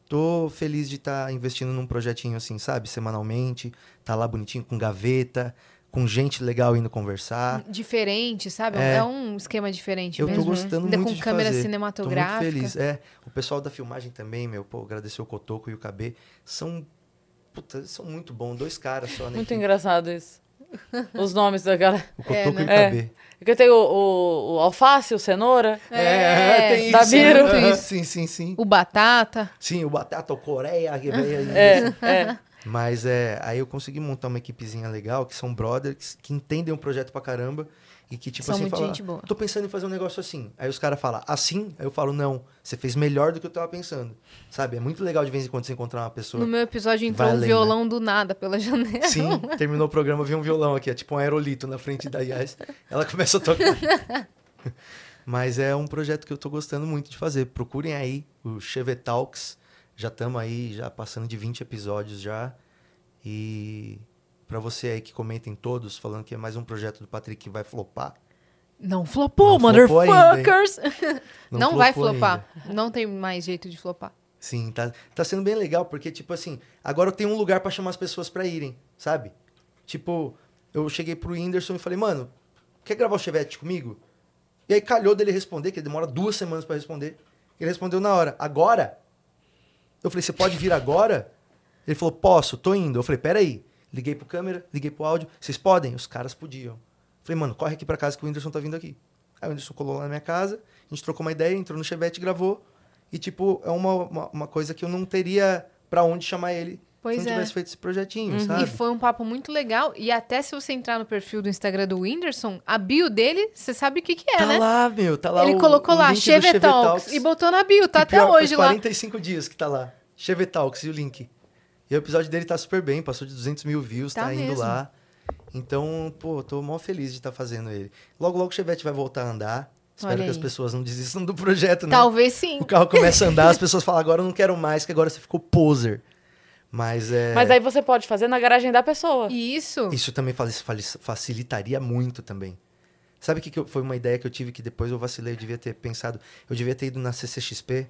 S1: tô feliz de estar investindo num projetinho assim, sabe? Semanalmente, tá lá bonitinho, com gaveta, com gente legal indo conversar.
S3: Diferente, sabe? É, um esquema diferente
S1: Eu
S3: mesmo. né?
S1: tô gostando
S3: Ainda
S1: muito
S3: com
S1: de
S3: câmera
S1: fazer.
S3: cinematográfica.
S1: Tô muito feliz. É, o pessoal da filmagem também, meu, pô, agradecer o Cotoco e o KB. São puta, são muito bons, dois caras só, né?
S2: Muito
S1: que-
S2: engraçado isso. Os nomes da galera.
S1: O Cotoco
S3: né?
S1: e o
S2: É.
S1: KB.
S2: Porque tem o, o, o alface, o cenoura.
S3: É,
S1: [laughs] tem
S2: tá
S1: isso. né?
S2: vendo?
S1: Aham,
S3: Muito isso.
S1: Sim, sim, sim.
S3: O Batata.
S1: Sim, o Batata, o Coreia, a Rebeia,
S2: É,
S1: isso.
S2: é.
S1: Mas é, aí eu consegui montar uma equipezinha legal, que são brothers, que entendem o projeto pra caramba. E que, tipo
S3: São
S1: assim,
S3: muito
S1: fala,
S3: gente boa.
S1: tô pensando em fazer um negócio assim. Aí os caras falam, assim? Aí eu falo, não, você fez melhor do que eu tava pensando. Sabe? É muito legal de vez em quando você encontrar uma pessoa.
S3: No meu episódio entrou
S1: Vai
S3: um
S1: além,
S3: violão do nada pela janela.
S1: né? [laughs] Sim, terminou o programa, vi um violão aqui, é tipo um aerolito na frente da Yas. Ela começa a tocar. [laughs] Mas é um projeto que eu tô gostando muito de fazer. Procurem aí o Chevetalks. Já estamos aí, já passando de 20 episódios já. E pra você aí que comentem todos, falando que é mais um projeto do Patrick que vai flopar.
S3: Não flopou,
S1: Não flopou ainda, hein?
S3: motherfuckers! [laughs] Não, vai
S1: flopou
S3: flopar. Não tem mais jeito de flopar.
S1: Sim, tá, tá sendo bem legal, porque, tipo assim, agora eu tenho um lugar pra chamar as pessoas pra irem, sabe? Tipo, eu cheguei pro Whindersson e falei, mano, quer gravar o Chevette comigo? E aí calhou dele responder, que ele demora duas semanas pra responder. Ele respondeu na hora, agora? Eu falei, você pode vir agora? Ele falou, posso, tô indo. Eu falei, peraí. Liguei pro câmera, liguei pro áudio, vocês podem? Os caras podiam. Falei, mano, corre aqui pra casa que o Whindersson tá vindo aqui. Aí o Whindersson colou lá na minha casa, a gente trocou uma ideia, entrou no Chevette, gravou. E, tipo, é uma, uma, uma coisa que eu não teria pra onde chamar ele
S3: Pois
S1: se não
S3: é.
S1: tivesse feito esse projetinho, sabe?
S3: E foi um papo muito legal. E até se você entrar no perfil do Instagram do Whindersson, a bio dele, você sabe o que que é,
S1: tá
S3: né?
S1: lá, meu, tá lá
S3: Ele
S1: o-
S3: colocou
S1: o
S3: lá,
S1: link do
S3: Chevetalks,
S1: Chevetalks.
S3: e botou na bio, tá
S1: E
S3: até
S1: pior, faz
S3: hoje lá.
S1: 45 dias que tá lá. Chevetalks e o link. E o episódio dele tá super bem, passou de 200 mil views,
S3: Tá
S1: tá, indo
S3: mesmo.
S1: lá. Então, pô, tô mó feliz de estar fazendo ele. Logo, logo o Chevette vai voltar a andar. Espero
S3: Olha
S1: que as
S3: aí.
S1: pessoas não desistam do projeto, né?
S3: Talvez sim.
S1: O carro começa a andar, as pessoas falam, agora eu não quero mais, que agora você ficou poser. Mas é.
S2: Mas aí você pode fazer na garagem da pessoa.
S3: E isso,
S1: Isso também fa- fa- facilitaria muito também. Sabe o que, que eu- foi uma ideia que eu tive que depois eu vacilei, eu devia ter pensado. Eu devia ter ido na CCXP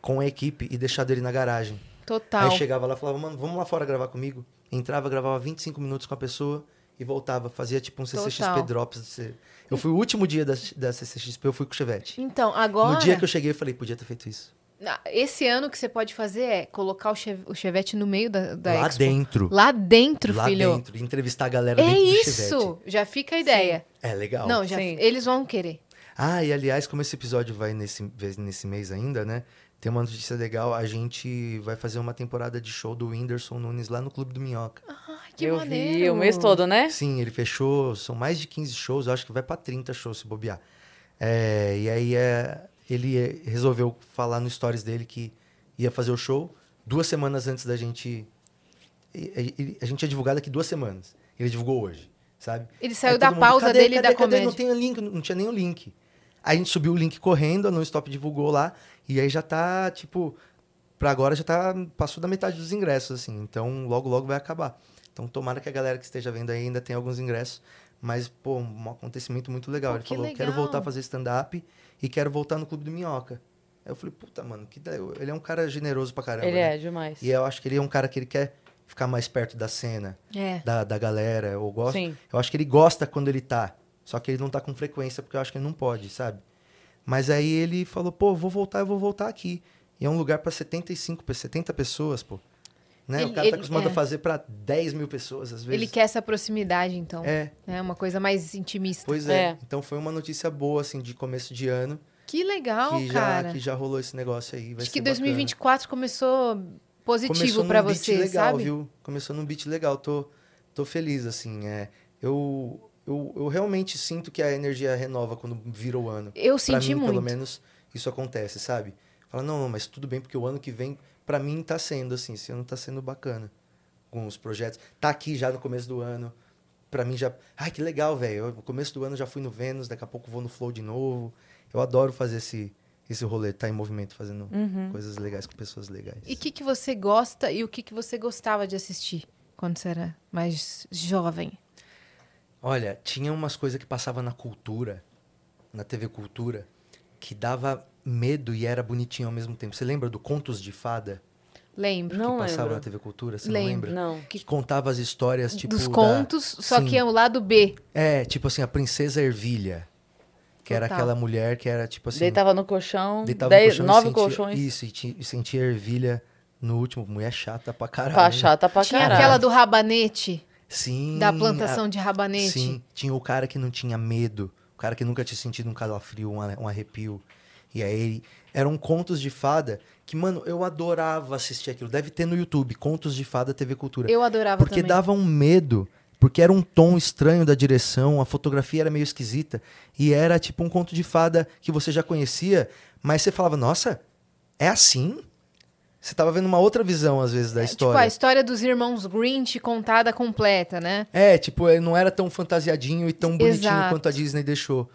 S1: com a equipe e deixado ele na garagem.
S3: total.
S1: Aí chegava lá e falava, mano, vamos lá fora gravar comigo. Entrava, gravava 25 minutos com a pessoa e voltava. Fazia tipo um CCXP
S3: Total.
S1: Drops. C- Eu fui o último dia da, da CCXP, eu fui com o Chevette.
S3: Então, agora,
S1: No dia que eu cheguei, eu falei, podia ter feito isso.
S3: na- esse ano o que você pode fazer é colocar o, che o Chevette no meio da, da
S1: lá
S3: Expo.
S1: dentro.
S3: Lá dentro,
S1: lá
S3: filho.
S1: dentro. e Entrevistar a galera
S3: É
S1: dentro do Chevette.
S3: isso, já fica a ideia.
S1: É legal.
S3: Não, já,
S2: Sim.
S3: eles vão querer.
S1: Ah, e aliás, como esse episódio vai nesse, vez- nesse mês ainda, né? Tem uma notícia legal, a gente vai fazer uma temporada de show do Whindersson Nunes lá no Clube do Minhoca.
S3: Ai, que
S2: eu
S3: maneiro.
S2: vi o mês todo, né?
S1: Sim, ele fechou, são mais de 15 shows, eu acho que vai pra 30 shows se bobear. É, e aí é, ele é, resolveu falar no stories dele que ia fazer o show duas semanas antes da gente. e- e- e- A gente tinha divulgado aqui duas semanas. Ele divulgou hoje, sabe?
S3: Ele
S1: Aí
S3: saiu
S1: todo
S3: da
S1: mundo,
S3: pausa
S1: cadê,
S3: dele e
S1: cadê,
S3: da
S1: cadê?
S3: comédia.
S1: Não tem link, não tinha nem o link. Aí a gente subiu o link correndo, a Non Stop divulgou lá, e aí já tá, tipo, pra agora já tá, passou da metade dos ingressos, assim, então logo, logo vai acabar. Então tomara que a galera que esteja vendo aí ainda tenha alguns ingressos, mas, pô, um acontecimento muito legal.
S3: Pô,
S1: Ele
S3: que
S1: falou, quero
S3: legal."
S1: voltar a fazer stand-up e quero voltar no Clube do Minhoca. Aí eu falei, puta, mano, que da... ele é um cara generoso pra caramba,
S2: Ele
S1: né?
S2: é demais.
S1: E eu acho que ele é um cara que ele quer ficar mais perto da cena,
S3: É.
S1: da, da galera. Eu, gosto,
S2: Sim.
S1: eu acho que ele gosta quando ele tá. Só que ele não tá com frequência, porque eu acho que ele não pode, sabe? Mas aí ele falou, pô, eu vou voltar, eu vou voltar aqui. E é um lugar pra 75, pe- 70 pessoas, pô. Né?
S3: Ele-
S1: o cara
S3: ele-
S1: tá acostumado
S3: é.
S1: a fazer pra 10 mil pessoas, às vezes.
S3: Ele quer essa proximidade, então.
S1: É,
S3: É uma coisa mais intimista.
S1: pois é.
S2: É.
S1: Então foi uma notícia boa, assim, de começo de ano.
S3: Que legal,
S1: que,
S3: cara.
S1: já, que já rolou esse negócio aí. Vai
S3: Acho
S1: ser
S3: que
S1: bacana.
S3: 2024 começou
S1: Começou
S3: positivo
S1: num
S3: pra
S1: beat
S3: você,
S1: legal,
S3: sabe?
S1: viu? Começou num beat legal. Tô, tô feliz, assim. É, eu, eu, eu realmente sinto que a energia renova quando vira o ano.
S3: Eu
S1: Pra
S3: senti
S1: mim,
S3: muito.
S1: pelo menos, isso acontece, sabe? Fala, não, não, mas tudo bem, porque o ano que vem, pra mim, tá sendo assim. Esse ano tá sendo bacana com os projetos. Tá aqui já no começo do ano. Pra mim já. Ai, que legal, velho. eu- No começo do ano já fui no Vênus, daqui a pouco vou no Flow de novo. Eu adoro fazer esse, esse rolê, tá em movimento, fazendo coisas legais com pessoas legais.
S3: Uhum. E o que, que você gosta e o que, que você gostava de assistir quando você era mais jovem?
S1: Olha, tinha umas coisas que passava na cultura, na TV Cultura, que dava medo e era bonitinho ao mesmo tempo. Você lembra do Contos de Fada
S3: Lembro.
S2: Não
S1: que passava
S2: lembro.
S1: na TV Cultura? Você
S3: Lembro.
S1: não
S2: Não.
S1: lembra? Que contava as histórias, tipo.
S3: Dos
S1: da-
S3: contos, só
S1: Sim.
S3: que é o lado B.
S1: É, tipo assim, a Princesa Ervilha. Que era
S3: Total.
S1: aquela mulher que era, tipo assim.
S2: Deitava no colchão,
S1: deitava no
S2: dez,
S1: colchão e
S2: nove
S1: sentia-
S2: colchões.
S1: Isso, e, ti- e sentia ervilha no último. Mulher chata pra caralho.
S2: Tá chata pra
S3: Tinha
S2: caralho.
S3: aquela do rabanete,
S1: Sim.
S3: da plantação
S1: a-
S3: de rabanete.
S1: Sim, tinha o cara que não tinha medo, o cara que nunca tinha sentido um calafrio, um, a- um arrepio. E aí ele- eram contos de fada que, mano, eu adorava assistir aquilo. Deve ter no YouTube, Contos de Fada TV Cultura.
S3: Eu adorava
S1: porque
S3: também.
S1: dava um medo, porque era um tom estranho da direção, a fotografia era meio esquisita e era tipo um conto de fada que você já conhecia, mas você falava: "Nossa, é assim?" Você tava vendo uma outra visão às vezes
S3: Tipo,
S1: da
S3: a
S1: história.
S3: história dos irmãos Grinch contada completa, né?
S1: É, tipo, ele não era tão fantasiadinho e tão bonitinho
S3: Exato.
S1: quanto a Disney deixou.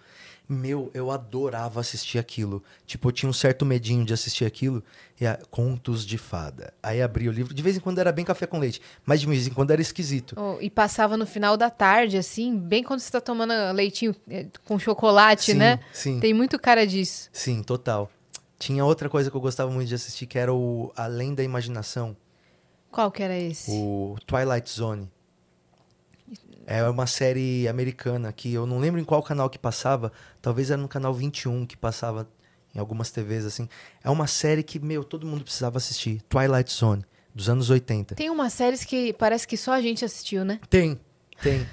S1: Meu, eu adorava assistir aquilo. Tipo, eu tinha um certo medinho de assistir aquilo. E a- Contos de Fada. Aí abri o livro. De vez em quando era bem café com leite, mas de vez em quando era esquisito.
S3: Oh, e passava no final da tarde, assim, bem quando você tá tomando leitinho eh, com chocolate,
S1: sim,
S3: né?
S1: sim,
S3: Tem muito cara disso.
S1: sim, total. Tinha outra coisa que eu gostava muito de assistir, que era o Além da Imaginação,
S3: Qual que era esse?
S1: o Twilight Zone. É uma série americana que eu não lembro em qual canal que passava, talvez era no canal 21 que passava em algumas TVs assim. É uma série que, meu, todo mundo precisava assistir, Twilight Zone, dos anos 80.
S3: Tem umas séries que parece que só a gente assistiu, né?
S1: Tem, tem.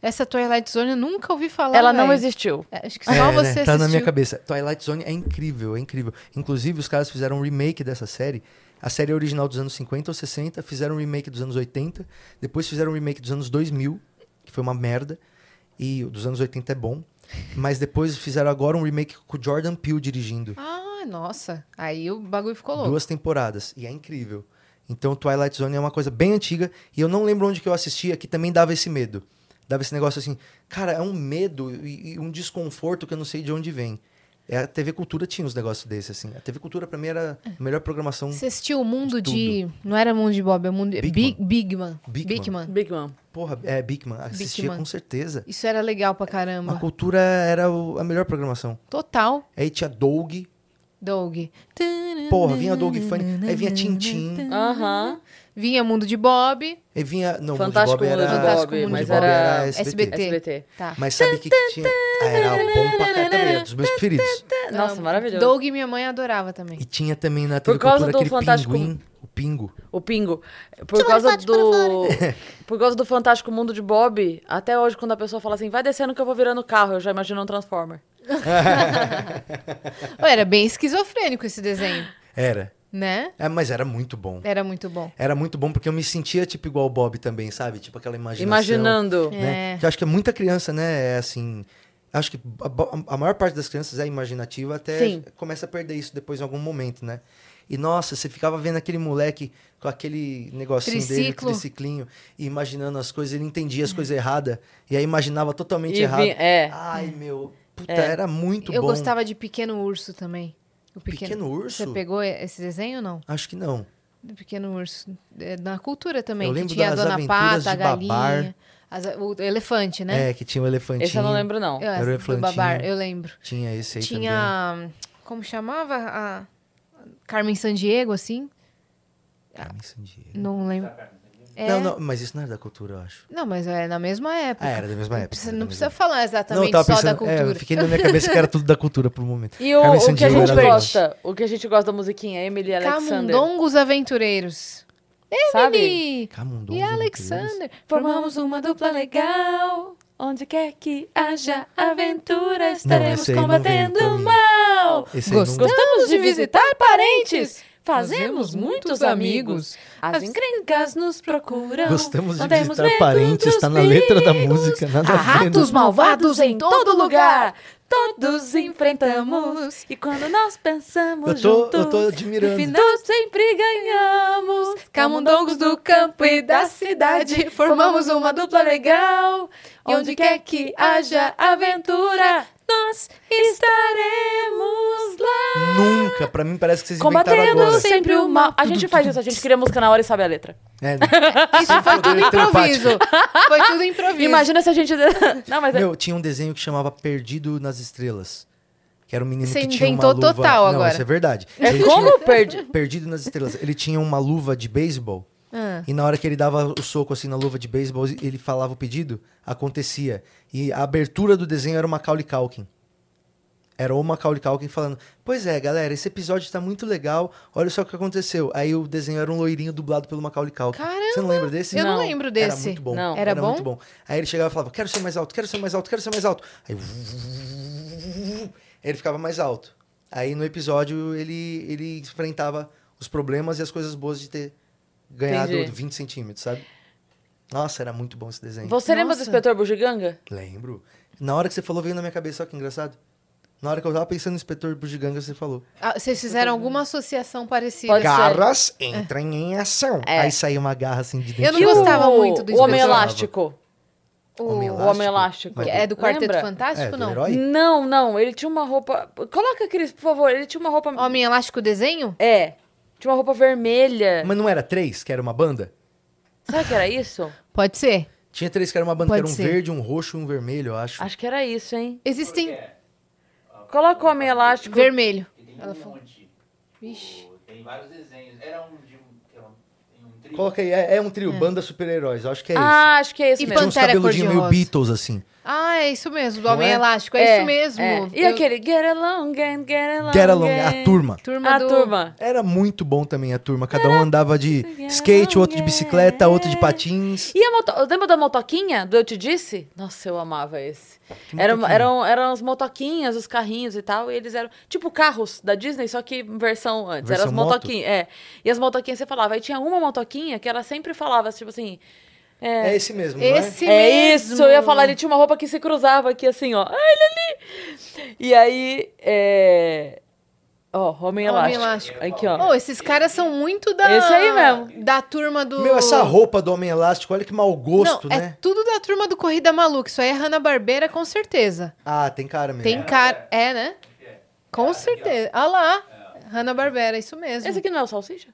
S3: Essa Twilight Zone eu nunca ouvi falar.
S2: Ela não
S3: véi.
S2: existiu.
S3: É, acho que só
S1: É,
S3: você
S1: né?
S3: assistiu.
S1: Tá na minha cabeça. Twilight Zone é incrível, é incrível. Inclusive, os caras fizeram um remake dessa série. A série é original dos anos 50 ou 60, fizeram um remake dos anos 80, depois fizeram um remake dos anos 2000, que foi uma merda, e o dos anos 80 é bom. Mas depois fizeram agora um remake com o Jordan Peele dirigindo.
S3: Ah, nossa. Aí o bagulho ficou louco.
S1: Duas temporadas. E é incrível. Então, Twilight Zone é uma coisa bem antiga. E eu não lembro onde que eu assistia, que também dava esse medo. Dava esse negócio assim, cara, é um medo e, e um desconforto que eu não sei de onde vem. É, a TV Cultura tinha uns negócios desses, assim. A TV Cultura, pra mim, era a melhor programação.
S3: Você assistiu o mundo
S1: Tudo.
S3: de. Não era mundo de Bob, é o mundo de.
S1: Big
S3: Big, Big Man.
S1: Big
S3: Man.
S2: Big Mom.
S1: Porra, é, Bigman. Assistia
S3: Bigman.
S1: com certeza.
S3: Isso era legal pra
S1: A
S3: caramba.
S1: Cultura era o- a melhor programação.
S3: Total,
S1: Aí tinha Doug.
S3: Doug.
S1: Porra, vinha Doug Funny. Aí vinha Tintin.
S2: Aham.
S3: Vinha Mundo de Bob.
S1: Aí vinha... Não,
S2: Fantástico
S1: Fantástico Mundo de Bob era...
S3: Fantástico
S2: Mundo
S3: Mundo
S2: mas
S3: de Bob
S2: era
S3: SBT.
S2: SBT.
S3: Tá.
S1: Mas sabe o que, que tinha? Ah, era bom pra cá também, era dos meus preferidos.
S2: Nossa, maravilhoso.
S3: Doug e minha mãe adorava também.
S1: E tinha também na
S2: Por causa
S1: telecultura
S2: do
S1: aquele
S2: Fantástico-
S1: pinguim, o pingo.
S2: O Pingo. Por causa do. [laughs] Por causa do Fantástico Mundo de Bob, até hoje, quando a pessoa fala assim, vai descendo que eu vou virando o carro, eu já imagino um Transformer.
S3: Ué, Era bem esquizofrênico esse desenho,
S1: Era.
S3: né?
S1: É, mas era muito bom.
S3: Era muito bom.
S1: Era muito bom porque eu me sentia tipo igual o Bob também, sabe? Tipo aquela imaginação.
S2: Imaginando.
S1: Né?
S3: É.
S1: Que eu acho que é muita criança, né? É assim... Acho que a, bo- a maior parte das crianças é imaginativa até
S2: Sim.
S1: começa a perder isso depois em algum momento, né? E nossa, você ficava vendo aquele moleque com aquele negocinho dele,
S3: Triciclo.
S1: triciclinho, e imaginando as coisas, ele entendia as coisas erradas, e aí imaginava totalmente
S2: E
S1: errado. Ah,
S2: vi- é.
S1: Ai, meu, puta, era muito
S3: Eu
S1: bom.
S3: gostava de Pequeno Urso também. O
S1: Pequeno Urso?
S3: Você pegou esse desenho ou não?
S1: Acho que não.
S3: Do Pequeno Urso. É, na cultura também.
S1: Eu
S3: que
S1: lembro
S3: tinha
S1: das
S3: a Dona
S1: Aventuras
S3: Pata, a
S1: de Babar.
S3: galinha. as- o elefante, né?
S1: É, que tinha o elefantinho.
S2: Esse eu não lembro, não.
S3: Eu-
S1: Era o
S3: do
S1: elefantinho.
S3: Babar, eu lembro.
S1: Tinha esse aí também.
S3: tinha. Como chamava? A Carmen Sandiego, assim?
S1: Carmen Sandiego.
S3: Não lembro. É.
S1: Não, não, mas isso não era da cultura, eu acho.
S3: Não, mas é na mesma época.
S1: Ah, era da mesma
S3: Não
S1: época,
S3: precisa,
S1: era da
S3: não
S1: mesma
S3: precisa falar
S1: não, eu
S3: exatamente
S1: tava
S3: só
S1: pensando,
S3: da
S1: é, eu
S3: cultura.
S1: fiquei na minha cabeça que era tudo da cultura por um momento.
S2: [laughs] E o,
S1: Carmen
S2: o que a
S1: Sandiego
S2: gente
S1: era legal.
S2: gosta, o que a gente gosta da musiquinha, Emily Alexander.
S3: Camundongos Aventureiros.
S2: Sabe?
S3: Emily
S1: Camundongos
S3: e
S1: aventureiros.
S3: Alexander.
S2: Formamos uma dupla legal. Onde quer que haja aventura, estaremos
S1: esse aí não veio
S2: combatendo
S1: pra
S2: o
S1: mim.
S2: mal.
S1: Esse aí não-
S2: Gostamos de visitar parentes. Fazemos muitos amigos. As
S3: As-
S2: encrencas nos procuram.
S1: Gostamos
S2: não
S1: de
S2: temos
S1: visitar
S2: medo
S1: parentes,
S2: dos
S1: tá na letra da
S2: perigos.
S1: música, nada
S2: Há
S1: a ver, né?
S2: ratos malvados em todo lugar. Todos enfrentamos. E quando nós pensamos
S1: Eu tô-
S2: juntos,
S1: eu tô admirando.
S2: no final sempre ganhamos. Camundongos do campo e da cidade, formamos uma dupla legal. E onde quer que haja aventura, nós estaremos lá.
S1: Nunca, pra mim parece que vocês inventaram
S2: Combatendo
S1: agora.
S2: sempre o mal. A gente faz isso, a gente cria música na hora e sabe a letra.
S1: É, né?
S3: Isso
S1: [laughs]
S3: foi tudo
S1: Poder telepático.
S3: improviso. Foi tudo improviso.
S2: Imagina se a
S3: [laughs]
S2: gente. Não, mas é-
S1: Meu, tinha um desenho que chamava Perdido nas Estrelas. Que era um menino
S3: Você
S1: que tinha uma
S3: inventou
S1: luva...
S3: total
S1: Não,
S3: agora.
S1: isso é verdade.
S2: é
S1: Ele
S2: como
S1: tinha- um
S2: perdi.
S1: Perdido nas Estrelas. Ele tinha uma luva de beisebol.
S3: Ah.
S1: E na hora que ele dava o soco assim na luva de beisebol, ele falava o pedido, acontecia. E a abertura do desenho era o Macaulay Culkin. Era o Macaulay Culkin falando: Pois é, galera, esse episódio tá muito legal, olha só o que aconteceu. Aí o desenho era um loirinho dublado pelo Macaulay Culkin. Você não
S3: Caramba,
S1: lembra desse?
S3: eu não
S2: Não,
S3: lembro
S1: Era
S3: desse.
S1: muito bom.
S2: Não.
S3: Era bom?
S1: muito bom. Aí ele chegava e falava: Quero ser mais alto, quero ser mais alto, quero ser mais alto. Aí. Aí ele ficava mais alto. Aí no episódio ele, ele enfrentava os problemas e as coisas boas de ter ganhado
S2: Entendi.
S1: 20 centímetros, sabe? Nossa, era muito bom esse desenho.
S2: Você lembra do
S3: Nossa.
S2: inspetor Bugiganga?
S1: Lembro. Na hora que você falou, veio na minha cabeça, olha que engraçado. Na hora que eu tava pensando no inspetor Bugiganga, você falou.
S3: Ah, vocês fizeram alguma associação parecida.
S2: Pode ser.
S1: Garras entrem em ação.
S2: É.
S1: Aí saiu uma garra assim de dentro.
S3: Eu não
S2: E o-
S3: gostava muito do
S2: O Homem
S3: Inspetor.
S2: Elástico.
S1: Homem
S2: O
S1: elástico.
S2: Homem Elástico.
S1: Mas
S3: É do Quarteto
S2: Lembra?
S3: Fantástico,
S1: É, do
S3: não?
S1: herói?
S2: Não, não. Ele tinha uma roupa. Coloca, Cris, por favor. Ele tinha uma roupa.
S3: Homem Elástico Desenho?
S2: É. Tinha uma roupa vermelha.
S1: Mas não era três, que era uma banda?
S2: Sabe que era isso?
S3: Pode ser.
S1: Tinha três que era uma banda,
S3: Pode
S1: que era um
S3: ser.
S1: verde, um roxo e um vermelho, eu acho.
S2: Acho que era isso, hein?
S3: Existem
S2: Coloca o Homem Elástico.
S3: vermelho.
S7: Ela falou.
S3: Vixe.
S7: Tem vários desenhos. Era um de um. que era um- tem um trio.
S1: Coloca aí, é, é um trio, banda super-heróis, eu acho que é isso.
S2: Ah, acho que é isso
S3: E
S1: Tinha
S2: mesmo.
S3: pan-
S1: uns
S3: Pantera
S1: cabeludinhos meio
S3: Cor-de-Rosa.
S1: Beatles, assim.
S3: Ah, é isso mesmo, do
S1: Não
S3: Homem
S1: é?
S3: Elástico. É, isso mesmo.
S2: é. E
S3: Eu-
S2: aquele Get Along, and Get Along.
S1: Get Along, a
S2: and-
S1: turma.
S3: Turma
S2: a
S3: do...
S2: Ah, turma.
S1: Era muito bom também a turma. Cada um andava de skate, outro de bicicleta, outro
S3: É.
S1: de patins.
S2: E a moto... lembra da motoquinha do Eu Te Disse? Nossa, eu amava esse. Era,
S1: motoquinha?
S2: eram, eram as motoquinhas, os carrinhos e tal, e eles eram tipo carros da Disney, só que versão antes.
S1: Versão
S2: eram as
S1: moto?
S2: motoquinhas. É. E as motoquinhas você falava. E tinha uma motoquinha que ela sempre falava, tipo assim.
S1: É esse mesmo, não é?
S3: Esse
S2: é
S3: mesmo.
S2: isso, eu ia falar, ele tinha uma roupa que se cruzava aqui, assim, ó. Ah, ele ali! E aí, é... Ó, homem
S3: Homem
S2: elástico.
S3: Elástico.
S2: Aqui, ó.
S3: Oh, esses caras são muito da...
S2: Esse aí mesmo.
S3: Da turma do...
S1: Meu, essa roupa do Homem Elástico, olha que mau gosto,
S3: Não, é
S1: né?
S3: tudo da turma do Corrida Maluca. Isso aí é Hanna-Barbera, com certeza.
S1: Ah, tem cara mesmo.
S3: Tem cara... É, né? Com
S1: é.
S3: certeza. Ah lá. Hanna-Barbera, isso mesmo.
S2: Esse aqui não é o salsicha?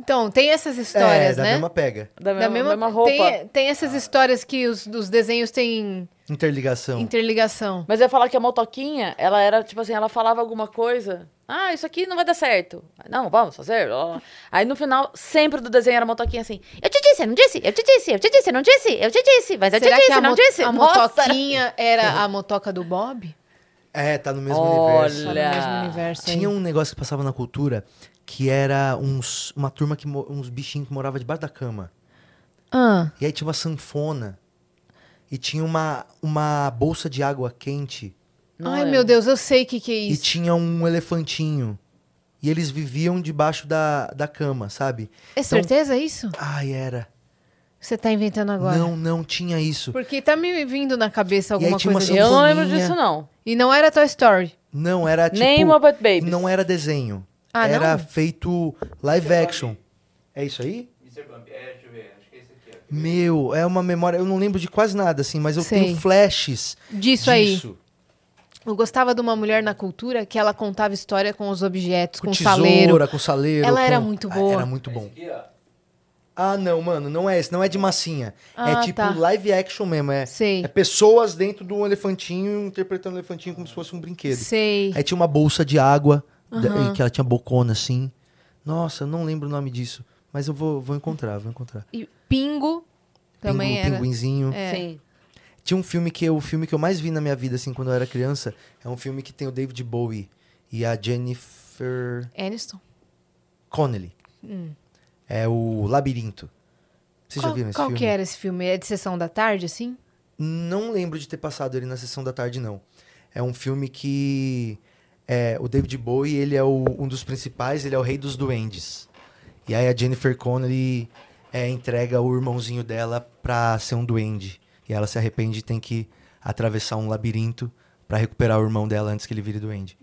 S3: Então, tem essas
S1: É,
S3: histórias,
S1: da
S3: né?
S1: mesma Ah. pega.
S2: Da
S3: Da
S2: mesma,
S3: mesma,
S2: mesma roupa.
S3: Tem, é, tem essas histórias que os, os desenhos têm
S1: Interligação.
S3: interligação.
S2: Mas eu ia falar que a motoquinha, ela era, tipo assim, ela falava alguma coisa. Ah, isso aqui não vai dar certo. Não, vamos fazer. blá, blá, blá. Aí no final, sempre do desenho era a motoquinha assim. Eu te disse, eu não disse, eu te disse, eu te disse, eu não disse, eu te disse, mas eu te
S3: Será que
S2: disse,
S3: a,
S2: não
S3: mo-
S2: disse.
S3: a
S2: Nossa, era-
S3: motoquinha era
S1: [laughs]
S3: a motoca do Bob?
S1: É, tá no mesmo universo.
S3: Só
S2: Olha.
S3: no mesmo universo aí.
S1: Tinha um negócio que passava na cultura que era uns, uma turma que mo- uns bichinhos que morava debaixo da cama.
S3: Ah,
S1: E aí tinha uma sanfona. E tinha uma, uma bolsa de água quente.
S2: Não
S3: Ai,
S2: lembro.
S3: meu Deus, eu sei o que, que é
S1: E
S3: isso.
S1: tinha um elefantinho. E eles viviam debaixo da, da cama, sabe?
S3: É certeza isso?
S1: Ai, era.
S3: Você tá inventando agora?
S1: Não, não tinha isso.
S3: Porque tá me vindo na cabeça
S1: aí
S3: alguma
S1: tinha uma
S3: coisa
S1: sanfona.
S3: disso.
S2: Eu não lembro
S1: Sanfoninha.
S2: disso, não.
S3: E não era Toy Story.
S1: Não, era tipo.
S2: Nem Muppet Babies.
S1: Não era desenho.
S3: Ah, não?
S1: era feito live action. É isso aí?
S7: Mr. Bump, é, deixa eu ver, acho que é esse aqui, ó.
S1: Meu, é uma memória. Eu não lembro de quase nada, assim, mas eu
S3: Sei.
S1: tenho flashes
S3: Disso, aí.
S1: disso.
S3: Eu gostava de uma mulher na cultura que ela contava história com os objetos, com,
S1: Com
S3: o
S1: tesoura,
S3: saleiro.
S1: com saleiro.
S3: Ela era
S1: com-
S3: muito
S1: Ah,
S3: boa.
S1: Era muito bom.
S7: Aqui, ó.
S1: Ah, não, mano, não é esse, não é de massinha.
S3: Ah,
S1: é tipo
S3: tá.
S1: live action mesmo. É,
S3: Sei.
S1: é pessoas dentro de um elefantinho interpretando o elefantinho como se fosse um brinquedo.
S3: Sei.
S1: Aí tinha uma bolsa de água, da- e que ela tinha bocona assim. Nossa, eu não lembro o nome disso. Mas eu vou, vou encontrar, vou encontrar.
S3: E Pingo também
S1: Pingu-
S3: era. É.
S1: Pinguinzinho.
S2: Sim.
S1: Tinha um filme que eu- o filme que eu mais vi na minha vida, assim, quando eu era criança, é um filme que tem o David Bowie e a Jennifer
S3: Aniston.
S1: Connelly. É o Labirinto. Vocês já
S3: Hum. Qual,
S1: viram esse
S3: qual
S1: filme?
S3: que era esse filme? É de sessão da tarde, assim?
S1: Não lembro de ter passado ele na sessão da tarde, não. É um filme que. é, o David Bowie, ele é o- um dos principais, ele é o rei dos duendes. E aí a Jennifer Connelly é, entrega o irmãozinho dela pra ser um duende. E ela se arrepende e tem que atravessar um labirinto pra recuperar o irmão dela antes que ele vire duende.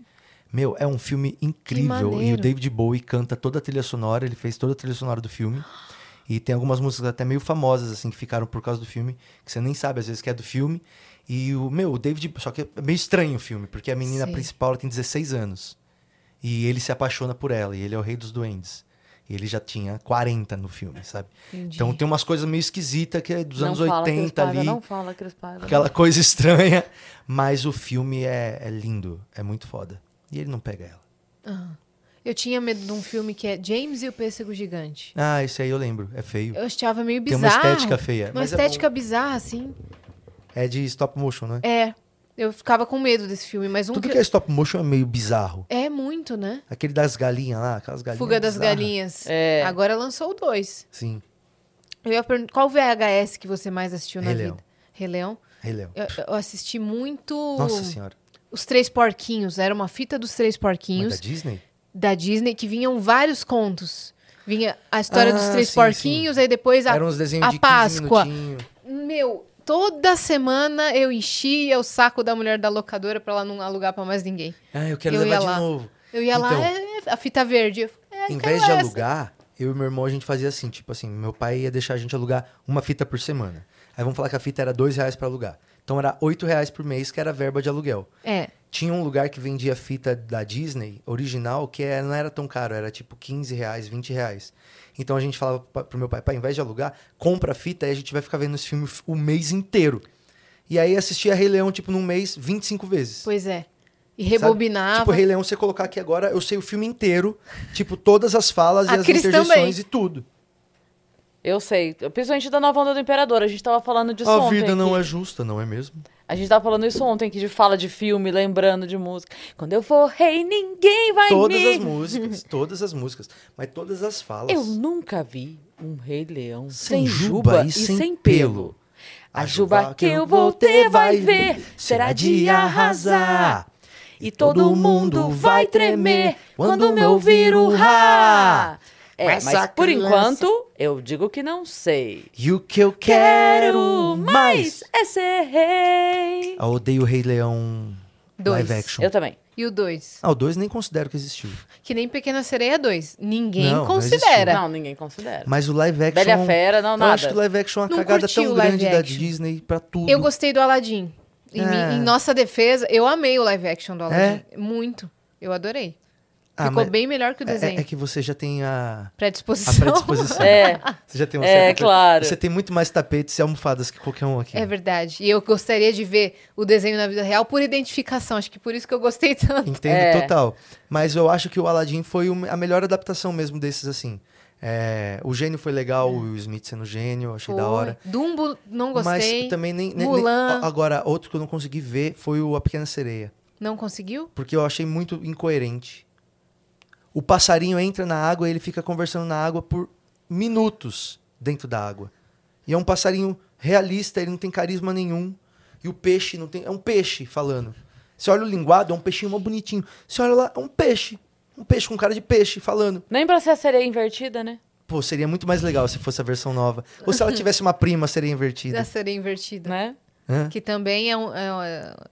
S1: Meu, é um filme incrível. E o
S3: maneiro.
S1: David Bowie canta toda a trilha sonora, ele fez toda a trilha sonora do filme. E tem algumas músicas até meio famosas, assim, que ficaram por causa do filme, que você nem sabe às vezes que é do filme. E o, meu, o David. Só que é meio estranho o filme, porque a menina
S3: Sim.
S1: principal ela tem 16 anos. E ele se apaixona por ela, e ele é o rei dos duendes. E ele já tinha 40 no filme, sabe? Então tem umas coisas meio esquisitas que é dos anos
S2: não fala, Cris
S1: 80
S2: Paiva,
S1: ali.
S2: Não fala, Cris Paiva.
S1: Aquela [laughs] coisa estranha. Mas o filme é, é lindo, é muito foda. E ele não pega ela.
S3: Eu tinha medo de um filme que é James e o Pêssego Gigante.
S1: Ah, esse aí eu lembro, é feio.
S3: Eu achava meio
S1: Tem
S3: bizarro.
S1: uma estética feia,
S3: Uma
S1: mas é
S3: estética bizarra, assim.
S1: É de stop motion, né?
S3: É. Eu ficava com medo desse filme, mas um
S1: Tudo
S3: que-
S1: que é stop motion é meio bizarro.
S3: É muito, né?
S1: Aquele das galinhas lá, aquelas galinhas.
S3: Fuga das
S1: bizarras.
S3: Galinhas.
S2: É.
S3: Agora lançou o dois.
S1: Sim,
S3: Eu ia perguntar, qual VHS que você mais assistiu na
S1: Rei Leão.
S3: vida? Rei Leão.
S1: Rei Leão.
S3: Eu, eu assisti muito
S1: Nossa senhora.
S3: Os Três Porquinhos. Era uma fita dos Três
S1: Mas da
S3: Porquinhos
S1: Disney?
S3: da Disney que vinham vários contos. Vinha a história dos
S1: Ah,
S3: Três
S1: sim,
S3: Porquinhos, aí depois a,
S1: Eram uns desenhos
S3: a
S1: de 15
S3: Páscoa.
S1: minutinhos.
S3: Meu, toda semana eu enchia o saco da mulher da locadora pra ela não alugar pra mais ninguém.
S1: Ah, eu quero
S3: Eu
S1: levar
S3: ia
S1: de
S3: lá.
S1: novo.
S3: Eu ia
S1: Então.
S3: lá, é, é, a fita verde. Eu, é,
S1: Em
S3: quero
S1: vez de
S3: essa.
S1: alugar, eu e meu irmão a gente fazia assim, tipo assim, meu pai ia deixar a gente alugar uma fita por semana. Aí vamos falar que a fita era dois reais pra alugar. Então era oito reais por mês que era a verba de aluguel.
S3: É,
S1: Tinha um lugar que vendia fita da Disney original que é- não era tão caro, era tipo 15 reais, 20 reais. Então a gente falava pa- pro meu pai, pai, em vez de alugar, compra a fita e a gente vai ficar vendo esse filme f- o mês inteiro. E aí assistia Rei Leão, tipo, num mês, 25 vezes.
S3: pois é. E
S1: sabe?
S3: rebobinava.
S1: Tipo, Rei Leão, você colocar aqui agora, eu sei o filme inteiro, tipo, todas as falas
S3: A
S1: e as
S3: Cris
S1: interjeições
S3: também.
S1: e tudo.
S2: Eu sei. Principalmente da nova onda do imperador. A gente tava falando disso
S1: A
S2: ontem.
S1: vida não
S2: que-
S1: é justa, não é mesmo?
S2: A gente tava falando isso ontem, que de fala de filme, lembrando de música. Quando eu for rei, ninguém vai
S1: todas
S2: me...
S1: as músicas, todas as músicas, mas todas as falas.
S2: Eu nunca vi um rei leão sem,
S1: Sem juba
S2: juba
S1: e
S2: e
S1: sem
S2: sem,
S1: pelo.
S2: pelo.
S1: A
S2: A
S1: juba
S2: juba que eu vou ter vai ver, será de arrasar. E todo mundo vai tremer quando me ouvir o rá. É,
S1: Mas
S2: mas,
S1: a
S2: por
S1: criança-
S2: enquanto, eu digo que não sei.
S1: E o que eu quero mais.
S2: é ser rei.
S1: Ah, odeio o Rei Leão
S3: Dois.
S1: live action.
S2: Eu também.
S3: E o 2?
S1: Ah, o 2 nem considero que existiu.
S3: Que nem Pequena Sereia 2. Ninguém
S1: Não, não
S3: considera.
S2: Não, ninguém considera.
S1: Mas o live action.
S2: Bela e a Fera, não,
S1: eu
S2: nada.
S1: acho que o live action é uma
S3: Não
S1: cagada
S3: curti
S1: tão
S3: o live
S1: grande da
S3: action.
S1: Disney pra tudo.
S3: Eu gostei do Aladdin. Em,
S1: É.
S3: mim- em nossa defesa, eu amei o live action do Aladdin. Muito. Eu adorei.
S1: Ah,
S3: Ficou
S1: mas
S3: bem melhor que o
S1: é-
S3: desenho.
S1: É,
S3: [laughs]
S1: é que você já tem a, a
S3: Predisposição.
S1: predisposição.
S2: É.
S1: Você já tem uma
S2: É,
S1: certa-
S2: claro.
S1: Você tem muito mais tapetes e almofadas que qualquer um
S3: [laughs]
S1: aqui.
S3: É verdade. E eu gostaria de ver o desenho na vida real por identificação. Acho que por isso que eu gostei tanto.
S1: Entendo
S2: É.
S1: total. Mas eu acho que o Aladdin foi o- a melhor adaptação mesmo desses, assim. É, o gênio foi legal, o Will Smith sendo gênio, achei da hora.
S3: Foi. Dumbo, não gostei.
S1: Mas também nem, nem- nem-
S3: Mulan.
S1: Agora, outro que eu não consegui ver foi o A Pequena Sereia.
S3: Não conseguiu?
S1: Porque eu achei muito incoerente. O passarinho entra na água e ele fica conversando na água por minutos dentro da água. E é um passarinho realista, ele não tem carisma nenhum. E o peixe não tem. É um peixe falando. Você olha o linguado, é um peixinho mó bonitinho. Você olha lá, é um peixe. Um peixe com cara de peixe falando.
S2: Nem pra ser a sereia invertida, né?
S1: Pô, seria muito mais legal se fosse a versão nova. Ou se ela tivesse uma prima, seria
S3: Da
S1: invertida.
S3: sereia invertida.
S2: Né?
S1: Hã?
S3: Que também é, um- é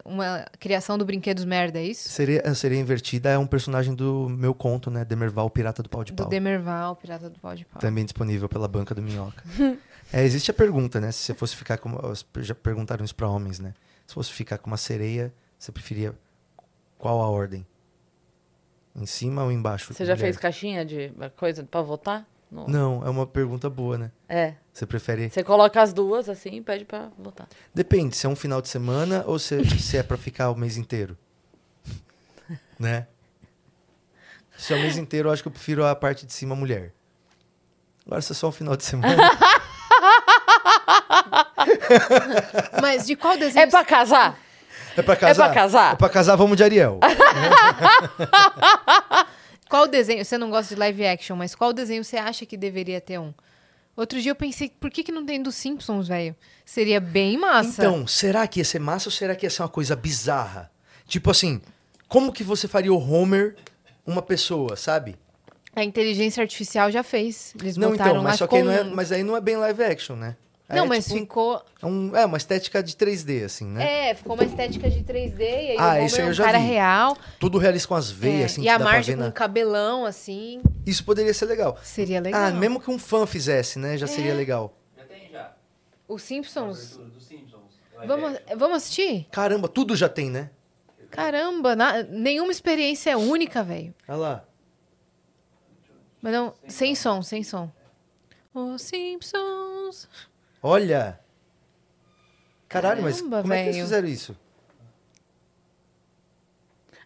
S3: uma- uma criação do Brinquedos Merda, é isso?
S1: Seria, seria invertida é um personagem do meu conto, né? Demerval, Pirata do Pau de
S3: Do
S1: Pau.
S3: Demerval, Pirata do Pau de Pau.
S1: Também disponível pela banca do Minhoca.
S2: [laughs]
S1: É, existe a pergunta, né? Se você fosse ficar com. as- Já perguntaram isso pra homens, né? Se fosse ficar com uma sereia, você preferia qual a ordem? Em cima ou embaixo?
S2: Você já
S1: mulher?
S2: fez caixinha de coisa pra votar? No-
S1: Não, é uma pergunta boa, né?
S2: É.
S1: Você prefere.
S2: Você coloca as duas assim e pede pra votar.
S1: Depende, se é um final de semana ou se, se é pra ficar o
S2: [laughs]
S1: mês inteiro. né? Se é o mês inteiro, eu acho que eu prefiro a parte de cima mulher. Agora, se é só um final
S2: [laughs]
S1: de semana.
S3: Mas de qual desenho?
S2: É pra casar?
S1: é pra casar?
S2: casar?
S1: É pra casar, vamos de Ariel.
S3: Qual desenho? Você não gosta de live action, mas qual desenho você acha que deveria ter um? Outro dia eu pensei, por que, que não tem dos Simpsons, velho? Seria bem massa.
S1: Então, será que ia ser massa ou será que ia ser uma coisa bizarra? Tipo assim, como que você faria o Homer uma pessoa, sabe?
S3: A inteligência artificial já fez. Eles
S1: não,
S3: botaram
S1: então, mas
S3: lá,
S1: só que aí
S3: ficou
S1: não é,
S3: um-
S1: mas aí não é bem live action, né? Aí
S3: Não,
S1: é
S3: mas
S1: tipo um-
S3: ficou.
S1: é um- é uma estética de 3D, assim, né?
S3: É, ficou uma estética de 3D e aí
S1: Ah,
S3: o Homer
S1: isso aí eu
S3: é um
S1: já
S3: cara
S1: vi.
S3: real.
S1: Tudo realista com as veias,
S3: é,
S1: assim,
S3: e
S1: que
S3: a
S1: dá pra
S3: Marge
S1: ver
S3: com
S1: na...
S3: um cabelão, assim.
S1: Isso poderia ser legal.
S3: Seria legal. É.
S1: Ah, mesmo que um fã fizesse, né? Já seria legal.
S7: Já tem já.
S3: Os Simpsons.
S7: Abertura dos Simpsons.
S3: Vamos, vamos assistir?
S1: Caramba, tudo já tem, né?
S3: Caramba, na- nenhuma experiência é única, velho.
S1: Olha lá.
S3: Mas não, sem som, sem som. Os Simpsons.
S1: Olha! Caralho, mas
S3: Caramba,
S1: como é que eles
S3: velho.
S1: fizeram isso?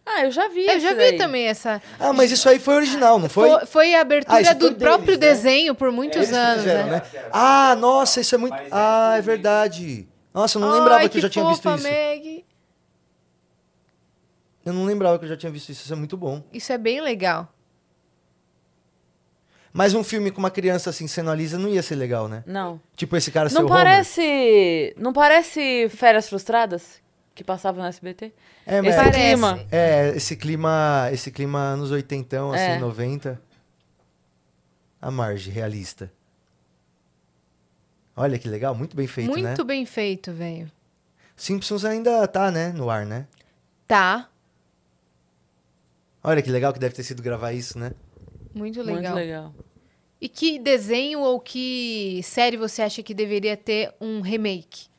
S2: Ah, eu já vi.
S3: Eu já
S2: esses
S3: vi
S2: aí.
S3: também essa.
S1: Ah, mas isso aí foi original, não foi?
S3: Foi, foi a
S1: Ah,
S3: abertura
S1: isso
S3: do
S1: foi deles,
S3: próprio
S1: né?
S3: desenho por muitos
S1: Eles que
S3: anos,
S1: fizeram,
S3: né?
S1: né? Ah, nossa, isso é muito.
S7: Mas é
S1: Ah, é
S7: tudo
S1: verdade. Nossa, eu não lembrava
S3: Ai,
S1: que eu já tinha
S3: fofa,
S1: visto isso.
S3: Meg.
S1: Eu não lembrava que eu já tinha visto isso, isso é muito bom.
S3: Isso é bem legal.
S1: Mas um filme com uma criança assim sendo a Lisa não ia ser legal, né?
S2: Não.
S1: Tipo esse cara ser
S2: Não
S1: o
S2: parece. Não parece Férias Frustradas? Que passava no SBT?
S1: Homer. É, mas-
S2: Esse
S3: Parece.
S2: clima.
S1: É, esse clima, esse clima anos 80, assim,
S2: É.
S1: 90. A Marge, realista. Olha que legal, muito bem feito, né?
S3: Muito bem feito, velho.
S1: Simpsons ainda tá, né, no ar, né?
S3: Tá.
S1: Olha que legal que deve ter sido gravar isso, né?
S3: Muito legal.
S2: Muito legal.
S3: E que desenho ou que série você acha que deveria ter um remake?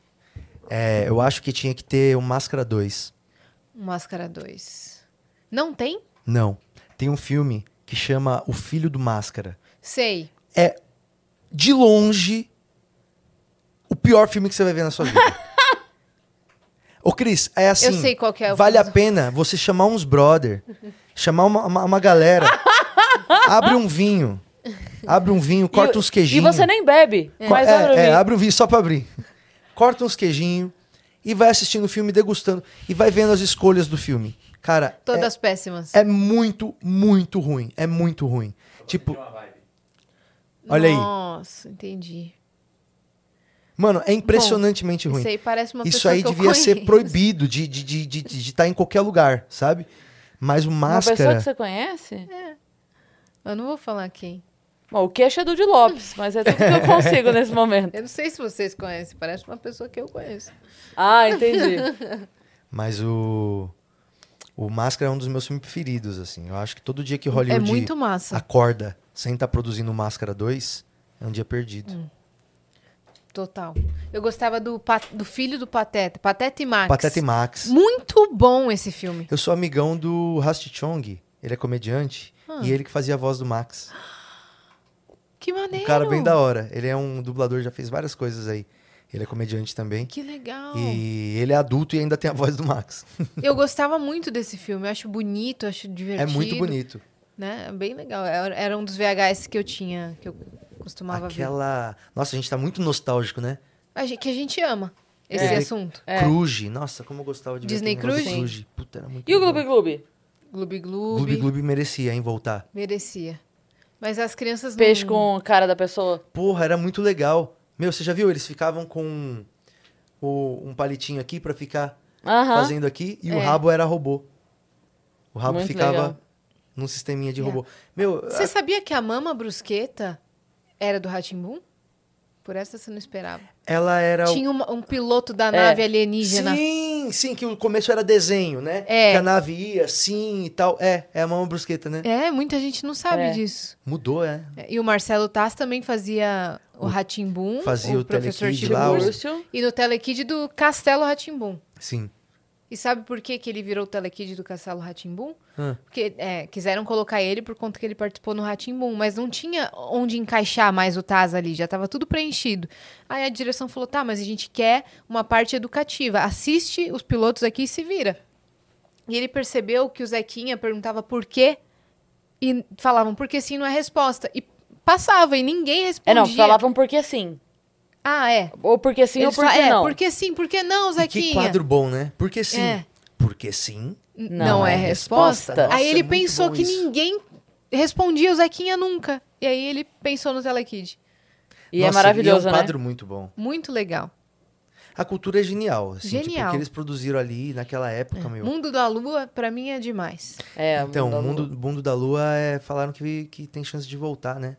S1: É, eu acho que tinha que ter o Máscara 2.
S3: Um Máscara 2. Não tem?
S1: Não. Tem um filme que chama O Filho do Máscara. É,
S3: Sei.
S1: De longe, o pior filme que você vai ver na sua
S3: [laughs]
S1: vida. Ô, Cris, é assim.
S3: Eu sei qual que é o
S1: Vale a
S3: filme do-
S1: pena você chamar
S3: [laughs]
S1: uns brother, chamar uma, uma, uma galera, abre um vinho, Abre um vinho, corta
S2: e,
S1: uns queijinhos.
S2: E você nem bebe,
S1: Co-
S2: mas
S1: é,
S2: abre o
S1: é,
S2: vinho.
S1: abre o vinho só pra abrir. Corta uns queijinhos e vai assistindo o filme, degustando. E vai vendo as escolhas do filme. Cara, é,
S3: Todas péssimas.
S1: é muito, muito ruim. É muito ruim. Tipo, olha aí.
S3: Nossa, entendi.
S1: mano, é impressionantemente ruim.
S3: Isso aí parece uma
S1: Isso
S3: pessoa
S1: aí
S3: que eu
S1: devia ser
S3: conheço.
S1: proibido de estar de, de, de, de tá em qualquer lugar, sabe? Mas o
S2: Uma pessoa que
S1: máscara.
S2: você conhece?
S3: Eu não vou falar quem.
S2: Bom, o queixo é do de Lopes, mas é tudo que
S1: [laughs]
S2: eu consigo nesse momento.
S3: Eu não sei se vocês conhecem, parece uma pessoa que eu conheço.
S2: Ah, entendi.
S1: Mas o. O Máscara é um dos meus filmes preferidos, assim. Eu acho que todo dia que Hollywood
S3: é muito massa.
S1: acorda sem estar produzindo Máscara 2, é um dia perdido.
S3: Hum. Total. Eu gostava do, Pa- do filho do Pateta, Pateta e Max.
S1: Pateta e Max.
S3: Muito bom esse filme.
S1: Eu sou amigão do Rasti Chong, ele é comediante, e ele que fazia a voz do Max.
S3: Que maneiro.
S1: Um cara bem da hora. Ele é um dublador, já fez várias coisas aí. Ele é comediante também.
S3: Que legal.
S1: E ele é adulto e ainda tem a voz do Max.
S3: Eu gostava muito desse filme. Eu acho bonito, eu acho divertido.
S1: É muito bonito.
S3: Né? É bem legal. Era era um dos VHS que eu tinha, que eu costumava ver.
S1: Aquela. Nossa, a gente tá muito nostálgico, né?
S3: A gente- que a gente ama esse
S1: É.
S3: assunto.
S1: Cruze. Nossa, como eu gostava de
S3: Disney
S1: ver aquele negócio do
S3: Cruise?
S1: Cruze. Puta, era muito
S2: E o é
S1: legal.
S2: Gloob Gloob?
S3: É, Gloob
S1: Gloob
S3: Gloob.
S1: Gloob merecia, hein, voltar.
S3: Merecia. Mas as crianças não...
S2: Peixe com a cara da pessoa.
S1: Porra, era muito legal. Meu, você já viu? Eles ficavam com o- um palitinho aqui pra ficar
S2: Aham.
S1: fazendo aqui e o
S3: É.
S1: rabo era robô. O rabo
S2: Muito
S1: ficava
S2: legal.
S1: num sisteminha de
S3: É.
S1: robô. Meu,
S3: Você
S1: a-
S3: sabia que a Mama Brusqueta era do Ratimbum? Por essa você não esperava.
S1: ela era o-
S3: Tinha uma- um piloto da nave alienígena.
S1: É.
S2: né?
S1: Sim, sim, que o começo era desenho, né?
S3: É.
S1: Que a nave ia assim e tal. É, é a mama brusqueta, né?
S3: É, muita gente não sabe
S2: É.
S3: disso.
S1: Mudou, é.
S3: É, E o Marcelo Taz também fazia o Ratimbum,
S1: fazia o
S3: professor
S1: Telekid
S2: Tipo,
S3: Tiburcio,
S1: lá, o-
S2: Lúcio.
S3: e no Telekid do Castelo Ratimbum.
S1: Sim.
S3: E sabe por que, que ele virou o Telekid do Castelo Ratimbum?
S1: Hã.
S3: Porque é, quiseram colocar ele por conta que ele participou no Ratimbum, mas não tinha onde encaixar mais o Taz ali, já estava tudo preenchido. Aí a direção falou: tá, mas a gente quer uma parte educativa. Assiste os pilotos aqui e se vira. E ele percebeu que o Zequinha perguntava por quê e falavam porque sim não é resposta. E passava e ninguém respondia.
S2: É, não, falavam porque sim.
S3: Ah, é.
S2: Ou porque sim
S3: Eles
S2: ou porque
S3: falavam, é,
S2: não.
S3: porque sim, porque não,
S1: E
S3: Zequinha.
S1: que quadro bom, né? Porque sim.
S3: É.
S1: Porque sim.
S3: não,
S2: Não
S3: é
S2: é
S3: resposta.
S2: resposta.
S3: aí
S1: Nossa,
S3: ele
S1: é muito
S3: pensou
S1: bom
S3: que
S1: isso.
S3: ninguém respondia o Zequinha nunca. E aí ele pensou no Telekid.
S2: E é
S1: Nossa,
S2: maravilhoso,
S1: é um
S2: né?
S1: quadro muito bom.
S3: Muito legal.
S1: A cultura é genial. Assim, tipo,
S3: Genial.
S1: o que eles produziram ali naquela época, meu.
S3: Mundo da Lua, pra mim, é demais.
S2: É,
S1: Então,
S2: da
S1: o mundo,
S2: Lua.
S1: mundo da Lua é, falaram que, que tem chance de voltar, né?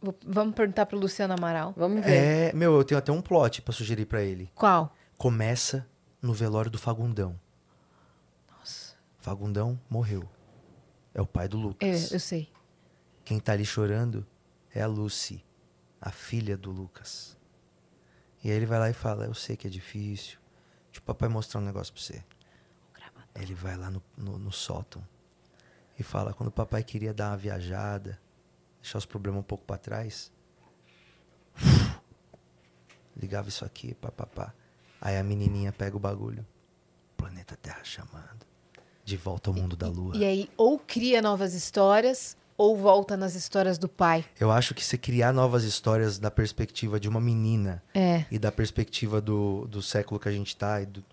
S3: Vou- vamos perguntar pro Luciano Amaral.
S2: Vamos ver.
S1: É, meu, eu tenho até um plot pra sugerir pra ele.
S3: Qual?
S1: Começa no velório do Fagundão. Nossa. Fagundão morreu. É o pai do
S3: É,
S1: Lucas.
S3: eu sei.
S1: Quem tá ali chorando é a Lucy, a filha do Lucas. E aí ele vai lá e fala: Eu sei que é difícil. Deixa o papai mostrar um negócio pra você. Ele vai lá no, no, no sótão e fala: Quando o papai queria dar uma viajada, deixar os problemas um pouco pra trás, ligava isso aqui, papapá. Aí a menininha pega o bagulho. Planeta Terra chamando. De volta ao mundo da lua.
S3: E aí, ou cria novas histórias, ou volta nas histórias do pai.
S1: Eu acho que se criar novas histórias da perspectiva de uma menina
S3: É.
S1: e da perspectiva do, do século que a gente tá, e do-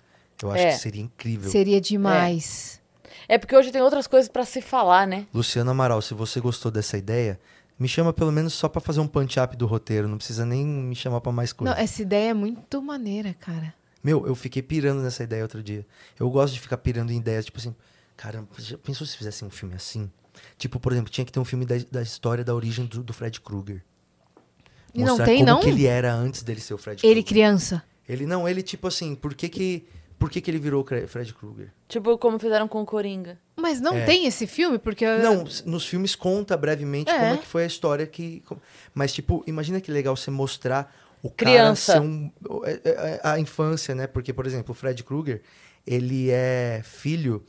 S1: eu acho
S2: É.
S1: que seria incrível.
S3: Seria demais.
S2: É porque hoje tem outras coisas pra se falar, né?
S1: Luciano Amaral, se você gostou dessa ideia, me chama pelo menos só pra fazer um punch-up do roteiro, não precisa nem me chamar pra mais coisa.
S3: Não, essa ideia é muito maneira, cara.
S1: Meu, eu fiquei pirando nessa ideia outro dia. Eu gosto de ficar pirando em ideias, tipo assim, caramba, já pensou se fizesse um filme assim? Tipo, por exemplo, tinha que ter um filme da, da história da origem do, do Fred Krueger.
S3: E não
S1: Mostrar
S3: tem,
S1: como
S3: não?
S1: que ele era antes dele ser o Fred
S3: Ele
S1: Krueger.
S3: criança.
S1: Ele não, ele tipo assim, por que que, por que, que ele virou o Cre- Fred Krueger?
S2: Tipo como fizeram com o Coringa.
S3: Mas não tem esse filme, porque...
S1: É. Não, s- nos filmes conta brevemente
S3: É.
S1: como é que foi a história que, com- mas tipo, imagina que legal você mostrar o
S2: Criança.
S1: cara ser um, o- é- é- a infância, né? Porque por exemplo, o Fred Krueger, ele é filho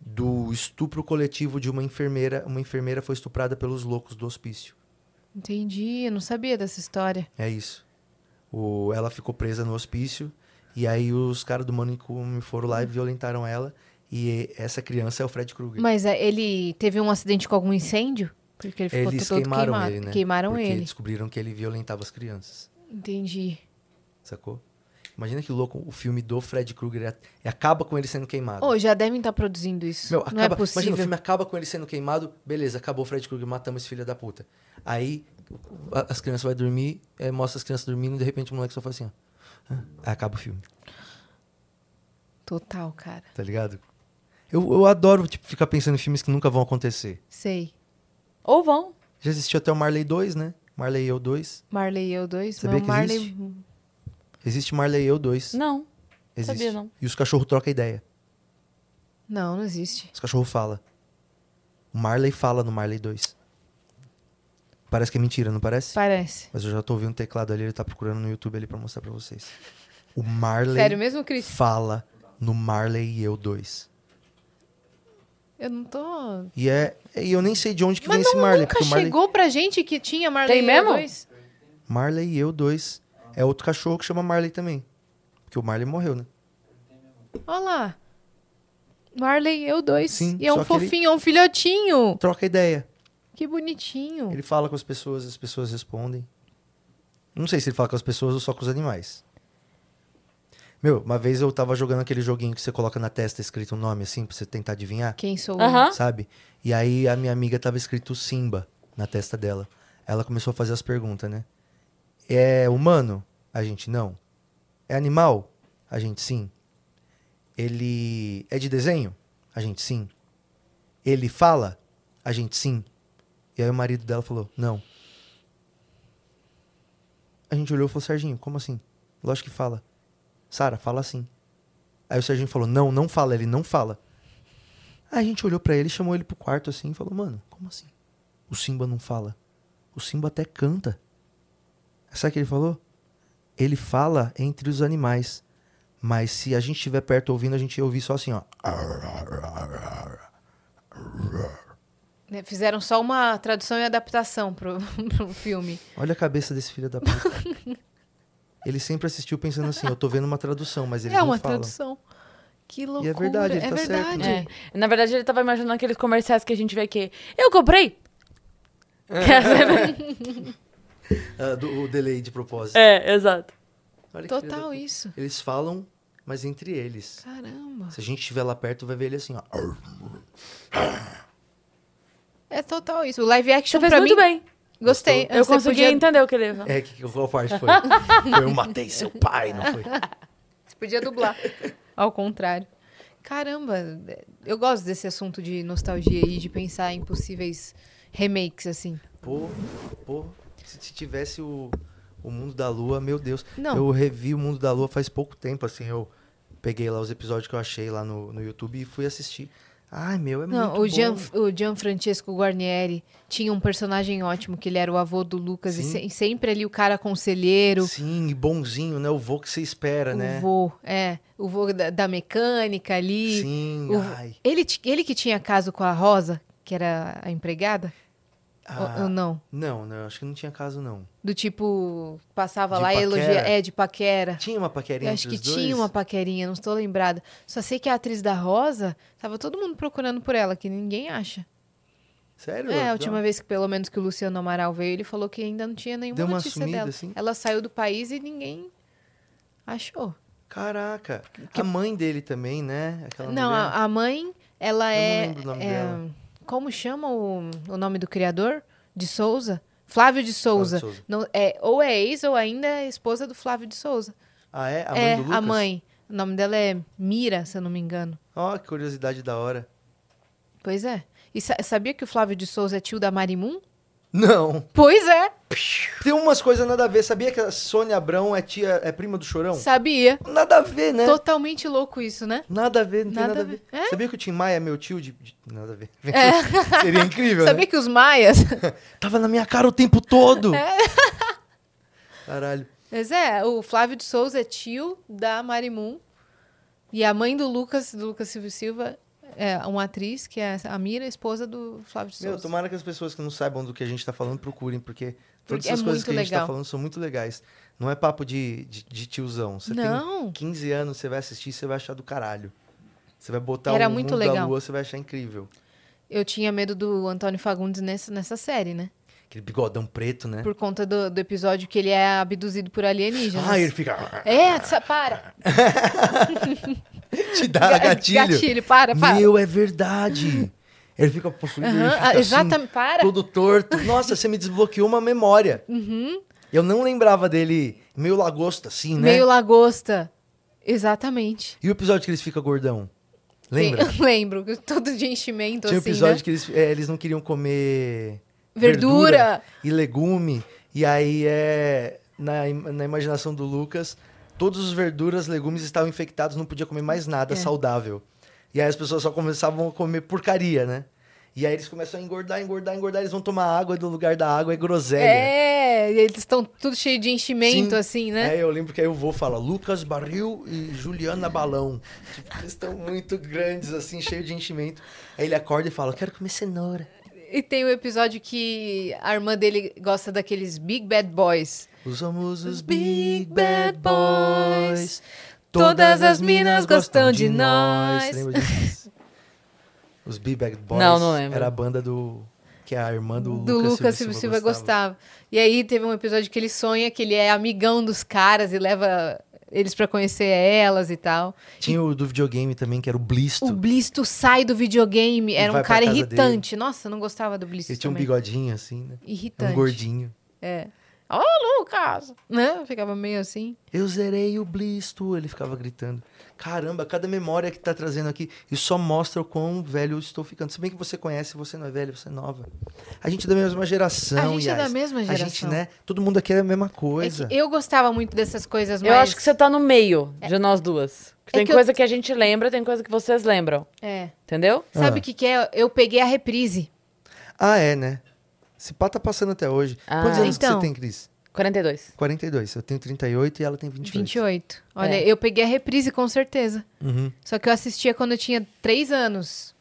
S1: do estupro coletivo de uma enfermeira, uma enfermeira foi estuprada pelos loucos do hospício.
S3: Entendi, eu não sabia dessa história.
S1: É isso. O, ela ficou presa no hospício e aí os caras do manicômio foram lá e
S3: Uhum.
S1: violentaram ela. E essa criança é o Fred Krueger.
S3: Mas é, ele teve um acidente com algum incêndio? Porque ele ficou
S1: Eles
S3: todo
S1: queimaram
S3: queimado.
S1: ele, né?
S3: Queimaram
S1: Porque
S3: ele.
S1: descobriram que ele violentava as crianças.
S3: Entendi.
S1: Sacou? Imagina que louco o filme do Fred Krueger é- e acaba com ele sendo queimado.
S3: Ô, já devem estar produzindo isso.
S1: Meu,
S3: Não é
S1: acaba, imagina,
S3: possível.
S1: o filme acaba com ele sendo queimado, beleza, acabou o Fred Krueger, matamos esse filho da puta. Aí a- as crianças vão dormir, é, mostra as crianças dormindo e de repente o moleque só faz assim, ó. Aí acaba o filme, é
S3: Total, cara.
S1: tá ligado? Eu, eu adoro tipo, ficar pensando em filmes que nunca vão acontecer.
S3: Sei.
S2: Ou vão.
S1: Já existiu até o Marley 2, né? Marley e eu 2.
S3: Marley e eu dois.
S1: Sabia
S3: mas o
S1: que
S3: Marley...
S1: Existe Marley e eu 2.
S2: Não.
S1: Existe.
S2: sabia, não.
S1: E os cachorros trocam ideia.
S3: Não, não existe.
S1: Os cachorros falam. O Marley fala no Marley 2. Parece que é mentira, não parece?
S3: Parece.
S1: Mas eu já tô ouvindo um teclado ali, ele tá procurando no YouTube ali pra mostrar pra vocês. O Marley
S3: Sério mesmo, Cris?
S1: fala no Marley e eu 2.
S3: Eu não tô...
S1: E é. E eu nem sei de onde que vem
S3: Mas
S1: esse
S3: não,
S1: Marley,
S3: nunca
S1: porque o Marley.
S3: chegou pra gente que tinha Marley
S2: Tem
S3: e
S2: mesmo?
S3: eu dois.
S1: Marley e eu 2 é outro cachorro que chama Marley também. Porque o Marley morreu, né?
S3: Olha lá. Marley e eu dois.
S1: Sim,
S3: e é um
S1: só que ele-
S3: fofinho, é um filhotinho.
S1: Troca ideia.
S3: Que bonitinho.
S1: Ele fala com as pessoas, as pessoas respondem. Não sei se ele fala com as pessoas ou só com os animais. Meu, uma vez eu tava jogando aquele joguinho que você coloca na testa escrito um nome assim pra você tentar adivinhar,
S3: Quem sou eu?
S2: Aham.
S1: sabe? E aí a minha amiga tava escrito Simba na testa dela. Ela começou a fazer as perguntas, né? É humano? A gente não. É animal? A gente sim. Ele é de desenho? A gente sim. Ele fala? A gente sim. E aí o marido dela falou, não. A gente olhou e falou, Serginho, como assim? Lógico que fala. Sara, fala assim. Aí o Serginho falou, não, não fala, ele não fala. Aí a gente olhou pra ele, chamou ele pro quarto assim e falou, mano, como assim? O Simba não fala. O Simba até canta. Sabe o que ele falou? Ele fala entre os animais. Mas se a gente estiver perto ouvindo, a gente ia ouvir só assim, ó.
S3: Né, Fizeram só uma tradução e adaptação pro, [laughs] pro filme.
S1: Olha a cabeça desse filho
S3: [laughs]
S1: da puta. ele sempre assistiu pensando assim, eu tô vendo uma tradução, mas eles
S3: é
S1: não
S3: uma
S1: falam.
S3: tradução. Que loucura.
S1: verdade, ele
S3: é
S1: tá certo,
S3: verdade.
S1: né?
S2: É. Na verdade, ele tava imaginando aqueles comerciais que a gente vê que eu comprei.
S3: [laughs]
S2: É,
S1: Ah, do, o delay de propósito.
S2: exato.
S1: Olha que filho da
S3: É, Total
S1: puta.
S3: isso.
S1: Eles falam, mas entre eles.
S3: Caramba.
S1: Se a gente estiver lá perto, vai ver ele assim, ó.
S3: É total isso. O live
S2: Você
S3: action
S2: fez
S3: pra
S2: muito
S3: mim.
S2: bem.
S3: Gostei.
S2: Eu
S3: Você
S2: consegui
S3: podia,
S2: entender o que ele ia falar.
S1: É, que, que- qual parte
S3: [laughs]
S1: foi? foi eu matei seu pai, não foi?
S3: você podia dublar. Ao contrário. Caramba, eu gosto desse assunto de nostalgia e de pensar em possíveis remakes, assim.
S1: Pô, pô, se, se tivesse o, o Mundo da Lua, meu Deus.
S3: Não.
S1: Eu revi o Mundo da Lua faz pouco tempo, assim, eu peguei lá os episódios que eu achei lá no, no YouTube e fui assistir. Ai, meu, é
S3: Não,
S1: muito
S3: o, Gian,
S1: bom.
S3: o Gianfrancesco Guarnieri tinha um personagem ótimo, que ele era o avô do Lucas, e
S1: Sim.
S3: se- e sempre ali o cara conselheiro,
S1: Sim, e bonzinho, né? O vô que você espera,
S3: o
S1: né?
S3: vô, é, o vô da, da mecânica ali.
S1: Sim,
S3: o-
S1: ai.
S3: ele, ti- ele que tinha caso com a Rosa, que era a empregada, ou-
S1: ah,
S3: ou não?
S1: Não, não, acho que não tinha caso, não.
S3: Do tipo, passava
S1: De
S3: lá e elogia,
S1: paquera?
S3: é, de paquera.
S1: Tinha uma paquerinha
S3: Eu acho
S1: entre
S3: que
S1: os dois?
S3: tinha uma paquerinha, não estou lembrada. Só sei que a atriz da Rosa, tava todo mundo procurando por ela, que ninguém acha.
S1: Sério?
S3: É,
S1: Não.
S3: a última vez que, pelo menos, que o Luciano Amaral veio, ele falou que ainda não tinha nenhuma
S1: Deu uma
S3: notícia
S1: sumida,
S3: dela.
S1: assim?
S3: Ela saiu do país e ninguém achou.
S1: Caraca. A mãe dele também, né? Aquela
S3: não,
S1: mulher.
S3: a, a mãe, ela
S1: Eu não
S3: é.
S1: lembro o nome
S3: é,
S1: dela.
S3: Como chama o, o nome do criador? De Souza? Flávio de Souza.
S1: Souza.
S3: Não, é, ou é ex ou ainda é esposa do Flávio de Souza.
S1: Ah, é? A mãe
S3: é,
S1: do Lucas?
S3: a mãe. O nome dela é Mira, se eu não me engano.
S1: Ó, que curiosidade da hora.
S3: Pois é. E sa- sabia que o Flávio de Souza é tio da Marimum?
S1: Não.
S3: Pois é.
S1: Tem umas coisas nada a ver. Sabia que a Sônia Abrão é tia, é prima do Chorão?
S3: Sabia.
S1: Nada a ver, né?
S3: Totalmente louco isso, né?
S1: Nada a ver, não tem
S3: Nada
S1: nada,
S3: a
S1: a ver.
S3: ver. É?
S1: Sabia que o Tim Maia é meu tio de... de- Nada a ver. [laughs]
S3: [laughs]
S1: Seria incrível,
S3: Sabia
S1: né?
S3: que É. os maias
S1: [laughs] Tava na minha cara o tempo todo. [laughs] Caralho.
S3: Mas é, o Flávio de Souza é tio da Marimun. E a mãe do Lucas, do Lucas Silva Silva, é uma atriz, que é a Mira, esposa do Flávio de Souza.
S1: Meu, tomara que as pessoas que não saibam do que a gente tá falando procurem, porque todas
S3: Porque é
S1: essas coisas
S3: muito
S1: que a gente
S3: legal.
S1: tá falando são muito legais. Não é papo de, de, de tiozão. Você
S3: Não.
S1: tem 15 anos, você vai assistir, você vai achar do caralho. Você vai botar
S3: Era
S1: o
S3: muito
S1: mundo da
S3: legal.
S1: lua, você vai achar incrível.
S3: Eu tinha medo do Antônio Fagundes nessa, nessa série, né?
S1: Aquele bigodão preto, né?
S3: Por conta do, do episódio que ele é abduzido por alienígenas.
S1: Ah, ele fica.
S3: É, sa- para.
S1: Te dá
S3: Ga-
S1: Ah, gatilho.
S3: é, gatilho, para, para.
S1: Meu, é verdade. Ele fica possuído. ele
S3: Aham,
S1: fica
S3: ah,
S1: assim,
S3: exatamente, para.
S1: Todo torto. Nossa, você me desbloqueou uma memória.
S3: Uhum.
S1: Eu não lembrava dele meio lagosta, assim, né?
S3: Meio lagosta. Exatamente.
S1: E o episódio que eles ficam gordão? Lembra?
S3: Sim, [laughs] lembro. Todo de enchimento,
S1: Tinha um
S3: assim,
S1: episódio
S3: né?
S1: que eles, é, eles não queriam comer
S3: Verdura.
S1: e legume. E aí é. Na, im- na imaginação do Lucas, todos os verduras, legumes estavam infectados, não podia comer mais
S3: É.
S1: nada saudável. E aí as pessoas só começavam a comer porcaria, né? E aí eles começam a engordar, engordar, engordar, eles vão tomar água e do lugar da água é groselha.
S3: É, e eles estão tudo cheio de enchimento,
S1: Sim. É,
S3: assim, né?
S1: Aí eu lembro que aí eu vou falar Lucas Barril e Juliana Balão. Tipo, eles estão muito grandes, assim, cheio de enchimento. Aí ele acorda e fala: Quero comer cenoura.
S3: E tem o episódio que a irmã dele gosta daqueles Big Bad Boys.
S1: Somos os
S3: Big
S1: Big
S3: Bad
S1: Bad
S3: Boys.
S1: Boys.
S3: Todas as minas gostam de nós.
S1: Você lembra
S3: [laughs]
S1: disso? os Big Bad Boys.
S2: Não, não lembro.
S1: Era a banda do. Que a irmã do,
S3: do Lucas Silva, Silva gostava. E aí teve um episódio que ele sonha que ele é amigão dos caras e leva eles pra conhecer elas e tal.
S1: Tinha o do videogame também, que era o Blisto.
S3: O Blisto sai do videogame, era um
S1: vai pra
S3: cara
S1: casa
S3: irritante. Nossa, eu não gostava do Blisto
S1: Ele tinha um
S3: também.
S1: bigodinho assim, né?
S3: Irritante.
S1: Um gordinho.
S3: Ô, Lucas! Né? Ficava meio assim.
S1: Eu zerei o Blisto, ele ficava gritando. Caramba, cada memória que tá trazendo aqui, isso só mostra o quão velho eu estou ficando. Se bem que você conhece, você não é velho, você é nova. A gente é da mesma geração,
S3: A gente é
S1: Yas.
S3: da mesma
S1: A gente,
S3: geração.
S1: né? Todo mundo aqui é a mesma
S3: É
S1: coisa.
S3: que eu gostava muito dessas coisas, mas...
S2: Eu acho que você tá no meio de nós duas. Tem
S3: É. que eu-
S2: coisa que a gente lembra, tem coisa que vocês lembram.
S3: É.
S2: Entendeu?
S3: Sabe o
S1: Ah.
S3: que que é? Eu peguei a reprise.
S1: Ah, é, né? Esse pá tá passando até hoje.
S2: Ah.
S1: Quantos anos que
S3: Então.
S1: você tem, Cris?
S2: 42.
S1: 42. Eu tenho 38 e ela tem 28.
S3: 28. Olha,
S2: É.
S3: eu peguei a reprise com certeza.
S1: Uhum.
S3: Só que eu assistia quando eu tinha três anos.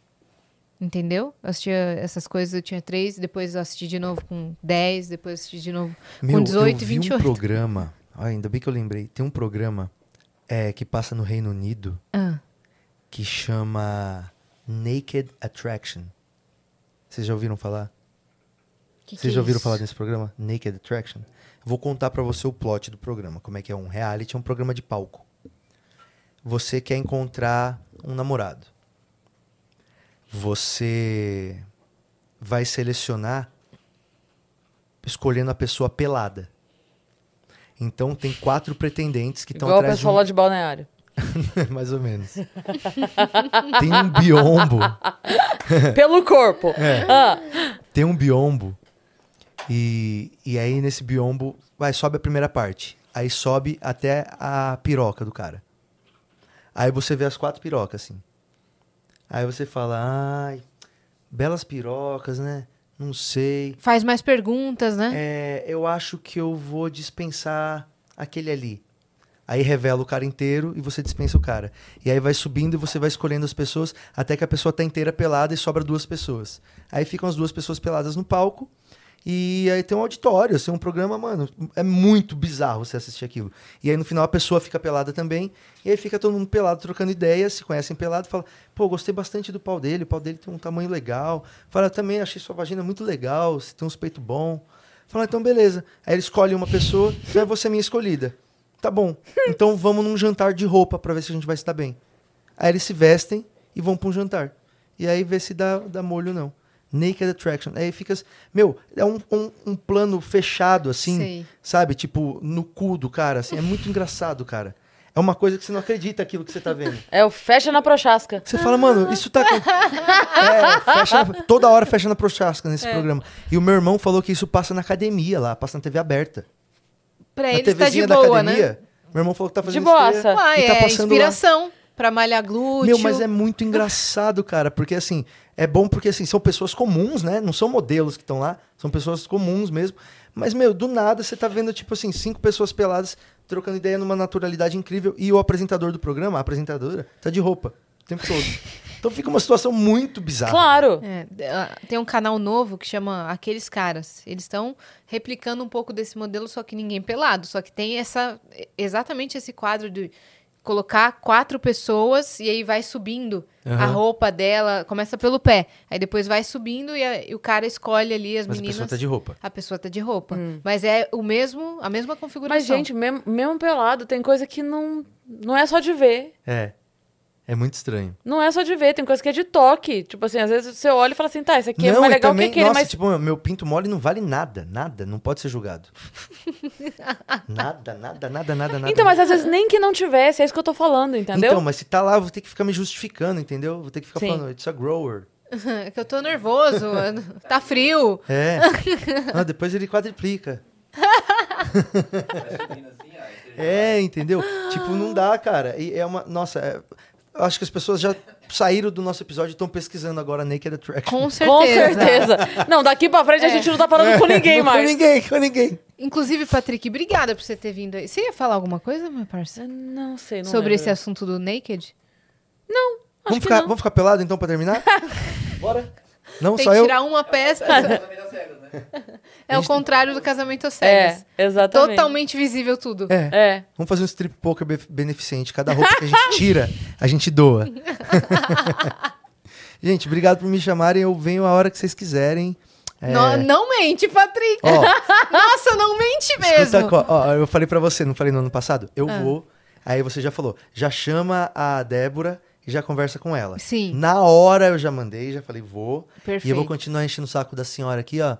S3: Entendeu? Eu assistia essas coisas, eu tinha três, depois eu assisti de novo com 10, depois eu assisti de novo
S1: Meu,
S3: com 18
S1: eu
S3: e
S1: vi
S3: 28.
S1: um programa... Ah, ainda bem que eu lembrei. Tem um programa é, que passa no Reino Unido
S3: Ah,
S1: que chama Naked Attraction. Vocês já ouviram falar?
S3: que que
S1: Vocês
S3: é
S1: já ouviram
S3: isso?
S1: falar desse programa? Naked Attraction? Vou contar pra você o plot do programa. Como é que é um reality, é um programa de palco. Você quer encontrar um namorado. Você vai selecionar escolhendo a pessoa pelada. Então tem quatro pretendentes que estão
S2: Igual o
S1: atrás de
S2: pessoal
S1: um...
S2: lá de balneário.
S1: [laughs] mais ou menos. tem um biombo
S2: Pelo corpo. Ah,
S1: tem um biombo e, e aí nesse biombo vai sobe a primeira parte, aí sobe até a piroca do cara. Aí você vê as quatro pirocas assim. Aí você fala, ai, belas pirocas, né? Não sei.
S3: Faz mais perguntas, né?
S1: É, eu acho que eu vou dispensar aquele ali. Aí revela o cara inteiro e você dispensa o cara. E aí vai subindo e você vai escolhendo as pessoas até que a pessoa tá inteira pelada e sobra duas pessoas. Aí ficam as duas pessoas peladas no palco. E aí tem um auditório, assim, um programa, mano, é muito bizarro você assistir aquilo. E aí no final a pessoa fica pelada também, e aí fica todo mundo pelado trocando ideias, se conhecem pelado, fala, pô, gostei bastante do pau dele, o pau dele tem um tamanho legal. Fala, também achei sua vagina muito legal, você tem uns peitos bom. Fala, então beleza. Aí ele escolhe uma pessoa, então é você minha escolhida. Tá bom, então vamos num jantar de roupa pra ver se a gente vai se dar bem. Aí eles se vestem e vão pra um jantar. E aí vê se dá, dá molho ou não. Naked Attraction. Aí fica. Meu, é um, um, um plano fechado, assim.
S3: Sei.
S1: Sabe? Tipo, no cu do cara. Assim. É muito engraçado, cara. É uma coisa que você não acredita aquilo que você tá vendo.
S2: é o fecha na prochasca.
S1: Você fala, mano,
S3: [laughs]
S1: isso tá. É, fecha na- toda hora fecha na prochasca nesse
S3: É.
S1: programa. E o meu irmão falou que isso passa na academia lá, passa na TV aberta.
S3: Pra
S1: na
S3: eles tá de
S1: TVzinha da
S3: boa,
S1: academia.
S3: né?
S1: Meu irmão falou que tá fazendo
S2: boaça.
S1: esteira
S3: Uai,
S1: e tá
S3: é
S1: passando lá.
S3: inspiração pra malhar glúteo.
S1: Meu, mas é muito engraçado, cara, porque assim, é bom porque assim, são pessoas comuns, né? Não são modelos que estão lá, são pessoas comuns mesmo. Mas, meu, do nada você tá vendo, tipo assim, cinco pessoas peladas trocando ideia numa naturalidade incrível e o apresentador do programa, a apresentadora, tá de roupa o tempo
S2: [laughs]
S1: todo. Então fica uma situação muito bizarra.
S2: Claro.
S3: É, d- ah, tem um canal novo que chama Aqueles Caras. Eles estão replicando um pouco desse modelo, só que ninguém pelado. Só que tem essa exatamente esse quadro de colocar quatro pessoas e aí vai subindo a
S1: Aham.
S3: roupa dela. Começa pelo pé. Aí depois vai subindo e, a- e o cara escolhe ali as
S1: Mas a
S3: meninas.
S1: pessoa tá de roupa.
S3: A pessoa tá de roupa. Mas é o mesmo, a mesma configuração.
S2: Mas, gente, mesmo, mesmo pelado, tem coisa que não, não é só de ver.
S1: É. É muito estranho.
S2: Não é só de ver, tem coisa que é de toque. Tipo assim, às vezes você olha e fala assim, tá, esse aqui é
S1: não,
S2: mais
S1: e
S2: legal
S1: também,
S2: que aquele,
S1: nossa,
S2: mas
S1: tipo, meu- meu pinto mole não vale nada, nada, não pode
S2: [laughs]
S1: ser julgado. nada, nada, nada, nada, nada.
S2: Então, mas às vezes nem que não tivesse, é isso que eu tô falando, entendeu?
S1: Então, mas se tá lá, eu vou ter que ficar me justificando, entendeu? Vou ter que ficar
S2: Sim.
S1: falando, it's a grower.
S3: É que eu tô nervoso, [laughs] eu- tá frio.
S1: É.
S2: [laughs]
S1: ah, depois ele quadriplica. é, entendeu? Tipo, não dá, cara. E é uma. Nossa, é- eu acho que as pessoas já saíram do nosso episódio e estão pesquisando agora Naked Attraction.
S3: Com certeza.
S2: Com certeza. não, daqui pra frente a gente não tá falando com ninguém
S1: É. [laughs] Com
S2: mais.
S1: ninguém, com ninguém.
S3: Inclusive, Patrick, obrigada por você ter vindo aí. Você ia falar alguma coisa, meu parceiro?
S2: Não sei, não
S3: Sobre
S2: lembro.
S3: esse assunto do naked?
S1: Vamos
S2: que
S1: ficar,
S2: não.
S1: vamos ficar pelado então
S2: [laughs]
S1: pra terminar? Bora? Não,
S3: Tem
S1: só
S3: que
S1: eu.
S3: tirar uma peça. [laughs] é o contrário do casamento às cegas.
S2: É, exatamente.
S3: Totalmente visível tudo.
S1: É.
S2: É.
S1: Vamos fazer um strip poker bef- beneficente. Cada roupa que a gente tira, a
S3: [laughs]
S1: gente doa. gente, obrigado por me chamarem. Eu venho a hora que
S3: [laughs]
S1: vocês quiserem. É,
S3: No- não mente, Patrick.
S1: Ó.
S3: Nossa, não mente É mesmo. Ah.
S1: Escuta, co- ó, eu falei pra você, não falei no ano passado? Eu vou. Aí você já falou, já chama a Débora e já conversa com ela.
S3: Sim.
S1: Na hora eu já mandei, já falei, vou. E eu
S3: Perfeito.
S1: vou continuar enchendo o saco da senhora aqui, ó.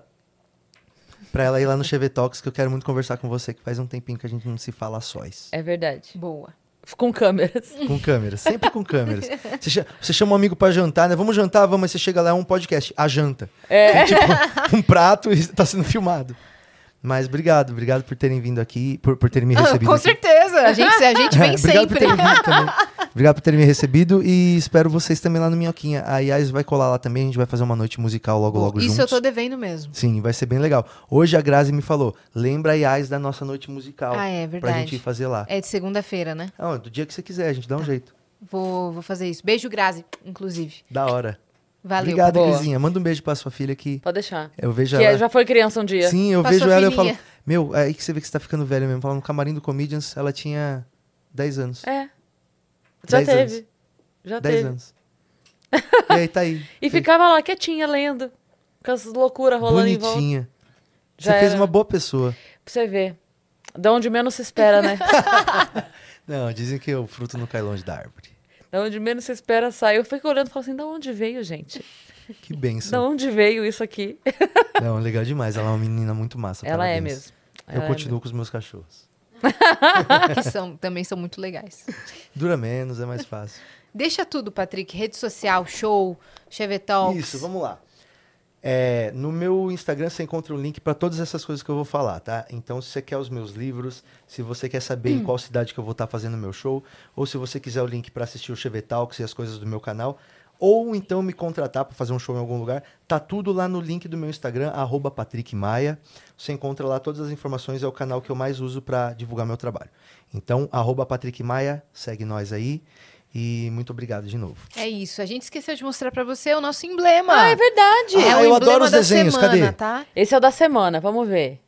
S1: Pra ela ir lá no Chevetox, que eu quero muito conversar com você, que faz um tempinho que a gente não se fala a sós.
S2: É verdade.
S3: Boa.
S2: Com câmeras.
S1: Com câmeras, sempre com câmeras. Você cha- você chama um amigo pra jantar, né? Vamos jantar, vamos, mas você chega lá, é um podcast, a janta. É. tipo um prato e tá sendo filmado. Mas obrigado, obrigado por terem vindo aqui, por, por terem me
S3: Ah,
S1: recebido
S3: com
S1: aqui.
S3: certeza. A gente, a gente [laughs] vem
S1: É, obrigado por
S3: sempre.
S1: terem vindo também. Obrigado por terem me recebido e espero vocês também lá no Minhoquinha. A Yas vai colar lá também, a gente vai fazer uma noite musical logo, logo
S3: Isso eu
S1: juntos.
S3: tô devendo mesmo.
S1: Sim, vai ser bem legal. Hoje a Grazi me falou, lembra a Yas da nossa noite musical.
S3: Ah, é
S1: Pra
S3: verdade.
S1: gente ir fazer lá.
S3: É de segunda-feira, né?
S1: Ah, do dia que você quiser, a gente dá um jeito.
S3: Vou, vou fazer isso. Beijo, Grazi, inclusive.
S1: Da hora.
S3: Valeu.
S1: Obrigado,
S2: boa.
S1: Crisinha. Manda um beijo pra sua filha que
S2: Pode deixar.
S1: eu vejo
S2: que
S1: ela.
S2: já foi criança um dia.
S1: Sim, eu
S3: Pra
S1: vejo
S3: sua
S1: ela e eu falo,
S3: filhinha.
S1: meu, é aí que você vê que você tá ficando velho mesmo. Fala, no camarim do Comedians, ela tinha 10 anos.
S2: É. Já
S1: Dez
S2: teve.
S1: anos.
S2: Já
S1: 10
S2: teve.
S1: anos. E aí, tá aí.
S2: [laughs] E ficava lá quietinha, lendo. Com as loucuras rolando em volta.
S1: Bonitinha. Você
S2: Já
S1: fez
S2: era.
S1: uma boa pessoa.
S2: Pra você ver. Da onde menos se espera,
S1: [laughs]
S2: né?
S1: Não, dizem que o fruto não cai longe da árvore.
S2: da onde menos se espera sai. Eu fico olhando e falo assim, da onde veio, gente?
S1: Que
S2: Da
S1: benção.
S2: onde veio isso aqui?
S1: [laughs] Não, legal demais. Ela é uma menina muito massa.
S2: Ela é
S1: parabéns.
S2: mesmo.
S1: Eu
S2: Ela é
S1: continuo com os meus cachorros.
S3: [laughs] Que são, também são muito legais.
S1: Dura menos, é mais fácil.
S3: Deixa tudo, Patrick. Rede social, show, Chevetol.
S1: Isso, vamos lá. É, no meu Instagram você encontra o link para todas essas coisas que eu vou falar, tá? Então, se você quer os meus livros, se você quer saber em qual cidade que eu vou estar fazendo o meu show, ou se você quiser o link para assistir o Chevetalks e as coisas do meu canal, ou então me contratar para fazer um show em algum lugar, tá tudo lá no link do meu Instagram, arroba Patrick Maia. Você encontra lá todas as informações, é o canal que eu mais uso para divulgar meu trabalho. Então, arroba Patrick Maia, segue nós aí. E muito obrigado de novo.
S3: É isso. A gente esqueceu de mostrar pra você o nosso emblema.
S2: Ah, é verdade.
S3: É
S1: Ah,
S3: o emblema
S1: eu adoro os
S3: da
S1: desenhos,
S3: semana,
S1: cadê?
S3: tá?
S2: Esse é o da semana, vamos ver.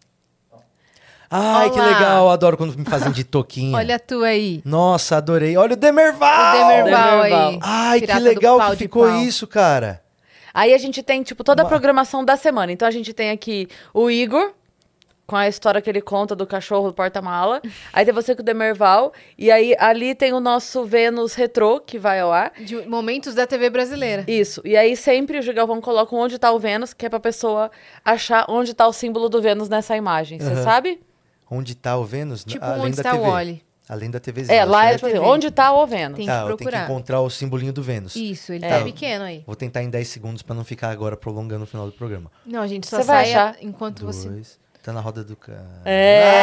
S1: Ai,
S3: Olha
S1: que
S3: lá.
S1: legal. Eu adoro quando me fazem de toquinha.
S3: [laughs] Olha a tua aí.
S1: Nossa, adorei. Olha Ah, o
S3: O
S1: Demerval.
S3: Demerval
S2: Demerval.
S3: aí.
S1: Ai,
S3: Pirata
S1: que
S3: do
S1: legal
S3: pau
S1: que
S3: de
S1: ficou
S3: pau.
S1: isso, cara.
S2: Aí a gente tem, tipo, toda a programação da semana. Então a gente tem aqui o Igor, com a história que ele conta do cachorro do porta-mala.
S1: [laughs]
S2: Aí tem você com o Demerval. E aí ali tem o nosso Vênus Retrô, que vai ao ar.
S3: De momentos da TV brasileira.
S2: Isso. E aí sempre o Gigalvão coloca onde tá o Vênus, que é pra pessoa achar onde tá o símbolo do Vênus nessa imagem. Você
S1: Aham.
S2: sabe?
S1: Onde tá o Vênus?
S3: Tipo,
S1: Além
S3: onde
S1: da
S3: está o
S1: TV.
S3: Oli.
S1: Além da TVzinha.
S2: É, lá é tipo
S1: certo?
S2: assim, onde tá o Vênus.
S3: Tem que
S1: Tá, eu tenho que
S3: procurar.
S1: encontrar o simbolinho do Vênus.
S3: Isso, ele
S1: É.
S3: tá pequeno aí.
S1: Vou tentar em 10 segundos pra não ficar agora prolongando o final do programa.
S3: Não, a gente só
S2: Você vai
S3: sai
S2: achar.
S3: a- enquanto você.
S1: Dois. Tá na roda do Ah, cara.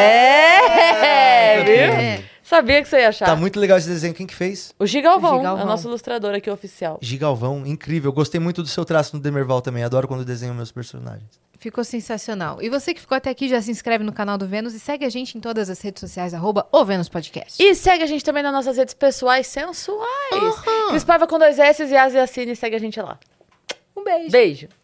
S2: É,
S1: [laughs]
S2: viu?
S3: É.
S2: Sabia que você ia achar.
S1: Tá muito legal esse desenho. Quem que fez?
S2: O Gigalvão,
S3: O Gigalvão.
S2: é o nosso ilustrador aqui oficial.
S1: Gigalvão, incrível. Gostei muito do seu traço no Demerval também. Adoro quando desenho meus personagens.
S3: Ficou sensacional. E você que ficou até aqui, já se inscreve no canal do Vênus e segue a gente em todas as redes sociais, arroba o Vênus Podcast.
S2: E segue a gente também nas nossas redes pessoais sensuais. Cris Paiva com dois S e Asi Assine, segue a gente lá.
S3: um beijo.
S2: Beijo.